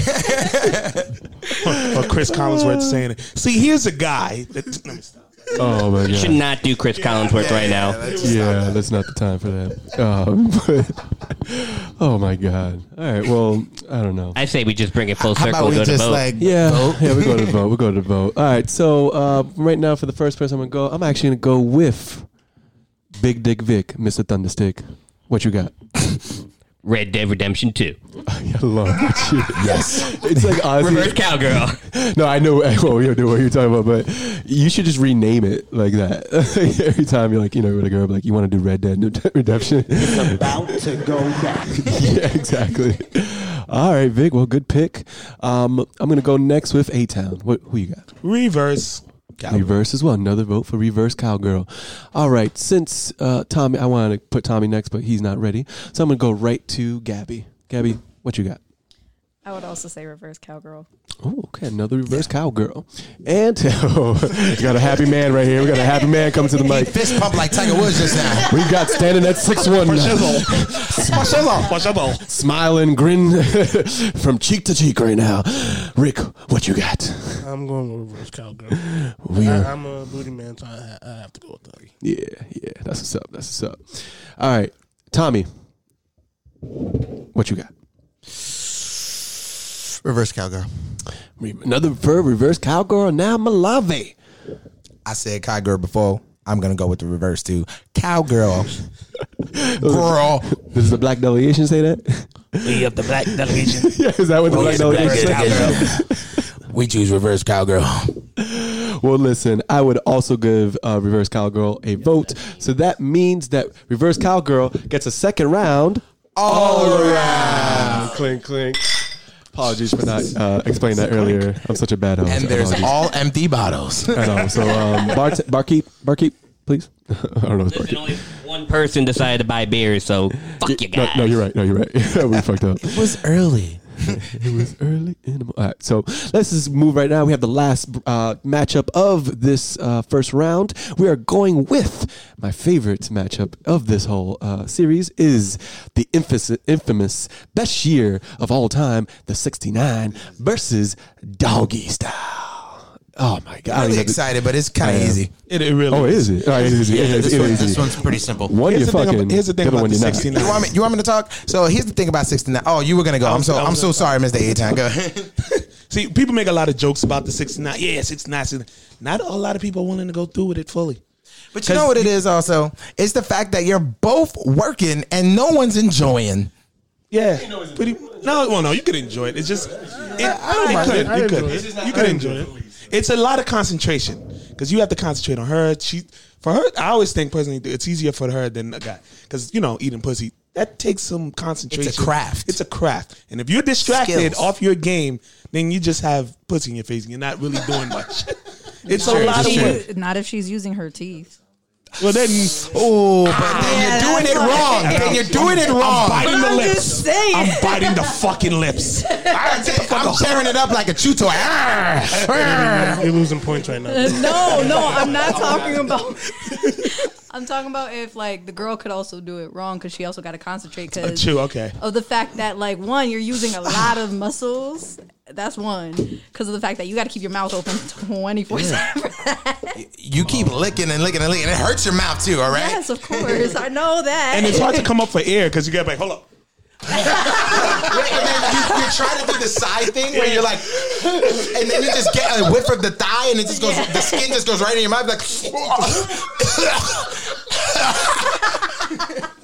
Speaker 4: or Chris Collinsworth saying it. See, here's a guy. That, let me stop.
Speaker 8: oh my god!
Speaker 10: You should not do Chris Collinsworth right now.
Speaker 8: yeah, that's not the time for that. Um, but- oh my god! All right, well, I don't know.
Speaker 10: I say we just bring it full
Speaker 8: How
Speaker 10: circle.
Speaker 8: about
Speaker 10: and
Speaker 8: we
Speaker 10: go to
Speaker 8: just,
Speaker 10: vote.
Speaker 8: like, Yeah. vote? Yeah, we go to vote. We go to vote. All right, so uh, right now for the first person I'm gonna go, I'm actually gonna go with Big Dick Vic, Mr. Thunderstick. What you got?
Speaker 10: Red Dead Redemption Two.
Speaker 8: I love you.
Speaker 10: Yes.
Speaker 8: It's like honestly,
Speaker 10: Reverse cowgirl.
Speaker 8: No, I know I know what you're, what you're talking about, but you should just rename it like that. Every time you're like, you know, with a girl, like, you want to do Red Dead Redemption.
Speaker 35: About to go back.
Speaker 8: yeah, exactly. All right, Vic. Well, good pick. Um, I'm gonna go next with A Town. What who you got?
Speaker 4: Reverse.
Speaker 8: Reverse as well. Another vote for Reverse Cowgirl. All right. Since uh, Tommy, I wanted to put Tommy next, but he's not ready, so I'm gonna go right to Gabby. Gabby, what you got?
Speaker 5: I would also say reverse cowgirl.
Speaker 8: Oh, okay. Another Reverse Cowgirl. And oh, we got a happy man right here. We got a happy man come to the mic.
Speaker 7: fist pump like Tiger Woods just now.
Speaker 8: We got standing at six one.
Speaker 4: Marcelo. Marcelo.
Speaker 8: Smiling, grin from cheek to cheek right now. Rick, what you got?
Speaker 36: I'm going with reverse cowgirl.
Speaker 8: We are-
Speaker 36: I, am a booty man, so I, ha- I have to go with that.
Speaker 8: Yeah, yeah. That's what's up. That's what's up. All right, Tommy, what you got?
Speaker 7: Reverse cowgirl.
Speaker 8: Another verb, reverse cowgirl. Now Malave.
Speaker 7: I said cowgirl before. I'm gonna go with the reverse too. Cowgirl. Girl.
Speaker 8: Does the black delegation say that?
Speaker 7: We of the black delegation.
Speaker 8: Oh, yeah, is that what the
Speaker 7: We
Speaker 8: black
Speaker 7: of the black
Speaker 8: delegation
Speaker 7: cowgirl. We choose reverse cowgirl.
Speaker 8: Well, listen, I would also give uh, reverse cowgirl a vote. So that means that reverse cowgirl gets a second round. All around. Clink, clink. Apologies for not uh, explaining that earlier. I'm such a bad host.
Speaker 7: And there's
Speaker 8: Apologies.
Speaker 7: all empty bottles.
Speaker 8: I know. So um, bar barkeep, barkeep, please. I don't know. It's barkeep.
Speaker 10: One person decided to buy beers, so fuck you
Speaker 8: No,
Speaker 10: guys.
Speaker 8: no, you're right. No, you're right. we fucked up.
Speaker 7: It was early.
Speaker 8: it was early in the mo- All right, so let's just move right now. We have the last uh, matchup of this uh, first round. We are going with my favorite matchup of this whole uh, series is the infamous, infamous best year of all time, the 69 versus Doggy Style. Oh my God! I don't
Speaker 7: Really
Speaker 8: even have to-
Speaker 7: excited, but it's kinda
Speaker 8: I am.
Speaker 7: easy. It- it really
Speaker 8: oh,
Speaker 7: is.
Speaker 8: is it? All right, it is.
Speaker 7: Yeah,
Speaker 8: it is,
Speaker 7: this
Speaker 8: it
Speaker 7: one-
Speaker 8: is
Speaker 7: this
Speaker 8: easy.
Speaker 7: one's pretty simple.
Speaker 8: One
Speaker 7: Here's
Speaker 8: you're
Speaker 7: the thing
Speaker 8: fucking.
Speaker 7: about- here's the thing
Speaker 8: other
Speaker 7: about
Speaker 8: one
Speaker 7: the
Speaker 8: you're not.
Speaker 7: 69. You want me? You want me to talk? So here's the thing about 69. Oh, you were gonna go. I'm so. I'm so sorry, Mr. Eitan. Go ahead.
Speaker 4: See, people make a lot of jokes about the 69. Yeah, 69. 69. Not a lot of people are willing to go through with it fully.
Speaker 7: But you know what it is also? It's the fact that you're both working and no one's enjoying.
Speaker 4: Yeah. Pretty, no, well, no, you could enjoy it. It's just, it,
Speaker 7: don't
Speaker 4: you
Speaker 7: mind
Speaker 4: could,
Speaker 7: it. I
Speaker 4: you
Speaker 7: enjoy
Speaker 4: could,
Speaker 7: it.
Speaker 4: you could enjoy it. It's a lot of concentration because you have to concentrate on her. She, for her, I always think personally, it's easier for her than a guy because you know eating pussy that takes some concentration.
Speaker 7: craft.
Speaker 4: It's a craft, and if you're distracted
Speaker 7: Skills.
Speaker 4: off your game, then you just have pussy in your face and you're not really doing much. it's
Speaker 5: Not
Speaker 4: a
Speaker 5: if
Speaker 4: lot of
Speaker 5: she-
Speaker 4: work.
Speaker 5: Not if she's using her teeth.
Speaker 4: Well, then,
Speaker 7: oh, but
Speaker 5: then you're doing it wrong. Then you're doing it
Speaker 4: I'm
Speaker 5: wrong.
Speaker 4: biting the
Speaker 5: I'm
Speaker 4: lips.
Speaker 5: just saying.
Speaker 4: I'm biting the fucking lips.
Speaker 7: I'm tearing it up like a chew toy. Arr, arr.
Speaker 36: You're losing points right now.
Speaker 5: no, no, I'm not talking about. I'm talking about if like the girl could also do it wrong because she also got to concentrate
Speaker 4: Uh,
Speaker 5: because
Speaker 4: true, okay.
Speaker 5: of the fact that like one you're using a lot of muscles. That's one because of the fact that you got to keep your mouth open 24 seven.
Speaker 7: You keep licking and licking and licking. It hurts your mouth too. All right.
Speaker 5: Yes, of course, I know that.
Speaker 4: And it's hard to come up for air because you got like, hold up.
Speaker 7: you, you're trying to do the side thing where you're like, and then you just get a whiff of the thigh, and it just goes. The skin just goes right in your mouth, like.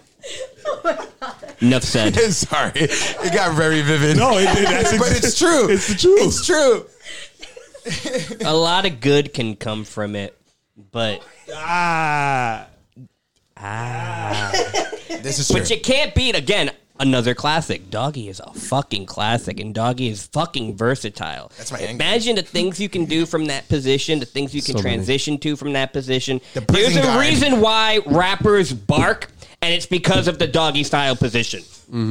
Speaker 10: Enough said.
Speaker 7: Sorry, it got very vivid.
Speaker 10: No, it did. That's
Speaker 7: but
Speaker 10: ex-
Speaker 7: it's true. It's the truth. It's true.
Speaker 10: a lot of good can come from it, but ah, ah.
Speaker 7: This is
Speaker 10: but
Speaker 7: true.
Speaker 10: you can't beat again. Another classic. Doggy is a fucking classic, and Doggy is fucking versatile.
Speaker 16: That's my angle.
Speaker 10: Imagine the things you can do from that position, the things you can
Speaker 16: So many.
Speaker 10: transition to from that position.
Speaker 16: prison
Speaker 10: There's a
Speaker 16: guard.
Speaker 10: reason why rappers bark, and it's because of the doggy style position.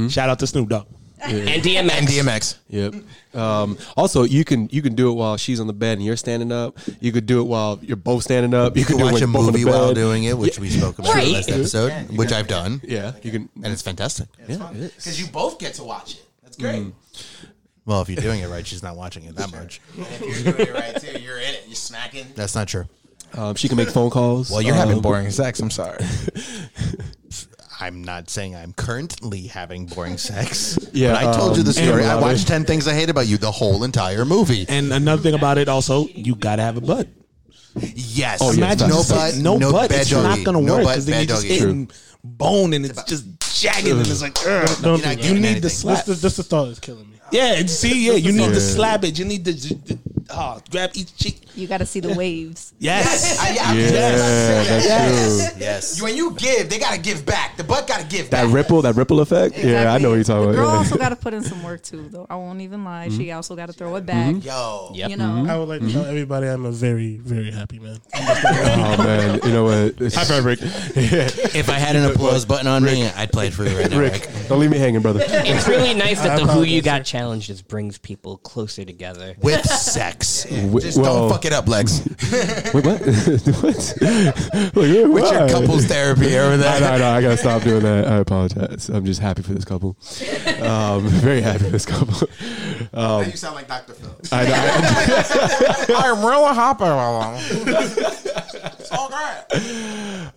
Speaker 4: Shout out to Snoop Dogg.
Speaker 10: And DMX. And
Speaker 7: DMX.
Speaker 8: Yep. Um, also, you can you can do it while she's on the bed and you're standing up. You could do it while you're both standing up. You,
Speaker 16: You
Speaker 8: can
Speaker 16: could
Speaker 8: do it
Speaker 16: watch
Speaker 8: when
Speaker 16: a
Speaker 8: you're both on the
Speaker 16: movie while
Speaker 8: bed.
Speaker 16: doing it, which we spoke about in the last
Speaker 8: Yeah.
Speaker 16: episode,
Speaker 8: Yeah, you
Speaker 16: which
Speaker 8: can-
Speaker 16: I've done.
Speaker 8: Yeah, you can,
Speaker 16: and it's fantastic. Yeah, it is.
Speaker 7: Because you both get to watch it. That's great.
Speaker 16: Mm. Well, if you're doing it right, she's not watching it that much.
Speaker 7: And if you're doing it right too, you're in it. You're smacking.
Speaker 16: That's not true.
Speaker 8: Um, she can make phone calls.
Speaker 16: Well, you're having
Speaker 8: Um,
Speaker 16: boring sex. I'm sorry. I'm not saying I'm currently having boring sex.
Speaker 4: Yeah,
Speaker 16: but I told you the
Speaker 4: um,
Speaker 16: story.
Speaker 4: and-
Speaker 16: I watched Ten Things I Hate About You, the whole entire movie.
Speaker 4: And another thing about it, also, you gotta have a bud.
Speaker 16: Yes.
Speaker 4: Oh, imagine
Speaker 16: no
Speaker 4: just
Speaker 16: butt,
Speaker 4: no,
Speaker 16: no
Speaker 4: bud.
Speaker 16: bad
Speaker 4: It's
Speaker 16: doggy.
Speaker 4: not gonna
Speaker 16: No
Speaker 4: work
Speaker 16: butt,
Speaker 4: because then
Speaker 16: bad
Speaker 4: you're just
Speaker 16: doggy.
Speaker 4: eating bone and it's just jagged and it's like, ugh.
Speaker 15: Don't- don't
Speaker 4: You're not
Speaker 15: do
Speaker 4: you
Speaker 15: that.
Speaker 4: need the
Speaker 15: This,
Speaker 4: slap.
Speaker 15: this, this is thought is killing me.
Speaker 4: Yeah, and see, yeah, you need the
Speaker 15: Yeah.
Speaker 4: slabbage. You need the, the oh, grab each cheek.
Speaker 5: You gotta see the waves.
Speaker 4: Yes.
Speaker 7: I- I-
Speaker 8: Yeah,
Speaker 7: yes.
Speaker 8: that's
Speaker 7: yes.
Speaker 8: true.
Speaker 7: Yes. When you give, they gotta give back. The butt gotta give
Speaker 8: That
Speaker 7: back.
Speaker 8: ripple, that ripple effect. Yeah, Mm-hmm. I know what you're talking
Speaker 5: Girl
Speaker 8: about.
Speaker 5: also got to put in some work too, though. I won't even lie. She also got to throw it back.
Speaker 8: Mhm.
Speaker 7: Yo,
Speaker 5: you know,
Speaker 8: Mm-hmm.
Speaker 15: I would like
Speaker 16: Mm-hmm.
Speaker 15: to tell everybody I'm a very, very happy man.
Speaker 8: oh man, you know what? High
Speaker 4: five, Rick.
Speaker 16: If I had an applause button on me, I'd play it for you right now, Rick.
Speaker 8: Rick, don't leave me hanging, brother.
Speaker 10: It's really nice that
Speaker 8: I
Speaker 10: the Who You
Speaker 8: apologize,
Speaker 10: Got challenge just brings people closer together
Speaker 16: With sex.
Speaker 8: Wi-
Speaker 16: Just don't
Speaker 8: well-
Speaker 16: fuck it up, Lex.
Speaker 8: Wait, what? what? Like,
Speaker 16: What's your
Speaker 8: why?
Speaker 16: couples therapy over there?
Speaker 8: No, no, no. I gotta stop doing that. I apologize. I'm just happy for this couple. Um, very happy for this couple. Um,
Speaker 7: Now you sound like Dr. Phil.
Speaker 8: I know.
Speaker 7: I'm real happy.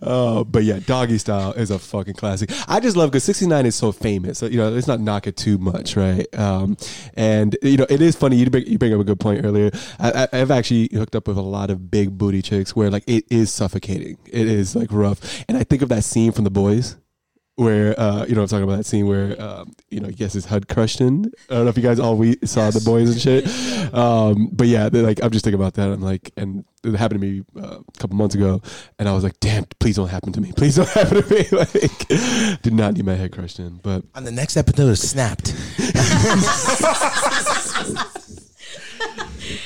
Speaker 8: Uh, but yeah, doggy style is a fucking classic. I just love because '69 is so famous. So, you know, let's not knock it too much, right? Um, and you know, it is funny. You bring, you bring up a good point earlier. I, I, I've actually hooked up with a lot of big booty chicks where like it is suffocating. It is like rough. And I think of that scene from The Boys. Where uh, you know I'm talking about that scene where um, you know I guess his HUD crushed in. I don't know if you guys all we saw the boys and shit, um, but yeah, they're like I'm just thinking about that. I'm like, and it happened to me uh, a couple months ago, and I was like, damn, please don't happen to me. Please don't happen to me. Like, did not need my head crushed in, but
Speaker 16: On the next episode of Snapped.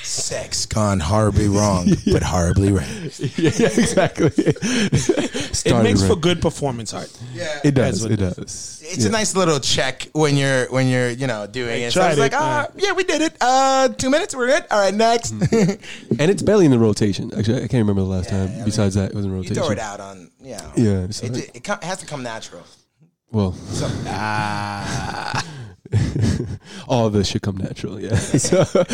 Speaker 16: Sex gone horribly wrong, but horribly right.
Speaker 8: yeah, exactly.
Speaker 4: it makes for
Speaker 16: right.
Speaker 4: good performance art. Yeah,
Speaker 8: It does. It does.
Speaker 7: It's a nice little check when you're when you're you know doing
Speaker 4: I
Speaker 7: it. So I was
Speaker 4: tried
Speaker 7: like,
Speaker 4: it,
Speaker 7: ah, yeah, we did it. Uh, two minutes, we're good. All right, next.
Speaker 8: and it's barely in the rotation. Actually, I can't remember the last time. Besides that, it was in
Speaker 7: you
Speaker 8: rotation.
Speaker 7: throw it out on yeah.
Speaker 8: Yeah,
Speaker 7: It,
Speaker 8: so
Speaker 7: ju-
Speaker 8: that-
Speaker 7: it, co- it has to come natural.
Speaker 8: Well,
Speaker 7: So, ah.
Speaker 8: all this should come natural. Yeah. So- Sorry.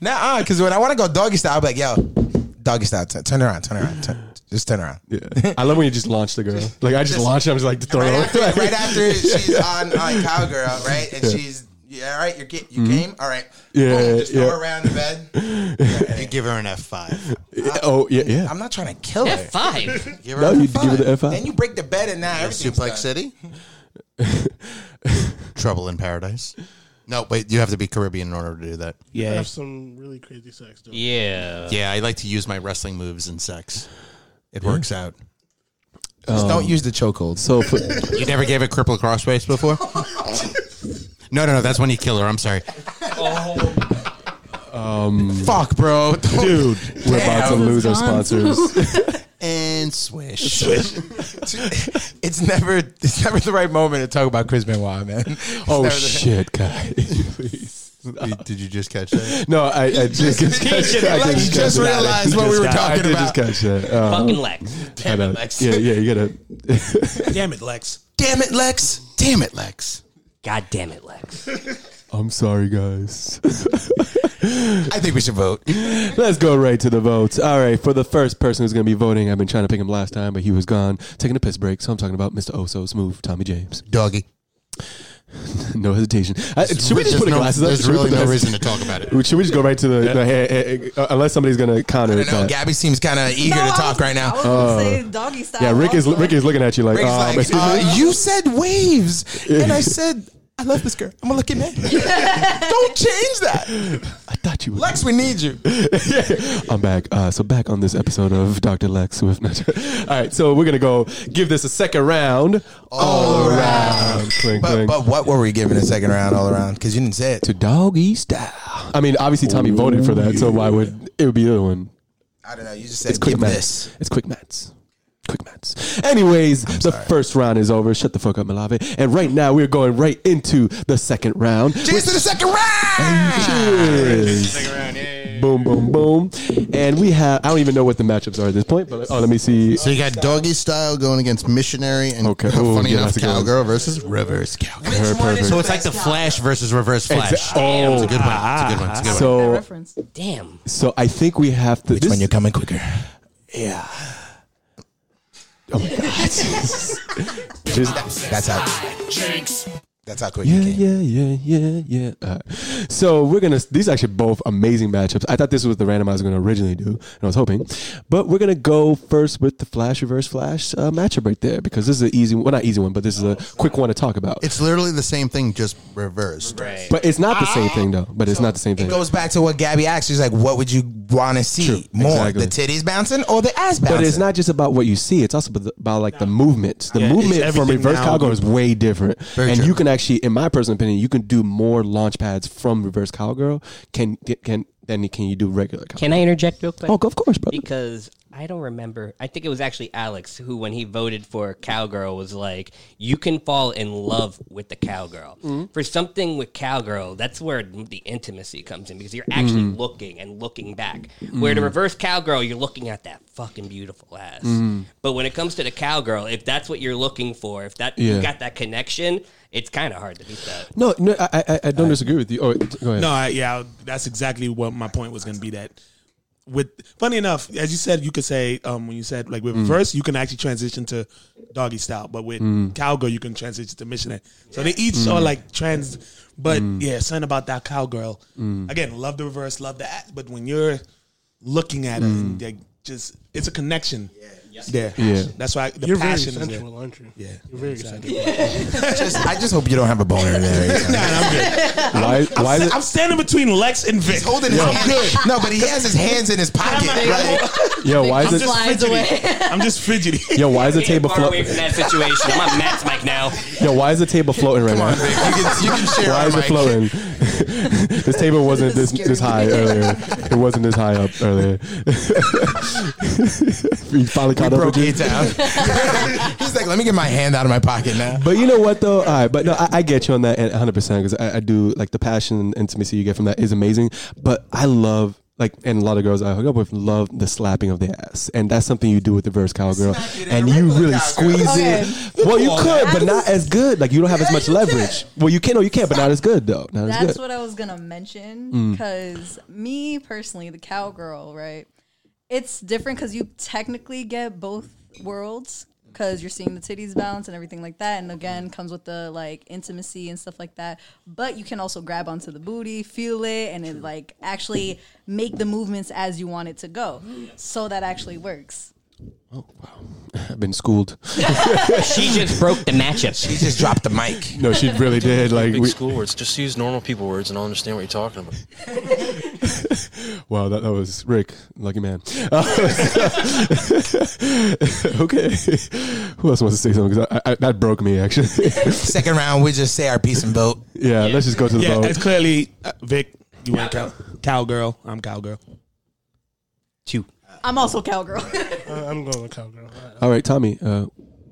Speaker 7: Nah, because uh, when I want to go doggy style, I'll be like, yo, doggy style, t- turn around, turn around, turn, just turn around.
Speaker 8: Yeah. I love when you just launch the girl. Like I just, launched. I was like throwing
Speaker 7: right
Speaker 8: it
Speaker 7: after,
Speaker 8: away.
Speaker 7: right after she's on, on cowgirl, right? And
Speaker 8: Yeah.
Speaker 7: she's yeah, all right, you're get, you
Speaker 8: Mhm.
Speaker 7: came, all right.
Speaker 8: Yeah,
Speaker 7: Boom, "Oh, just
Speaker 8: yeah.
Speaker 7: throw her around the bed.
Speaker 16: You give her an F five.
Speaker 8: oh yeah, yeah.
Speaker 7: I'm not trying to kill her.
Speaker 16: F5?
Speaker 7: Give her
Speaker 8: No,
Speaker 7: an
Speaker 8: you
Speaker 7: F5.
Speaker 8: give her the F5.
Speaker 7: Then you break the bed and now everything's
Speaker 16: Suplex
Speaker 7: done.
Speaker 16: City. Trouble in Paradise. No, wait. You have to be Caribbean in order to do that.
Speaker 15: I have some really crazy sex. Though.
Speaker 10: Yeah.
Speaker 16: Yeah, I like to use my wrestling moves in sex. It
Speaker 15: Yeah.
Speaker 16: works out.
Speaker 7: Just don't use
Speaker 16: the chokehold.
Speaker 8: So
Speaker 16: you never gave a cripple crossface before? no, no, no. That's when you kill her. I'm sorry.
Speaker 8: Um,
Speaker 16: Fuck, bro.
Speaker 8: Dude, we're about to
Speaker 16: Damn.
Speaker 8: lose our sponsors.
Speaker 16: and swish.
Speaker 7: It's never it's never the right moment to talk about Chris Benoit, man. It's
Speaker 8: Oh
Speaker 7: never the-
Speaker 8: shit, guys! Please.
Speaker 16: Did you just catch that?
Speaker 8: No, I, I just,
Speaker 7: Just
Speaker 8: catch
Speaker 7: catch it.
Speaker 8: that. I
Speaker 7: Lex
Speaker 8: just, catch
Speaker 7: just
Speaker 8: that.
Speaker 7: realized what we were talking
Speaker 8: I did
Speaker 7: about.
Speaker 8: Just catch that. Um,
Speaker 7: Fucking Lex.
Speaker 8: I know.
Speaker 7: Lex.
Speaker 8: Yeah, yeah, you gotta.
Speaker 4: Damn it, Lex.
Speaker 7: Damn it, Lex. Damn it, Lex.
Speaker 10: God damn it, Lex.
Speaker 8: I'm sorry, guys.
Speaker 7: I think we should vote.
Speaker 8: Let's go right to the votes. All right, for the first person who's going to be voting, I've been trying to pick him last time, but he was gone, taking a piss break. So I'm talking about Mr. Oso Smooth, Tommy James.
Speaker 16: Doggy.
Speaker 8: no hesitation. I,
Speaker 16: There's
Speaker 8: should we just
Speaker 16: just
Speaker 8: put the
Speaker 16: no-
Speaker 8: glasses up?
Speaker 16: there's
Speaker 8: Should we
Speaker 16: really
Speaker 8: put the
Speaker 16: no
Speaker 8: glasses-
Speaker 16: reason to talk about it.
Speaker 8: Should we just go right to the, the hey, hey, hey, unless somebody's going to counter
Speaker 7: I know
Speaker 8: that?
Speaker 7: Gabby seems kind of eager
Speaker 5: No, I
Speaker 7: to
Speaker 5: was-
Speaker 7: talk right now.
Speaker 5: I was gonna say doggy style.
Speaker 16: Uh,
Speaker 8: Yeah, Rick is Rick is looking at you like, "Ah,
Speaker 7: Rick's
Speaker 8: um,
Speaker 7: like,
Speaker 8: excuse
Speaker 7: uh,
Speaker 8: me?
Speaker 7: you said waves, and I said I love this girl. I'm a lucky man. Don't change that.
Speaker 16: "Ah,
Speaker 8: I thought you were.
Speaker 7: Lex, we need you.
Speaker 8: I'm back. Uh, so back on this episode of Dr. Lex with All right, so we're gonna go give this a second round.
Speaker 16: Oh,
Speaker 7: All around.
Speaker 8: Clink,
Speaker 7: But,
Speaker 8: clink.
Speaker 7: but what were we giving a second round all around? Because you didn't say it.
Speaker 8: To doggy style. I mean, obviously Tommy voted for that, so why would it would be the other one?
Speaker 7: I don't know. You just
Speaker 8: it's
Speaker 7: said
Speaker 8: quick
Speaker 7: give
Speaker 8: mats.
Speaker 7: this.
Speaker 8: It's quick mats. Quick mats. Anyways, the first round is over. Shut the fuck up, Malave. And right now we're going right into the second round.
Speaker 7: Cheers to the second round.
Speaker 8: Cheers. Boom, boom, boom. And we have, I don't even know what the matchups are at this point, but oh, let me see.
Speaker 37: So you got doggy style going against missionary and
Speaker 8: Okay. Ooh,
Speaker 37: funny
Speaker 8: yeah,
Speaker 37: enough
Speaker 8: that's a good one.
Speaker 37: cowgirl versus reverse cowgirl. So it's like the Flash versus reverse Flash.
Speaker 8: Exa-
Speaker 37: Damn, it's
Speaker 8: oh.
Speaker 37: a good one. It's a good one. It's a good
Speaker 8: So-
Speaker 37: one.
Speaker 8: That
Speaker 10: reference. Damn.
Speaker 8: So I think we have to. Which one
Speaker 37: you're coming quicker?
Speaker 8: Yeah. Oh my god. Just-
Speaker 7: That's how.
Speaker 37: Jinx.
Speaker 7: That's how quick
Speaker 8: Yeah,
Speaker 7: you came.
Speaker 8: yeah, yeah, yeah, yeah. All right. So we're gonna. These are actually both amazing matchups. I thought this was the randomizer was gonna originally do, and I was hoping, but we're gonna go first with the Flash Reverse Flash uh, matchup right there because this is an easy, well, not easy one, but this is a quick one to talk about.
Speaker 37: It's literally the same thing, just reversed.
Speaker 8: But it's not the same thing though. But it's not the same thing.
Speaker 7: It goes back to what Gabby asked. She's like, what would you want to see
Speaker 8: True,
Speaker 7: more?
Speaker 8: exactly.
Speaker 7: The titties bouncing or the ass bouncing?
Speaker 8: But it's not just about what you see; it's also about, about like the movement. The
Speaker 7: Yeah, it's
Speaker 8: movement from
Speaker 7: everything
Speaker 8: reverse
Speaker 7: now.
Speaker 8: cowgirl is way different,
Speaker 7: Very
Speaker 8: and
Speaker 7: true.
Speaker 8: you can actually, in my personal opinion, you can do more launch pads from reverse cowgirl. Can can than can you do regular? Cowgirl.
Speaker 10: Can I interject real quick?
Speaker 8: Oh, of course, brother.
Speaker 10: Because I don't remember. I think it was actually Alex who, when he voted for Cowgirl, was like, "You can fall in love with the cowgirl."
Speaker 7: Mm-hmm.
Speaker 38: Mhm.
Speaker 10: For something with cowgirl, that's where the intimacy comes in because you're actually
Speaker 7: Mm-hmm.
Speaker 38: Mm.
Speaker 10: looking and looking back. Where the
Speaker 38: Mm.
Speaker 10: reverse cowgirl, you're looking at that fucking beautiful ass.
Speaker 7: Mm-hmm.
Speaker 38: Mm.
Speaker 10: But when it comes to the cowgirl, if that's what you're looking for, if that
Speaker 8: Yeah.
Speaker 10: you got that connection, it's kind of hard to beat that.
Speaker 8: No, no, I I, I don't disagree with you. Oh, go ahead.
Speaker 4: No, I, yeah, that's exactly what my point was going to be. That with funny enough, as you said, you could say um, when you said like with
Speaker 8: Mm.
Speaker 4: reverse, you can actually transition to doggy style, but with
Speaker 8: Mm.
Speaker 4: cowgirl, you can transition to missionary. So they each
Speaker 8: Mm.
Speaker 4: are like trans, but
Speaker 8: Mm.
Speaker 4: yeah, something about that cowgirl.
Speaker 8: Mm.
Speaker 4: Again, love the reverse, love the act, but when you're looking at it,
Speaker 8: Mm.
Speaker 4: like just it's a connection. Yeah,
Speaker 8: Yeah.
Speaker 4: That's why the
Speaker 39: You're very
Speaker 4: passion is
Speaker 39: sensual,
Speaker 4: there.
Speaker 39: aren't you?
Speaker 4: Yeah,
Speaker 39: You're very
Speaker 4: exactly.
Speaker 7: Just- I just hope you don't have a boner there.
Speaker 4: Nah, I'm good.
Speaker 8: Why?
Speaker 4: I'm,
Speaker 8: Why?
Speaker 4: sta-
Speaker 8: Is it,
Speaker 4: I'm standing between Lex and Vic. He's
Speaker 7: holding his hand. No, but he has his hands in his pocket. Right?
Speaker 8: yo, why is
Speaker 4: I'm
Speaker 8: it?
Speaker 4: just
Speaker 10: Slides
Speaker 4: fidgety. I'm just fidgety.
Speaker 8: Yo, why is the
Speaker 10: Getting
Speaker 8: table
Speaker 10: far away from
Speaker 8: floating?
Speaker 10: that situation. I'm on Matt's mic now.
Speaker 8: Yo, why is the table floating right now?
Speaker 7: You can share
Speaker 8: Why
Speaker 7: our
Speaker 8: is it
Speaker 7: mic.
Speaker 8: floating? this table wasn't this this high earlier. It wasn't this high up earlier. we finally caught up with
Speaker 7: Broke
Speaker 8: you.
Speaker 7: it down. He's like, let me get my hand out of my pocket now.
Speaker 8: But you know what though? All right, but no, I, I get you on that and 100 percent because I, I do like the passion and intimacy you get from that is amazing. But I love like and a lot of girls I hook up with love the slapping of the ass, and that's something you do with the verse cowgirl, and you really squeeze
Speaker 40: Okay.
Speaker 8: it. Well, you could, but not as good. Like you don't have as much leverage. Well, you can, or you can, but not as good though. Not as
Speaker 5: That's
Speaker 8: good.
Speaker 5: what I was gonna mention
Speaker 8: Mm.
Speaker 5: because me personally, the cowgirl, right? It's different because you technically get both worlds because you're seeing the titties bounce and everything like that, and again comes with the like intimacy and stuff like that. But you can also grab onto the booty, feel it, and it like actually make the movements as you want it to go. So that actually works.
Speaker 8: I've been schooled.
Speaker 10: she just broke the matchup. She
Speaker 7: just dropped the mic.
Speaker 8: No, she really did. Like,
Speaker 41: big
Speaker 8: we,
Speaker 41: school words. Just use normal people words, and I'll understand what you're talking about.
Speaker 8: wow, that, that was Rick, lucky man. Uh, okay, who else wants to say something? 'Cause I, I, that broke me actually.
Speaker 7: Second round, we just say our piece and vote.
Speaker 8: yeah, let's just go to the
Speaker 4: Yeah,
Speaker 8: vote.
Speaker 4: it's clearly uh, Vic. You went cow cowgirl. I'm cowgirl.
Speaker 10: Two.
Speaker 5: I'm also cowgirl.
Speaker 39: I'm going with cowgirl.
Speaker 8: All right, Tommy, uh,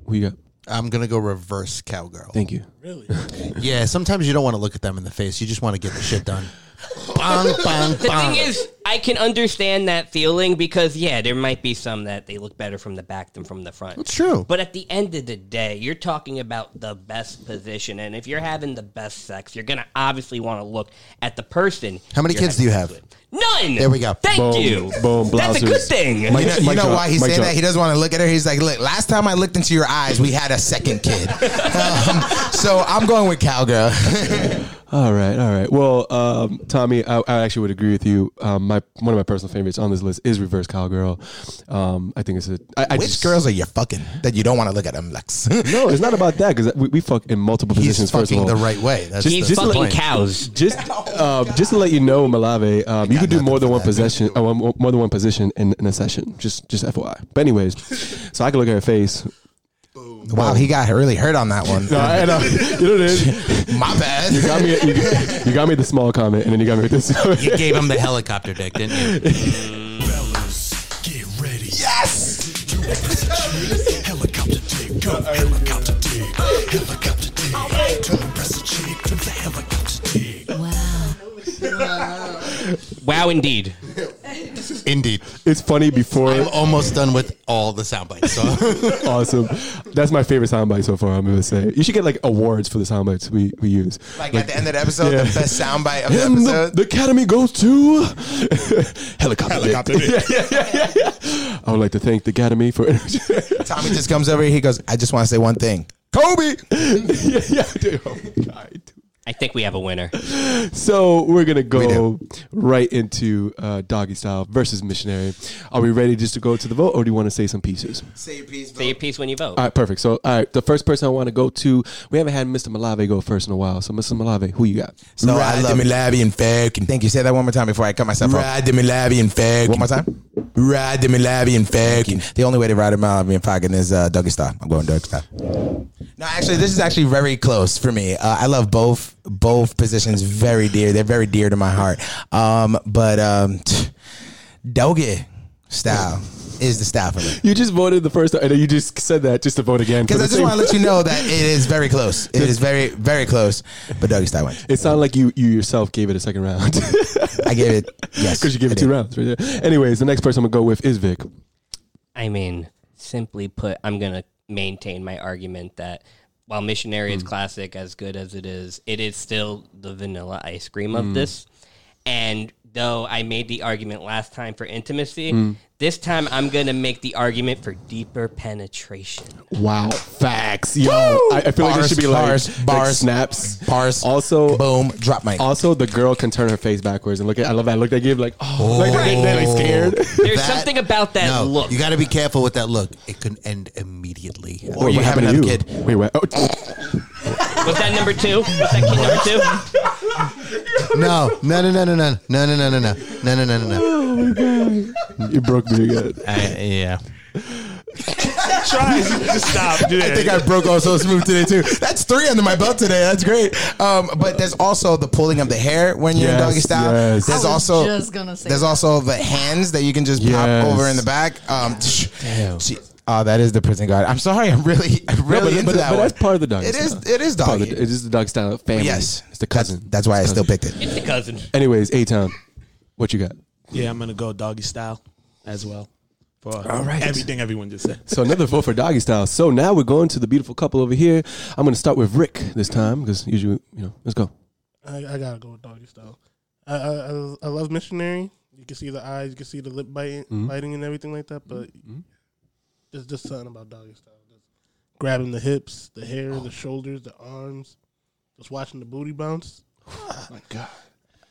Speaker 8: who you got?
Speaker 37: I'm gonna go reverse cowgirl.
Speaker 8: Thank you.
Speaker 39: Really?
Speaker 37: yeah. Sometimes you don't want to look at them in the face. You just want to get the shit done. bang, bang,
Speaker 10: The
Speaker 37: bang.
Speaker 10: thing is, I can understand that feeling because yeah, there might be some that they look better from the back than from the front.
Speaker 37: It's true.
Speaker 10: But at the end of the day, you're talking about the best position, and if you're having the best sex, you're gonna obviously want to look at the person.
Speaker 37: How many
Speaker 10: you're
Speaker 37: kids do you have?
Speaker 10: None.
Speaker 37: There we go.
Speaker 10: Thank
Speaker 37: Boom,
Speaker 10: you.
Speaker 37: boom,
Speaker 10: That's a good
Speaker 37: blouses.
Speaker 10: thing.
Speaker 37: you know, you know why he's
Speaker 7: Mic
Speaker 37: saying
Speaker 7: drop.
Speaker 37: that? He doesn't want to look at her. He's like, look, last time I looked into your eyes, we had a second kid. um, so I'm going with cowgirl.
Speaker 8: All right, all right. Well, um, Tommy, I, I actually would agree with you. Um, my one of my personal favorites on this list is Reverse Cowgirl. Um, I think it's a. I, I
Speaker 7: Which
Speaker 8: just-
Speaker 7: girls are you fucking that you don't want to look at them, Lex?
Speaker 8: no, it's not about that because we, we fuck in multiple
Speaker 7: He's
Speaker 8: positions. First of
Speaker 7: fucking
Speaker 8: all,
Speaker 7: the right way. That's He's the
Speaker 8: to
Speaker 7: fucking
Speaker 8: let-
Speaker 7: cows.
Speaker 8: Just uh, just to let you know, Malave, um, you could do more than one possession, uh, one, more than one position in, in a session. Just just FYI. But anyways, so I can look at her face.
Speaker 7: Wow, he got really hurt on that one.
Speaker 8: No, I know. You know what it is?
Speaker 7: My bad.
Speaker 8: You got me. You, got- you got me the small comment, and then you got me with this.
Speaker 42: You gave him the helicopter dick, didn't you?
Speaker 7: Yes!
Speaker 4: helicopter dick, go helicopter dick, helicopter dick. To impress a chick with the helicopter dick.
Speaker 42: Wow, indeed.
Speaker 7: Indeed.
Speaker 8: It's funny before.
Speaker 42: I'm almost done with all the sound bites. So.
Speaker 8: awesome. That's my favorite soundbite so far. I'm gonna say you should get like awards for the soundbites we we use.
Speaker 7: Like, at the end of the episode,
Speaker 8: Yeah.
Speaker 7: the best soundbite of the
Speaker 8: And the-
Speaker 7: episode.
Speaker 8: The, Academy goes to helicopter. dick.
Speaker 7: Helicopter dick.
Speaker 8: yeah, yeah, yeah, yeah. I would like to thank the Academy for.
Speaker 7: Tommy just comes over here. He goes, I just want to say one thing. Kobe.
Speaker 8: yeah, yeah, dude.
Speaker 10: I think we have a winner.
Speaker 8: So we're gonna go right into uh, doggy style versus missionary. Are we ready just to go to the vote, or do you want to say some pieces?
Speaker 10: Say your piece. Say your piece when you vote.
Speaker 8: All right, perfect. So, all right, the first person I want to go to, we haven't had Mr. Malave go first in a while. So, Mr. Malave, who you got?
Speaker 7: So I love me labby and fucking. Thank you. Say that one more time before I cut myself off. Ride me labby and fucking. One more time. Ride me labby and fucking. The only way to ride me labby and fucking is uh, doggy style. I'm going doggy style. No, actually, this is actually very close for me. Uh, I love both both positions very dear. They're very dear to my heart. Um, but um, doggy style is the style for me.
Speaker 8: You just voted the first time, and then you just said that just to vote again.
Speaker 7: Because
Speaker 8: for
Speaker 7: I
Speaker 8: the
Speaker 7: just
Speaker 8: same-
Speaker 7: want to let you know that it is very close. It is very, very close. But Doggy Style wins.
Speaker 8: It sounded like you, you yourself gave it a second round.
Speaker 7: I gave it, yes.
Speaker 8: Because you gave
Speaker 7: I
Speaker 8: it two
Speaker 7: did.
Speaker 8: rounds right there. Anyways, the next person I'm going to go with is Vic.
Speaker 10: I mean, simply put, I'm going to maintain my argument that while Missionary
Speaker 42: Hmm.
Speaker 10: is classic, as good as it is, it is still the vanilla ice cream of
Speaker 42: Hmm.
Speaker 8: Mm.
Speaker 10: this. And though I made the argument last time for intimacy,
Speaker 42: Hmm.
Speaker 8: Mm.
Speaker 10: this time I'm going to make the argument for deeper penetration.
Speaker 8: Wow. Facts. Yo, I, I feel like
Speaker 7: Bars,
Speaker 8: it should be
Speaker 7: bars,
Speaker 8: like, like
Speaker 7: bars,
Speaker 8: snaps.
Speaker 7: Bars.
Speaker 8: Also,
Speaker 7: boom, drop mic.
Speaker 8: Also, the girl can turn her face backwards and look at. I love that look they give, like, oh, like they're, getting- they're, like, scared.
Speaker 10: There's something about that
Speaker 42: no,
Speaker 10: look.
Speaker 42: You got to be careful with that look. It can end immediately.
Speaker 8: What- what happened to you? Wait, what? Oh,
Speaker 10: Was that number two? Was that kid number two?
Speaker 7: Oh,
Speaker 42: No, no, no, no, no, no, no, no, no, no, no, no, no, no, no.
Speaker 8: Oh my god. You broke me again.
Speaker 42: I, yeah.
Speaker 43: Try just stop. Do
Speaker 7: I think I broke all so smooth today too. That's three under my belt today. That's great. Um, but there's also the pulling of the hair when you're
Speaker 8: Yes,
Speaker 7: in doggy style.
Speaker 8: yes.
Speaker 7: There's
Speaker 5: I was
Speaker 7: also
Speaker 5: just gonna say
Speaker 7: there's
Speaker 5: that.
Speaker 7: also the hands that you can just
Speaker 8: Yes.
Speaker 7: pop over in the back. Um, gee, oh, that is the prison guard. I'm sorry. I'm really, I'm
Speaker 8: No,
Speaker 7: really
Speaker 8: but,
Speaker 7: into
Speaker 8: but,
Speaker 7: that
Speaker 8: but
Speaker 7: one.
Speaker 8: that's part of the dog.
Speaker 7: It is-
Speaker 8: style.
Speaker 7: it is
Speaker 8: Part of
Speaker 7: doggy.
Speaker 8: the- It is the dog style family.
Speaker 7: Yes.
Speaker 8: it's the cousin.
Speaker 7: That's why I still picked it.
Speaker 10: It's the cousin.
Speaker 8: Anyways, A Town, what you got?
Speaker 43: Yeah, I'm gonna go doggy style as well for
Speaker 8: All right.
Speaker 43: everything everyone just said.
Speaker 8: So another vote for doggy style. So now we're going to the beautiful couple over here. I'm going to start with Rick this time because usually, you know, let's go.
Speaker 44: I, I gotta go with doggy style. I, I I- I love missionary. You can see the eyes, you can see the lip biting,
Speaker 45: Mm-hmm.
Speaker 8: Mhm.
Speaker 44: biting and everything like that. But there's just something about doggy style. Just grabbing the hips, the hair,
Speaker 45: Oh.
Speaker 44: the shoulders, the arms. Just watching the booty bounce. Oh
Speaker 8: my god.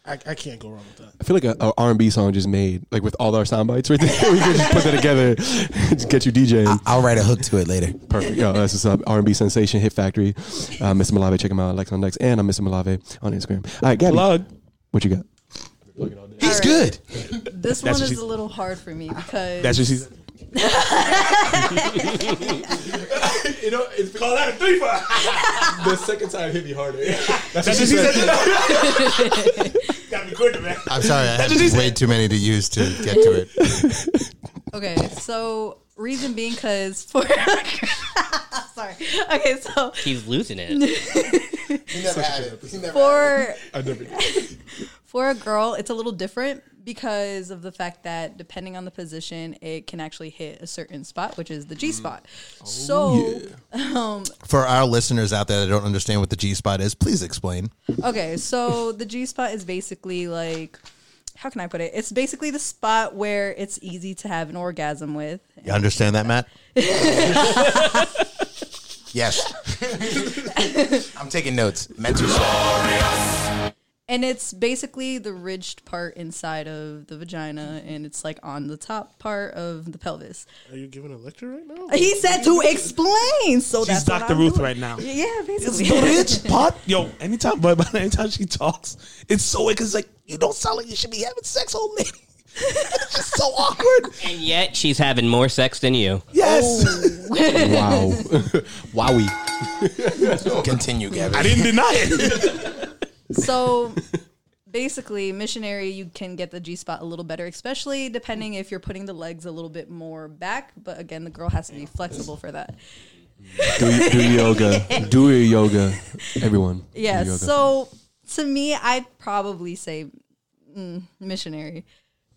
Speaker 44: I, I can't go wrong with that.
Speaker 8: I feel like a, a R&B song just made like with all our sound bites right there. we could just put that together, just get you DJing.
Speaker 7: I'll write a hook to it later.
Speaker 8: Perfect. Yo, that's what's up. R&B sensation, Hit Factory. Uh, Mr. Malave, check him out. Lex on Lex, and I'm Mr. Malave on Instagram. All right, Gabby,
Speaker 43: Plug.
Speaker 8: what you got?
Speaker 7: He's good.
Speaker 5: This
Speaker 8: That's
Speaker 5: one
Speaker 8: what
Speaker 5: is
Speaker 8: she-
Speaker 5: a little hard for me because
Speaker 8: That's what she said.
Speaker 43: you know, it's call that a three five.
Speaker 8: the second time hit me harder.
Speaker 43: That's what she said. Got me quicker, man.
Speaker 42: I'm sorry. I
Speaker 43: That's
Speaker 42: have
Speaker 43: what she said.
Speaker 42: way too many to use to get to it.
Speaker 5: Okay, so reason being because for sorry. Okay, so
Speaker 10: He's losing it.
Speaker 7: He never had it. He never
Speaker 5: for
Speaker 43: I never
Speaker 5: for a girl, it's a little different because of the fact that depending on the position, it can actually hit a certain spot, which is the
Speaker 8: Mm-hmm.
Speaker 5: G spot.
Speaker 8: Oh,
Speaker 5: so, um,
Speaker 42: For our listeners out there that don't understand what the G spot is, please explain.
Speaker 5: okay, so the G spot is basically like. How can I put it? It's basically the spot where it's easy to have an orgasm with.
Speaker 42: You understand that, Matt?
Speaker 7: Yes. I'm taking notes. Mental.
Speaker 5: And it's basically the ridged part inside of the vagina, and it's like on the top part of the pelvis.
Speaker 10: Are you giving a lecture right now?
Speaker 5: He said to explain, so
Speaker 4: She's
Speaker 5: that's what
Speaker 4: Dr.
Speaker 5: I'm
Speaker 4: Ruth
Speaker 5: doing.
Speaker 4: right now.
Speaker 5: Yeah,
Speaker 4: It's
Speaker 5: basically.
Speaker 4: the rich pot. Yo, anytime, but but anytime she talks, it's so weird because like you don't sound like you should be having sex, old lady. it's just so awkward.
Speaker 3: And yet she's having more sex than you.
Speaker 4: Yes.
Speaker 45: Wow. Wowie. Continue, Gavin.
Speaker 4: I didn't deny it.
Speaker 5: so basically missionary you can get the g-spot a little better especially depending if you're putting the legs a little bit more back but again the girl has to be flexible for that
Speaker 8: Do, do yoga. Do your yoga, everyone. Do
Speaker 5: yeah
Speaker 8: yoga.
Speaker 5: so to me i'd probably say mm, missionary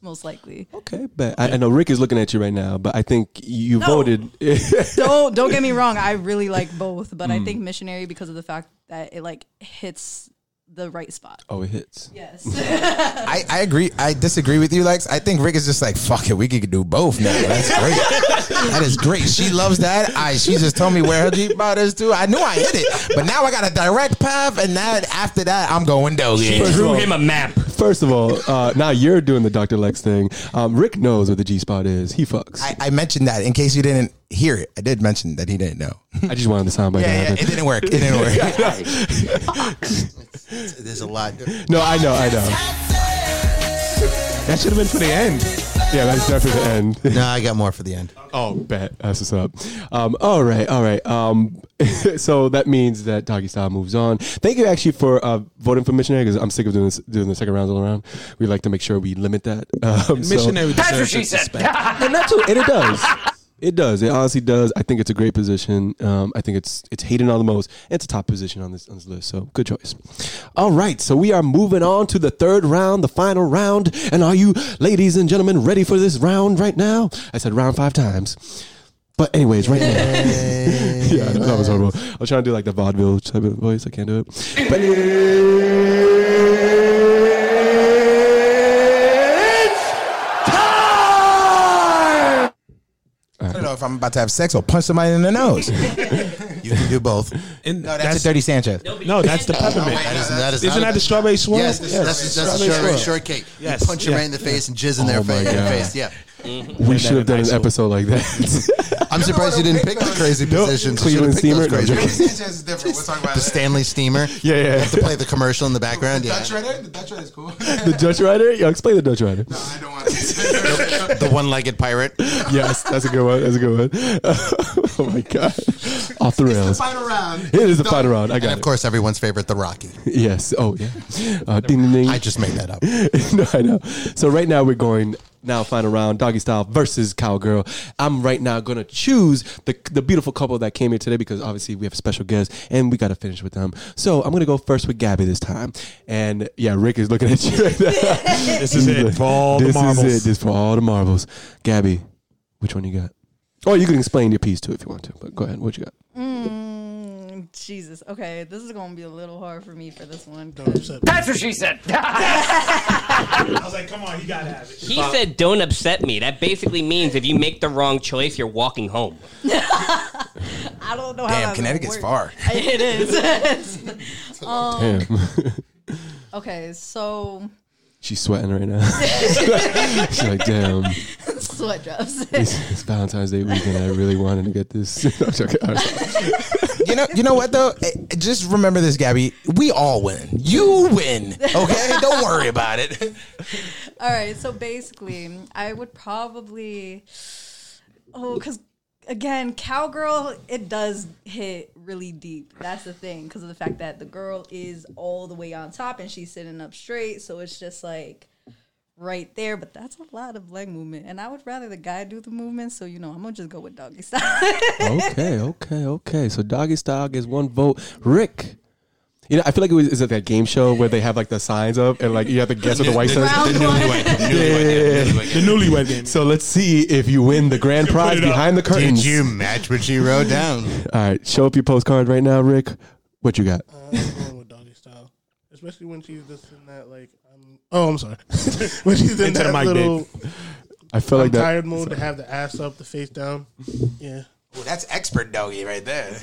Speaker 5: most likely
Speaker 8: okay But I, I know Rick is looking at you right now, but I think you
Speaker 5: No.
Speaker 8: voted.
Speaker 5: don't don't get me wrong i really like both but i
Speaker 3: Hmm.
Speaker 8: Mm.
Speaker 5: think missionary because of the fact that it like hits the right spot
Speaker 8: oh, it hits.
Speaker 5: Yes.
Speaker 7: I, I agree. I disagree with you, Lex. I think Rick is just like, fuck it, we could do both now. That's great. that is great. She loves that. I she just told me where her Jeep spot is too. I knew I hit it. But now I got a direct path, and now after that, I'm going dozy.
Speaker 8: First of all-
Speaker 3: map.
Speaker 8: First of all, uh, now you're doing the Dr. Lex thing. Um, Rick knows what the G spot is. He fucks.
Speaker 7: I, I mentioned that in case you didn't hear it. I did mention that he didn't know.
Speaker 8: I just wanted the soundbite
Speaker 7: Yeah,
Speaker 8: to
Speaker 7: yeah,
Speaker 8: happen.
Speaker 7: it didn't work. It didn't work.
Speaker 45: There's a lot.
Speaker 8: no, I know, I know. That should have been for the end. Yeah, that's definitely the end.
Speaker 45: No, I got more for the end.
Speaker 8: Oh, bet. That's what's up. Um, all right, all right. Um, so that means that Doggy Style moves on. Thank you actually for uh, voting for Missionary because I'm sick of doing this, doing the second rounds all around. We like to make sure we limit that. Um, so-
Speaker 4: Missionary That's what deserves she
Speaker 3: said.
Speaker 8: and that's what, and it does. It does. It honestly does. I think it's a great position. Um, I think it's it's hated on the most. It's a top position on this on this list. So good choice. All right. So we are moving on to the third round, the final round. And are you, ladies and gentlemen, ready for this round right now? I said round five times. But anyways, right now. yeah, I know, that was horrible. I was trying to do like the vaudeville type of voice. I can't do it. But
Speaker 7: I don't know if I'm about to have sex or punch somebody in the nose. you can do both. no, that's,
Speaker 4: that's-
Speaker 7: a dirty Sanchez.
Speaker 4: No, that's the peppermint.
Speaker 7: that is- that is
Speaker 4: Isn't
Speaker 7: not-
Speaker 4: that the strawberry swirl?
Speaker 7: Yes,
Speaker 45: That's, that's, that's
Speaker 4: Strawberry
Speaker 45: strawberry
Speaker 4: swirl.
Speaker 45: shortcake.
Speaker 4: Yes,
Speaker 45: You punch
Speaker 4: yeah.
Speaker 45: him right in the face and jizz in their
Speaker 8: Oh my
Speaker 45: face. in their
Speaker 8: God.
Speaker 45: face. Yeah.
Speaker 8: we should have done an episode like that.
Speaker 45: I'm surprised you didn't pick the crazy positions. You
Speaker 8: Cleveland
Speaker 45: should've picked those
Speaker 8: Steamer. No, I'm
Speaker 45: crazy
Speaker 8: joking.
Speaker 45: ones. The Stanley Steamer.
Speaker 8: Yeah, yeah.
Speaker 45: You have to play the commercial in the background. Yeah.
Speaker 7: Rider? The Dutch Rider is cool.
Speaker 8: the Dutch Rider? Yo, explain the Dutch Rider.
Speaker 45: the one-legged pirate.
Speaker 8: yes, that's a good one. That's a good one. oh my god, off the rails.
Speaker 45: final round.
Speaker 8: It is the final round. I got
Speaker 45: and of
Speaker 8: it.
Speaker 45: course, everyone's favorite, the Rocky.
Speaker 8: Yes. Oh yeah. Uh, ding ding ding. I
Speaker 45: just made that up.
Speaker 8: no, I know. So right now we're going now final round doggy style versus cowgirl. I'm right now gonna choose the the beautiful couple that came here today because obviously we have a special guest and we gotta finish with them. So I'm gonna go first with Gabby this time. And yeah, Rick is looking at you. Right now.
Speaker 4: This is it for all the
Speaker 8: this
Speaker 4: marbles.
Speaker 8: Is it. This for all the marbles. Gabby, which one you got? Or you can explain your piece too if you want to. But go ahead. What you got?
Speaker 5: Mm, Jesus. Okay, this is gonna be a little hard for me for this one.
Speaker 4: That's
Speaker 3: what she said.
Speaker 4: I was like, come on, he gotta have it.
Speaker 3: He said, "Don't upset me." That basically means if you make the wrong choice, you're walking home.
Speaker 5: I don't know
Speaker 3: Damn,
Speaker 5: how. that's gonna
Speaker 3: Connecticut's
Speaker 5: work.
Speaker 3: far.
Speaker 5: it is. um, Okay, so
Speaker 8: She's sweating right now. She's like, damn.
Speaker 5: sweat drops.
Speaker 8: It's, it's Valentine's Day weekend. I really wanted to get this. I'm joking. I'm sorry.
Speaker 7: you know, you know what though? Eh, Just remember this, Gabby. We all win. You win. Okay, don't worry about it.
Speaker 5: All right, so basically, I would probably oh, because again, cowgirl it does hit really deep. That's the thing because of the fact that the girl is all the way on top and she's sitting up straight, so it's just like right there. But that's a lot of leg movement, and I would rather the guy do the movement. So you know, I'm gonna just go with doggy style.
Speaker 8: okay, okay, okay. So doggy style gets one vote. Rick. You know, I feel like it was is it that game show where they have like the signs up and like you have to guess what the
Speaker 4: The-
Speaker 8: white
Speaker 4: the-
Speaker 8: says.
Speaker 4: the newlywed- the
Speaker 8: Yeah,
Speaker 4: newlywed
Speaker 8: yeah, yeah.
Speaker 4: The newlywed game.
Speaker 8: So let's see if you win the grand prize
Speaker 45: it up.
Speaker 8: behind the
Speaker 45: Did
Speaker 8: curtains.
Speaker 45: you match what you wrote down?
Speaker 8: All right, show up your postcard right now, Rick. What you got?
Speaker 10: Especially when she's this and that, like, I'm, oh, I'm sorry. when she's in
Speaker 4: Into the
Speaker 10: that
Speaker 4: mic,
Speaker 10: little
Speaker 4: Dave.
Speaker 8: I feel
Speaker 10: I'm
Speaker 8: like that-
Speaker 10: tired mode to have the ass up, the face down. Yeah,
Speaker 7: Ooh, that's expert doggy right there.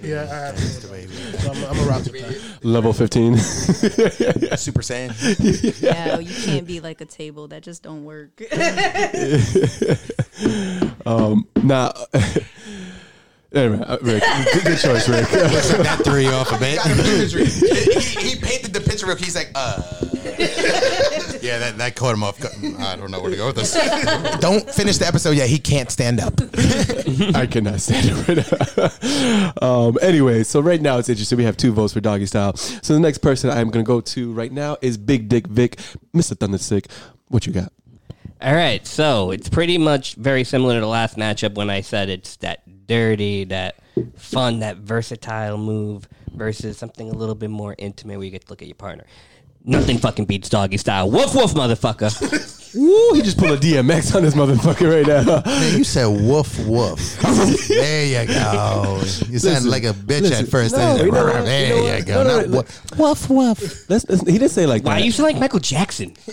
Speaker 10: Yeah, I have
Speaker 7: That's the way we-
Speaker 10: So I'm- I'm a rock with that.
Speaker 8: Level 15.
Speaker 7: Super Saiyan.
Speaker 5: No, you can't be like a table that just don't work.
Speaker 8: um, now, anyway, uh, Rick, good, good choice, Rick.
Speaker 7: Took that three off a bit.
Speaker 8: Got him through his
Speaker 7: he, he painted the picture real quick. He's like, uh. yeah, that, that caught him off. guard. I don't know where to go with this. don't finish the episode yet. He can't stand up.
Speaker 8: I cannot stand it right now. um, anyway, so right now it's interesting. We have two votes for doggy style. So the next person I'm going to go to right now is Big Dick Vic, Mr. Thunderstick. What you got?
Speaker 3: All right, so it's pretty much very similar to the last matchup when I said it's that dirty, that fun, that versatile move versus something a little bit more intimate where you get to look at your partner. Nothing fucking beats doggy style. Woof woof, motherfucker.
Speaker 8: Woo, he just pulled a DMX on this motherfucker right now.
Speaker 7: you said woof woof. there you go. You sound
Speaker 8: Listen,
Speaker 7: like a bitch
Speaker 8: listen.
Speaker 7: at first.
Speaker 8: No,
Speaker 7: Then-
Speaker 8: you know what?
Speaker 7: there
Speaker 8: You know
Speaker 7: you
Speaker 8: what?
Speaker 7: go.
Speaker 8: No, no,
Speaker 7: Not
Speaker 8: no,
Speaker 7: wo-
Speaker 8: Woof woof. Let's, let's, he didn't say it like that.
Speaker 3: Why you sound like Michael Jackson?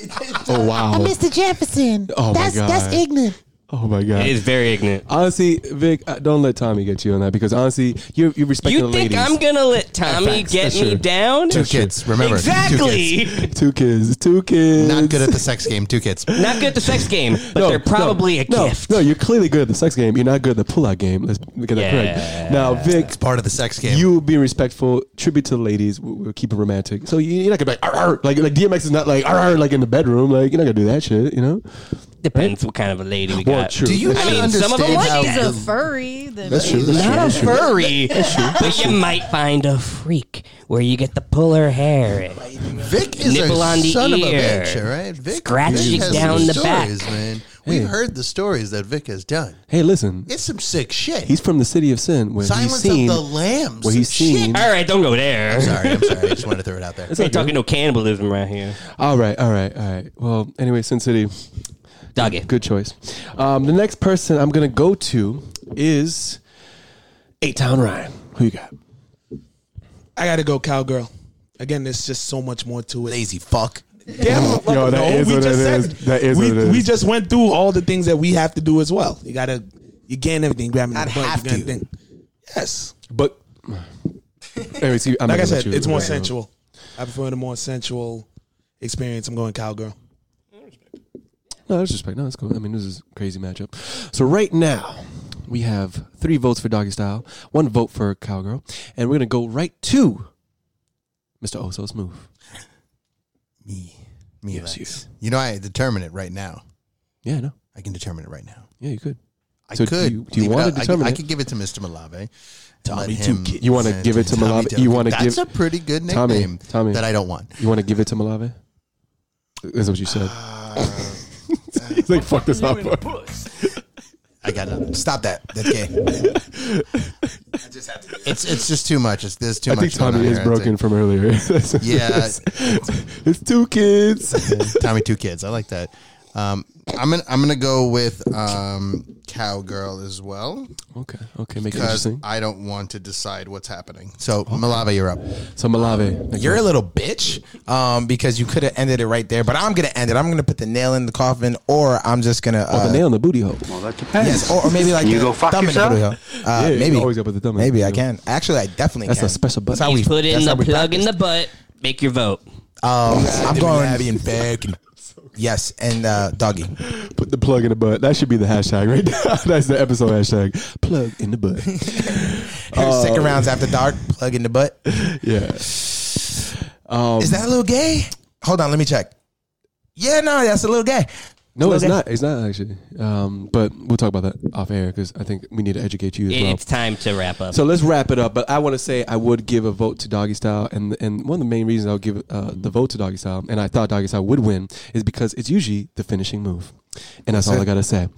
Speaker 8: Oh wow.
Speaker 2: Jefferson.
Speaker 8: Oh, my That's- that's God.
Speaker 2: ignorant.
Speaker 8: Oh my god.
Speaker 3: It is very ignorant.
Speaker 8: Honestly, Vic, uh, don't let Tommy get you on that because honestly, you you respect
Speaker 3: You
Speaker 8: the
Speaker 3: think
Speaker 8: ladies.
Speaker 3: I'm gonna let Tommy
Speaker 8: Facts,
Speaker 3: get
Speaker 8: that's
Speaker 3: me
Speaker 8: true.
Speaker 3: down?
Speaker 8: That's true.
Speaker 3: Exactly.
Speaker 8: Two kids. Two kids.
Speaker 7: Not good at the sex game. Two kids.
Speaker 3: Not good at the sex game, but they're probably a
Speaker 8: no,
Speaker 3: gift.
Speaker 8: No, you're clearly good at the sex game. You're not good at the pull-out game. Let's get that
Speaker 3: Yeah.
Speaker 8: correct. Now, Vic, it's
Speaker 7: part of the sex game.
Speaker 8: You being respectful, tribute to the ladies. we- We're keeping romantic. So you- you're not gonna be like, "Arr, arr," like like DMX is not like "Arr, arr," like in the bedroom. Like you're not gonna do that shit. You know.
Speaker 3: Depends what kind of a lady we
Speaker 8: well,
Speaker 3: got.
Speaker 8: True.
Speaker 3: Do you I not mean, some of them understand like how-
Speaker 5: She's a furry. Then
Speaker 8: That's true. That's
Speaker 3: Not a
Speaker 8: true. That's true.
Speaker 3: furry, but you might find a freak where you get to pull her hair, and
Speaker 7: Vic is
Speaker 3: nipple
Speaker 7: a
Speaker 3: on the
Speaker 7: son
Speaker 3: ear,
Speaker 7: of a bitch, all right? Vic,
Speaker 3: scratch
Speaker 7: Vic
Speaker 3: you
Speaker 7: has
Speaker 3: down
Speaker 7: some
Speaker 3: the
Speaker 7: stories,
Speaker 3: back.
Speaker 7: man. We've
Speaker 8: Yeah.
Speaker 7: heard the stories that Vic has done.
Speaker 8: Hey, listen.
Speaker 7: It's some sick shit.
Speaker 8: He's from the city of sin, where he's
Speaker 7: Silence
Speaker 8: seen
Speaker 7: of the Lambs.
Speaker 8: where he's seen.
Speaker 3: All right, don't go there. I'm
Speaker 7: sorry, I'm sorry. I just wanted to throw it out there.
Speaker 3: Ain't talking no cannibalism right here.
Speaker 8: All right, all right, all right. Well, anyway, Sin City.
Speaker 3: Dug
Speaker 8: good, Good choice. Um, the next person I'm going to go to is Eight Town Ryan. Who you got?
Speaker 4: I gotta go cowgirl. Again, there's just so much more to it.
Speaker 7: Lazy fuck.
Speaker 4: Damn,
Speaker 8: Yo, that
Speaker 4: no,
Speaker 8: is
Speaker 4: we
Speaker 8: what
Speaker 4: just
Speaker 8: it
Speaker 4: said
Speaker 8: is. That is
Speaker 4: we,
Speaker 8: what it is.
Speaker 4: we just went through all the things that we have to do as well. You gotta, you gain everything. Grab me, have to. Thing. Yes,
Speaker 8: but Anyway, see, I'm not
Speaker 4: like I
Speaker 8: gonna let
Speaker 4: said,
Speaker 8: you-
Speaker 4: it's more
Speaker 8: Right.
Speaker 4: sensual. I prefer the more sensual experience. I'm going cowgirl.
Speaker 8: No, that's respect. No, that's cool. I mean, this is a crazy matchup. So right now, we have three votes for Doggy Style, one vote for Cowgirl, and we're gonna go right to Mr. Oso's move.
Speaker 7: Me, Lex. You. know, I determine it right now.
Speaker 8: Yeah, I know.
Speaker 7: I can determine it right now.
Speaker 8: Yeah, you could.
Speaker 7: I
Speaker 8: So do
Speaker 7: could.
Speaker 8: you- do you
Speaker 7: leave it
Speaker 8: wanna
Speaker 7: up. I-
Speaker 8: determine
Speaker 7: I,
Speaker 8: it?
Speaker 7: could give it to Mr. Malave.
Speaker 8: Tommy Two Kids. You wanna give it to Malave? You wanna
Speaker 7: That's
Speaker 8: give-
Speaker 7: That's a pretty good
Speaker 8: Tommy,
Speaker 7: nickname.
Speaker 8: Tommy,
Speaker 7: That I don't want.
Speaker 8: You want to give it to Malave? That's what you said.
Speaker 7: Uh,
Speaker 8: He's like, fuck this up.
Speaker 7: I got nothing. Stop that. That's gay. it's it's just too much. It's there's too
Speaker 8: I
Speaker 7: much.
Speaker 8: think
Speaker 7: going
Speaker 8: Tommy
Speaker 7: on
Speaker 8: is
Speaker 7: here. It's
Speaker 8: broken
Speaker 7: like-
Speaker 8: from earlier. That's-
Speaker 7: yeah,
Speaker 8: it's two kids.
Speaker 7: Tommy, two kids. I like that. Um, I'm gonna I'm gonna go with um, cowgirl as well.
Speaker 8: Okay, okay, make it
Speaker 7: because
Speaker 8: interesting.
Speaker 7: I don't want to decide what's happening. So Malava, you're up.
Speaker 8: So Malave,
Speaker 7: you're a
Speaker 8: little
Speaker 7: bitch.
Speaker 2: Um, because you could have ended it right there, but I'm gonna end it. I'm gonna put the nail in the coffin, or I'm just gonna
Speaker 8: Oh,
Speaker 2: uh,
Speaker 8: the nail in the booty hole.
Speaker 7: uh,
Speaker 2: Well, that depends. Yes, or, or maybe like
Speaker 8: You
Speaker 2: the
Speaker 8: go fuck
Speaker 2: thumb
Speaker 8: yourself?
Speaker 2: in the booty hole. Uh,
Speaker 8: Yeah, you
Speaker 2: maybe
Speaker 8: always gotta put the thumb in the
Speaker 2: Maybe I
Speaker 8: booty
Speaker 2: can. Actually, I definitely
Speaker 8: That's
Speaker 2: can.
Speaker 8: a special button.
Speaker 2: That's how we
Speaker 3: You put in
Speaker 2: that's
Speaker 3: the
Speaker 2: how we
Speaker 3: plug in the butt. Make your vote.
Speaker 2: Um, I'm going
Speaker 8: Abby
Speaker 2: and back. Yes, and uh, doggy.
Speaker 8: Put the plug in the butt. That should be the hashtag right now. That's the episode hashtag. Plug in the butt.
Speaker 7: Oh.
Speaker 2: Second rounds after dark. Plug in the butt.
Speaker 8: Yeah.
Speaker 7: Oh.
Speaker 8: Um,
Speaker 2: Is that a little gay? Hold on, let me check. Yeah, no, that's a little gay.
Speaker 8: No,
Speaker 2: a
Speaker 8: it's
Speaker 2: little
Speaker 8: not. It's not actually. Um, but we'll talk about that off air because I think we need to educate you as well.
Speaker 3: It's time to wrap up.
Speaker 8: So let's wrap it up. But I want to say I would give a vote to Doggy Style, and and one of the main reasons I'll give uh, the vote to Doggy Style, and I thought Doggy Style would win, is because it's usually the finishing move, and that's,
Speaker 46: That's
Speaker 8: all
Speaker 46: it.
Speaker 8: I gotta say.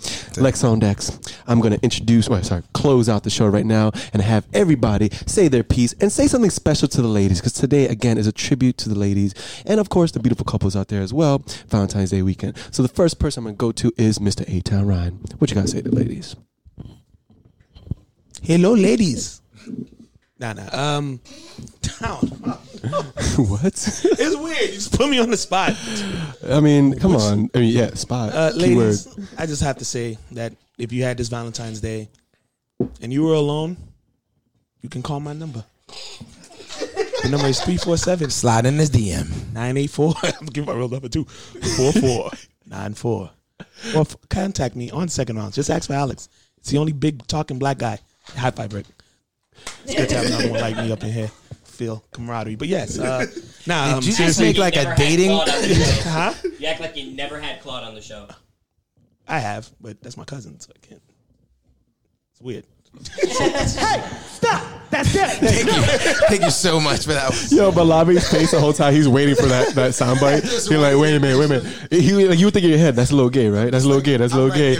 Speaker 8: Lex on decks. I'm gonna introduce. Well, sorry, close out the show right now, and have everybody say their piece and say something special to the ladies, because today again is a tribute to the ladies, and of course the beautiful couples out there as well. Valentine's Day weekend. So the first person I'm gonna go to is Mr. A Town Ryan. What you gotta say to the ladies?
Speaker 4: Hello, ladies. Nah, nah. Um, down.
Speaker 8: what?
Speaker 4: It's weird. You just put me on the spot.
Speaker 8: I mean, come on. I mean, yeah, spot.
Speaker 4: Uh,
Speaker 8: keyword.
Speaker 4: ladies, I just have to say that if you had this Valentine's Day, and you were alone, you can call my number. The number is 347.
Speaker 7: Slide in his DM.
Speaker 4: 984. I'm giving my real number too. 4494. Or f- contact me on second rounds. Just ask for Alex. It's the only big talking black guy. High five, Rick. It's good to have another one like me up in here. Feel camaraderie. But yes, uh, nah,
Speaker 7: Did
Speaker 4: um,
Speaker 7: you just
Speaker 4: seriously-
Speaker 7: make, like, a
Speaker 10: Never had Claude on the show.
Speaker 4: huh?
Speaker 10: You act like you never had Claude on the show.
Speaker 4: I have, but that's my cousin, so I can't. It's weird.
Speaker 10: That's it.
Speaker 7: Thank you. Thank you so much for that.
Speaker 8: Yo, but Lavi's face the whole time he's waiting for that that soundbite. He's like, wait a minute, wait a minute. He, like, you would think in your head, that's a little gay, right? That's a little gay. That's a little gay.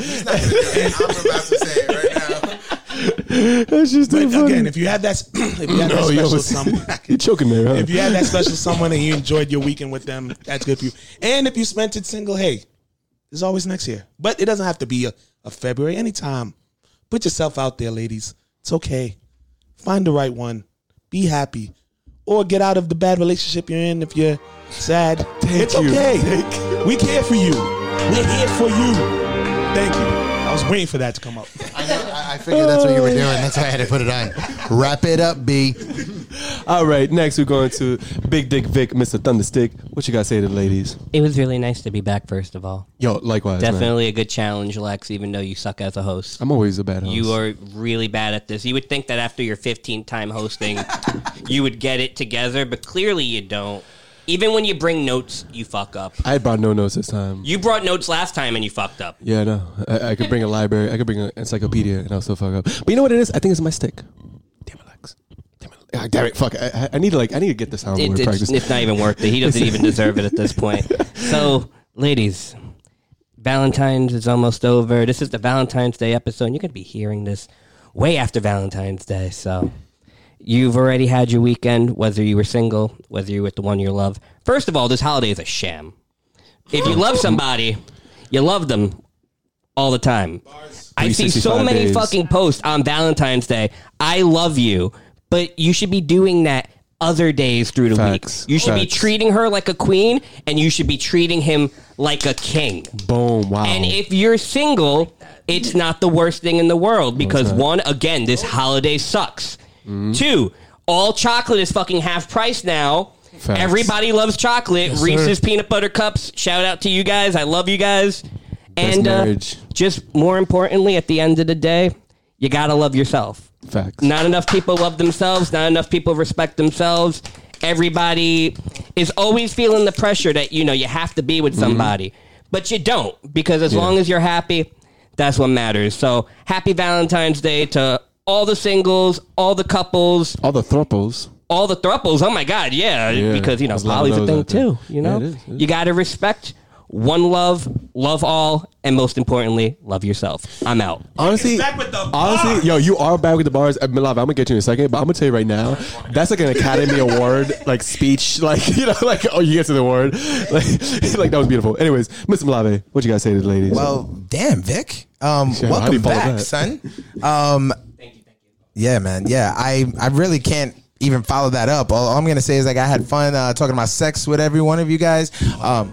Speaker 8: That's just
Speaker 4: But
Speaker 8: too funny.
Speaker 4: again, if you had that, if you had that
Speaker 8: No, yo,
Speaker 4: special
Speaker 8: it's-
Speaker 4: someone,
Speaker 8: you're choking there, huh?
Speaker 4: if you had that special someone and you enjoyed your weekend with them, that's good for you. And if you spent it single, hey, there's always next year. But it doesn't have to be a, a February. Anytime, put yourself out there, ladies. It's okay. Find the right one. Be happy, or get out of the bad relationship you're in if you're sad. it's
Speaker 8: you.
Speaker 4: okay. We care for you. We're here for you. Thank you. I was waiting for that to come up.
Speaker 7: I figured that's what you were doing. That's why I had to put it on. Wrap it up, B.
Speaker 8: All right, next we're going to Big Dick Vic, Mr. Thunderstick. What you got to say to the ladies?
Speaker 10: It was really nice to be back, first of all.
Speaker 8: Yo, likewise. man.
Speaker 10: Definitely a good challenge, Lex, even though you suck as a host.
Speaker 8: I'm always a bad host.
Speaker 10: You are really bad at this. You would think that after your 15th time hosting, you would get it together, but clearly you don't. Even when you bring notes, you fuck up.
Speaker 8: I brought no notes this time.
Speaker 10: You brought notes last time and you fucked up.
Speaker 8: Yeah, no. I, I could bring a library. I could bring an encyclopedia, and I'll still fuck up. But you know what it is? I think it's my stick. Damn it, Lex. Damn it. Ah, damn it. Fuck. I, I- I need to like. I need to get the soundboard
Speaker 10: It- it's,
Speaker 8: practice.
Speaker 10: it's not even worth it. He doesn't even deserve it at this point. So, ladies, Valentine's is almost over. This is the Valentine's Day episode. And you're going to be hearing this way after Valentine's Day. So, you've already had your weekend, whether you were single, whether you're with the one you love. First of all, this holiday is a sham. If you love somebody, you love them all the time. I see so
Speaker 8: 365
Speaker 10: many
Speaker 8: days.
Speaker 10: fucking posts on Valentine's Day. I love you, but you should be doing that other days through the week. You should be
Speaker 8: Facts.
Speaker 10: treating her like a queen, and you should be treating him like a king.
Speaker 8: Boom. Wow.
Speaker 10: And if you're single, it's not the worst thing in the world because
Speaker 8: not.
Speaker 10: one, again, this holiday sucks.
Speaker 8: Mm-hmm.
Speaker 10: Two, all chocolate is fucking half price now.
Speaker 8: Facts.
Speaker 10: Everybody loves chocolate.
Speaker 8: Yes, sir.
Speaker 10: Reese's peanut butter cups. Shout out to you guys. I love you guys. and uh,
Speaker 8: marriage.
Speaker 10: just more importantly, at the end of the day, you gotta love yourself.
Speaker 8: Facts.
Speaker 10: Not enough people love themselves. Not enough people respect themselves. Everybody is always feeling the pressure that you know you have to be with somebody, but you don't because as
Speaker 8: Mm-hmm. Yeah.
Speaker 10: long as you're happy, that's what matters. So happy Valentine's Day to all the singles, all the couples,
Speaker 8: All the thruples.
Speaker 10: all the thruples. Oh my God, yeah,
Speaker 8: Yeah,
Speaker 10: because you know
Speaker 8: there's a lot of
Speaker 10: poly's a
Speaker 8: those
Speaker 10: thing
Speaker 8: out there.
Speaker 10: too. You know,
Speaker 8: Yeah, it is, it
Speaker 10: you got to respect one love, love all, and most importantly, love yourself. I'm out.
Speaker 8: Honestly, honestly, yo, you are bad with the bars. I mean, Lavi, I'm gonna get you in a second, but I'm gonna tell you right now, that's like an Academy Award like speech, like you know, like oh, you get to the award, like, like that was beautiful. Anyways, Mr. Malave, what you guys say to the ladies?
Speaker 7: Well, damn, Vic. Um,
Speaker 8: Yeah, how do you
Speaker 7: welcome
Speaker 8: follow
Speaker 7: back,
Speaker 8: that?
Speaker 7: son. Um, yeah, man. Yeah, I, I really can't even follow that up. All, all I'm gonna say is like I had fun uh, talking about sex with every one of you guys. Um,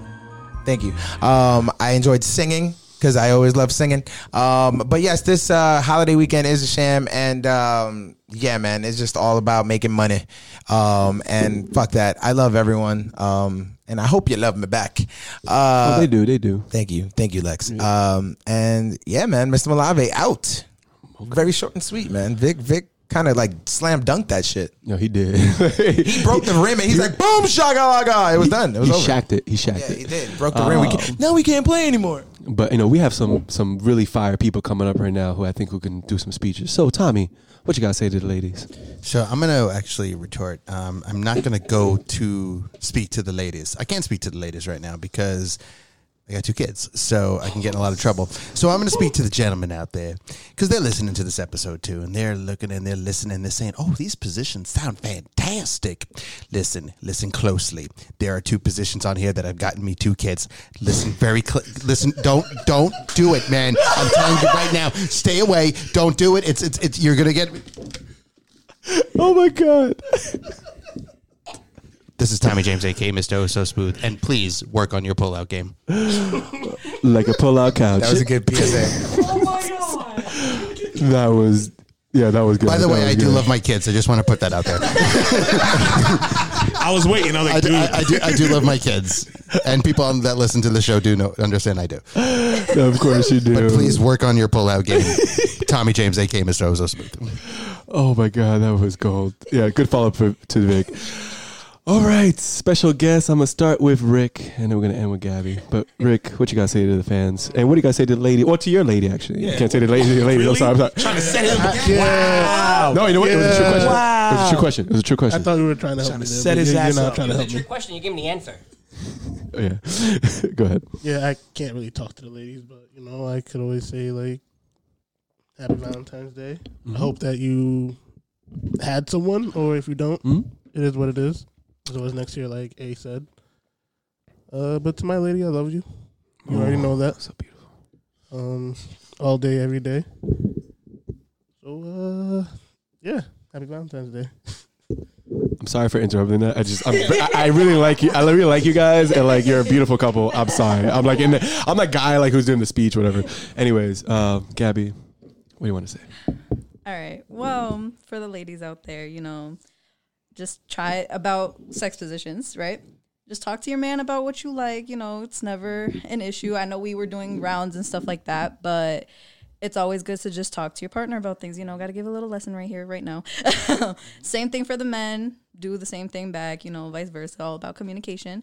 Speaker 7: thank you. Um, I enjoyed singing because I always love singing. Um, but yes, this uh, holiday weekend is a sham, and um, yeah, man, it's just all about making money. Um, and fuck that. I love everyone. Um, and I hope you love me back. Uh,
Speaker 8: Oh, they do, they do.
Speaker 7: Thank you, thank you, Lex. Um, and yeah, man, Mr. Malave out. Very short and sweet, man. Vic, Vic, kind of like slam dunked that shit.
Speaker 8: No, he did. he
Speaker 7: broke the rim and he's like, boom, shagalaga. It was done. It was
Speaker 8: he
Speaker 7: over.
Speaker 8: shacked Um, it. He shacked it.
Speaker 7: He did. Broke the rim. We can't, now we can't play anymore.
Speaker 8: But you know, we have some some really fire people coming up right now who I think who can do some speeches. So Tommy, what you gotta say to the ladies?
Speaker 5: So I'm gonna actually retort. Um, I'm not gonna go to speak to the ladies. I can't speak to the ladies right now because I got two kids, so I can get in a lot of trouble. So I'm gonna speak to the gentlemen out there because they're listening to this episode too, and they're looking and they're listening. They're saying, "Oh, these positions sound fantastic." Listen, listen closely. There are two positions on here that have gotten me two kids. Listen very cl- listen. Don't don't do it, man. I'm telling you right now. Stay away. Don't do it. It's it's, it's you're gonna get.
Speaker 8: Oh my god.
Speaker 5: This is Tommy James, aka Mr. Oh So Smooth, and please work on your pullout game.
Speaker 8: Like a pull out couch.
Speaker 5: Oh That was a good
Speaker 7: PSA.
Speaker 8: that was Yeah, that was good.
Speaker 7: By the
Speaker 8: That
Speaker 7: way,
Speaker 8: was
Speaker 7: I do
Speaker 8: good.
Speaker 7: love my kids. I just want to put that out there.
Speaker 4: I was waiting. I was
Speaker 7: I,
Speaker 4: like, dude.
Speaker 7: I- I do. I do love my kids, and people on- that listen to the show do know understand I do.
Speaker 8: of course you do.
Speaker 7: But please work on your pullout game, Tommy James, aka Mr. Ozo Smooth.
Speaker 8: Oh my god, that was gold. Yeah, good follow up for, to Vic. All right, special guest. I'm gonna start with Rick, and then we're gonna end with Gabby. But Rick, what you gotta say to the fans, and what do you gotta say to the lady, or to your lady actually? You can't say the lady. To your lady. I'm sorry. I'm sorry.
Speaker 4: Trying to set him.
Speaker 8: Wow. No, you know what? It was a true question. It was a true question. It was a true
Speaker 47: I
Speaker 8: question.
Speaker 47: thought we were trying to help
Speaker 4: Trying
Speaker 47: me
Speaker 4: to
Speaker 47: there,
Speaker 4: set
Speaker 47: but
Speaker 4: his
Speaker 47: you're
Speaker 4: ass
Speaker 47: not
Speaker 4: up.
Speaker 47: trying to
Speaker 10: It was
Speaker 47: help
Speaker 10: a
Speaker 47: me.
Speaker 10: trick question. You gave him the answer.
Speaker 8: Oh, yeah. Go ahead.
Speaker 47: Yeah, I can't really talk to the ladies, but you know, I could always say like, "Happy Valentine's Day."
Speaker 8: Mhm.
Speaker 47: I hope that you had someone, or if you don't,
Speaker 8: Hmm?
Speaker 47: it is what it is. It's always next year, like A said. Uh, but to my lady, I love you. You already
Speaker 8: Oh,
Speaker 47: know that. So beautiful. Um, all day, every day. So, uh, yeah, Happy Valentine's Day.
Speaker 8: I'm sorry for interrupting that. I just, I'm, I, I really like you. I really like you guys, and like you're a beautiful couple. I'm sorry. I'm like in the, I'm that guy like who's doing the speech, whatever. Anyways, uh, Gabby, what do you want to say?
Speaker 5: All right. Well, for the ladies out there, you know, just try about sex positions, right? Just talk to your man about what you like. You know, it's never an issue. I know we were doing rounds and stuff like that, but it's always good to just talk to your partner about things. You know, got to give a little lesson right here, right now. same thing for the men. Do the same thing back, you know, vice versa, all about communication.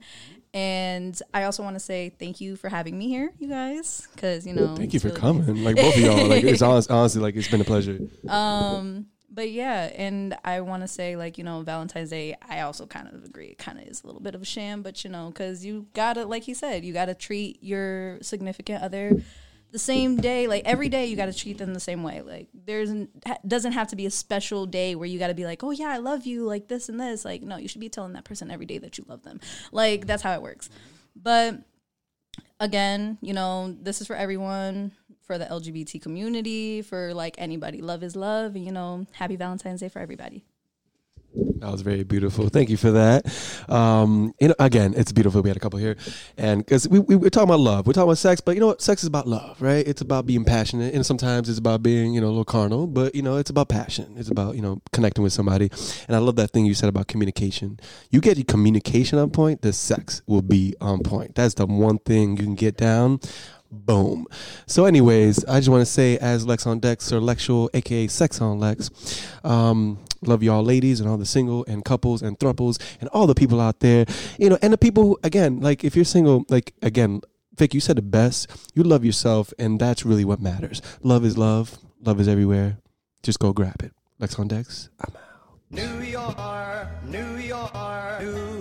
Speaker 5: And I also want to say thank you for having me here, you guys, because, you know,
Speaker 8: Thank you
Speaker 5: it's
Speaker 8: for
Speaker 5: really nice.
Speaker 8: coming. Like both of y'all. Like it's honest, honestly, like it's been a pleasure.
Speaker 5: Um, but yeah, and I want to say like you know Valentine's Day. I also kind of agree. It kind of is a little bit of a sham, but you know because you gotta like he said, you gotta treat your significant other the same day. Like every day, you gotta treat them the same way. Like there's n- ha- doesn't have to be a special day where you gotta be like, oh yeah, I love you, like this and this. Like no, you should be telling that person every day that you love them. Like that's how it works. But again, you know, this is for everyone, for the LGBT community, for like anybody. Love is love, and you know, happy Valentine's Day for everybody.
Speaker 8: That was very beautiful. Thank you for that. Um, you know, again, it's beautiful. We had a couple here, and because we, we we're talking about love, we're talking about sex, but you know what? Sex is about love, right? It's about being passionate, and sometimes it's about being you know a little carnal, but you know it's about passion. It's about you know connecting with somebody, and I love that thing you said about communication. You get your communication on point, the sex will be on point. That's the one thing you can get down. Boom. So, anyways, I just want to say, as Lex on Dex or Lexual, aka Sex on Lex, um, love y'all, ladies, and all the single and couples and thruples and all the people out there, you know, and the people who, again, like if you're single, like again, Vic, you said it best. You love yourself, and that's really what matters. Love is love. Love is everywhere. Just go grab it. Lex on Dex.
Speaker 2: New York, New York, New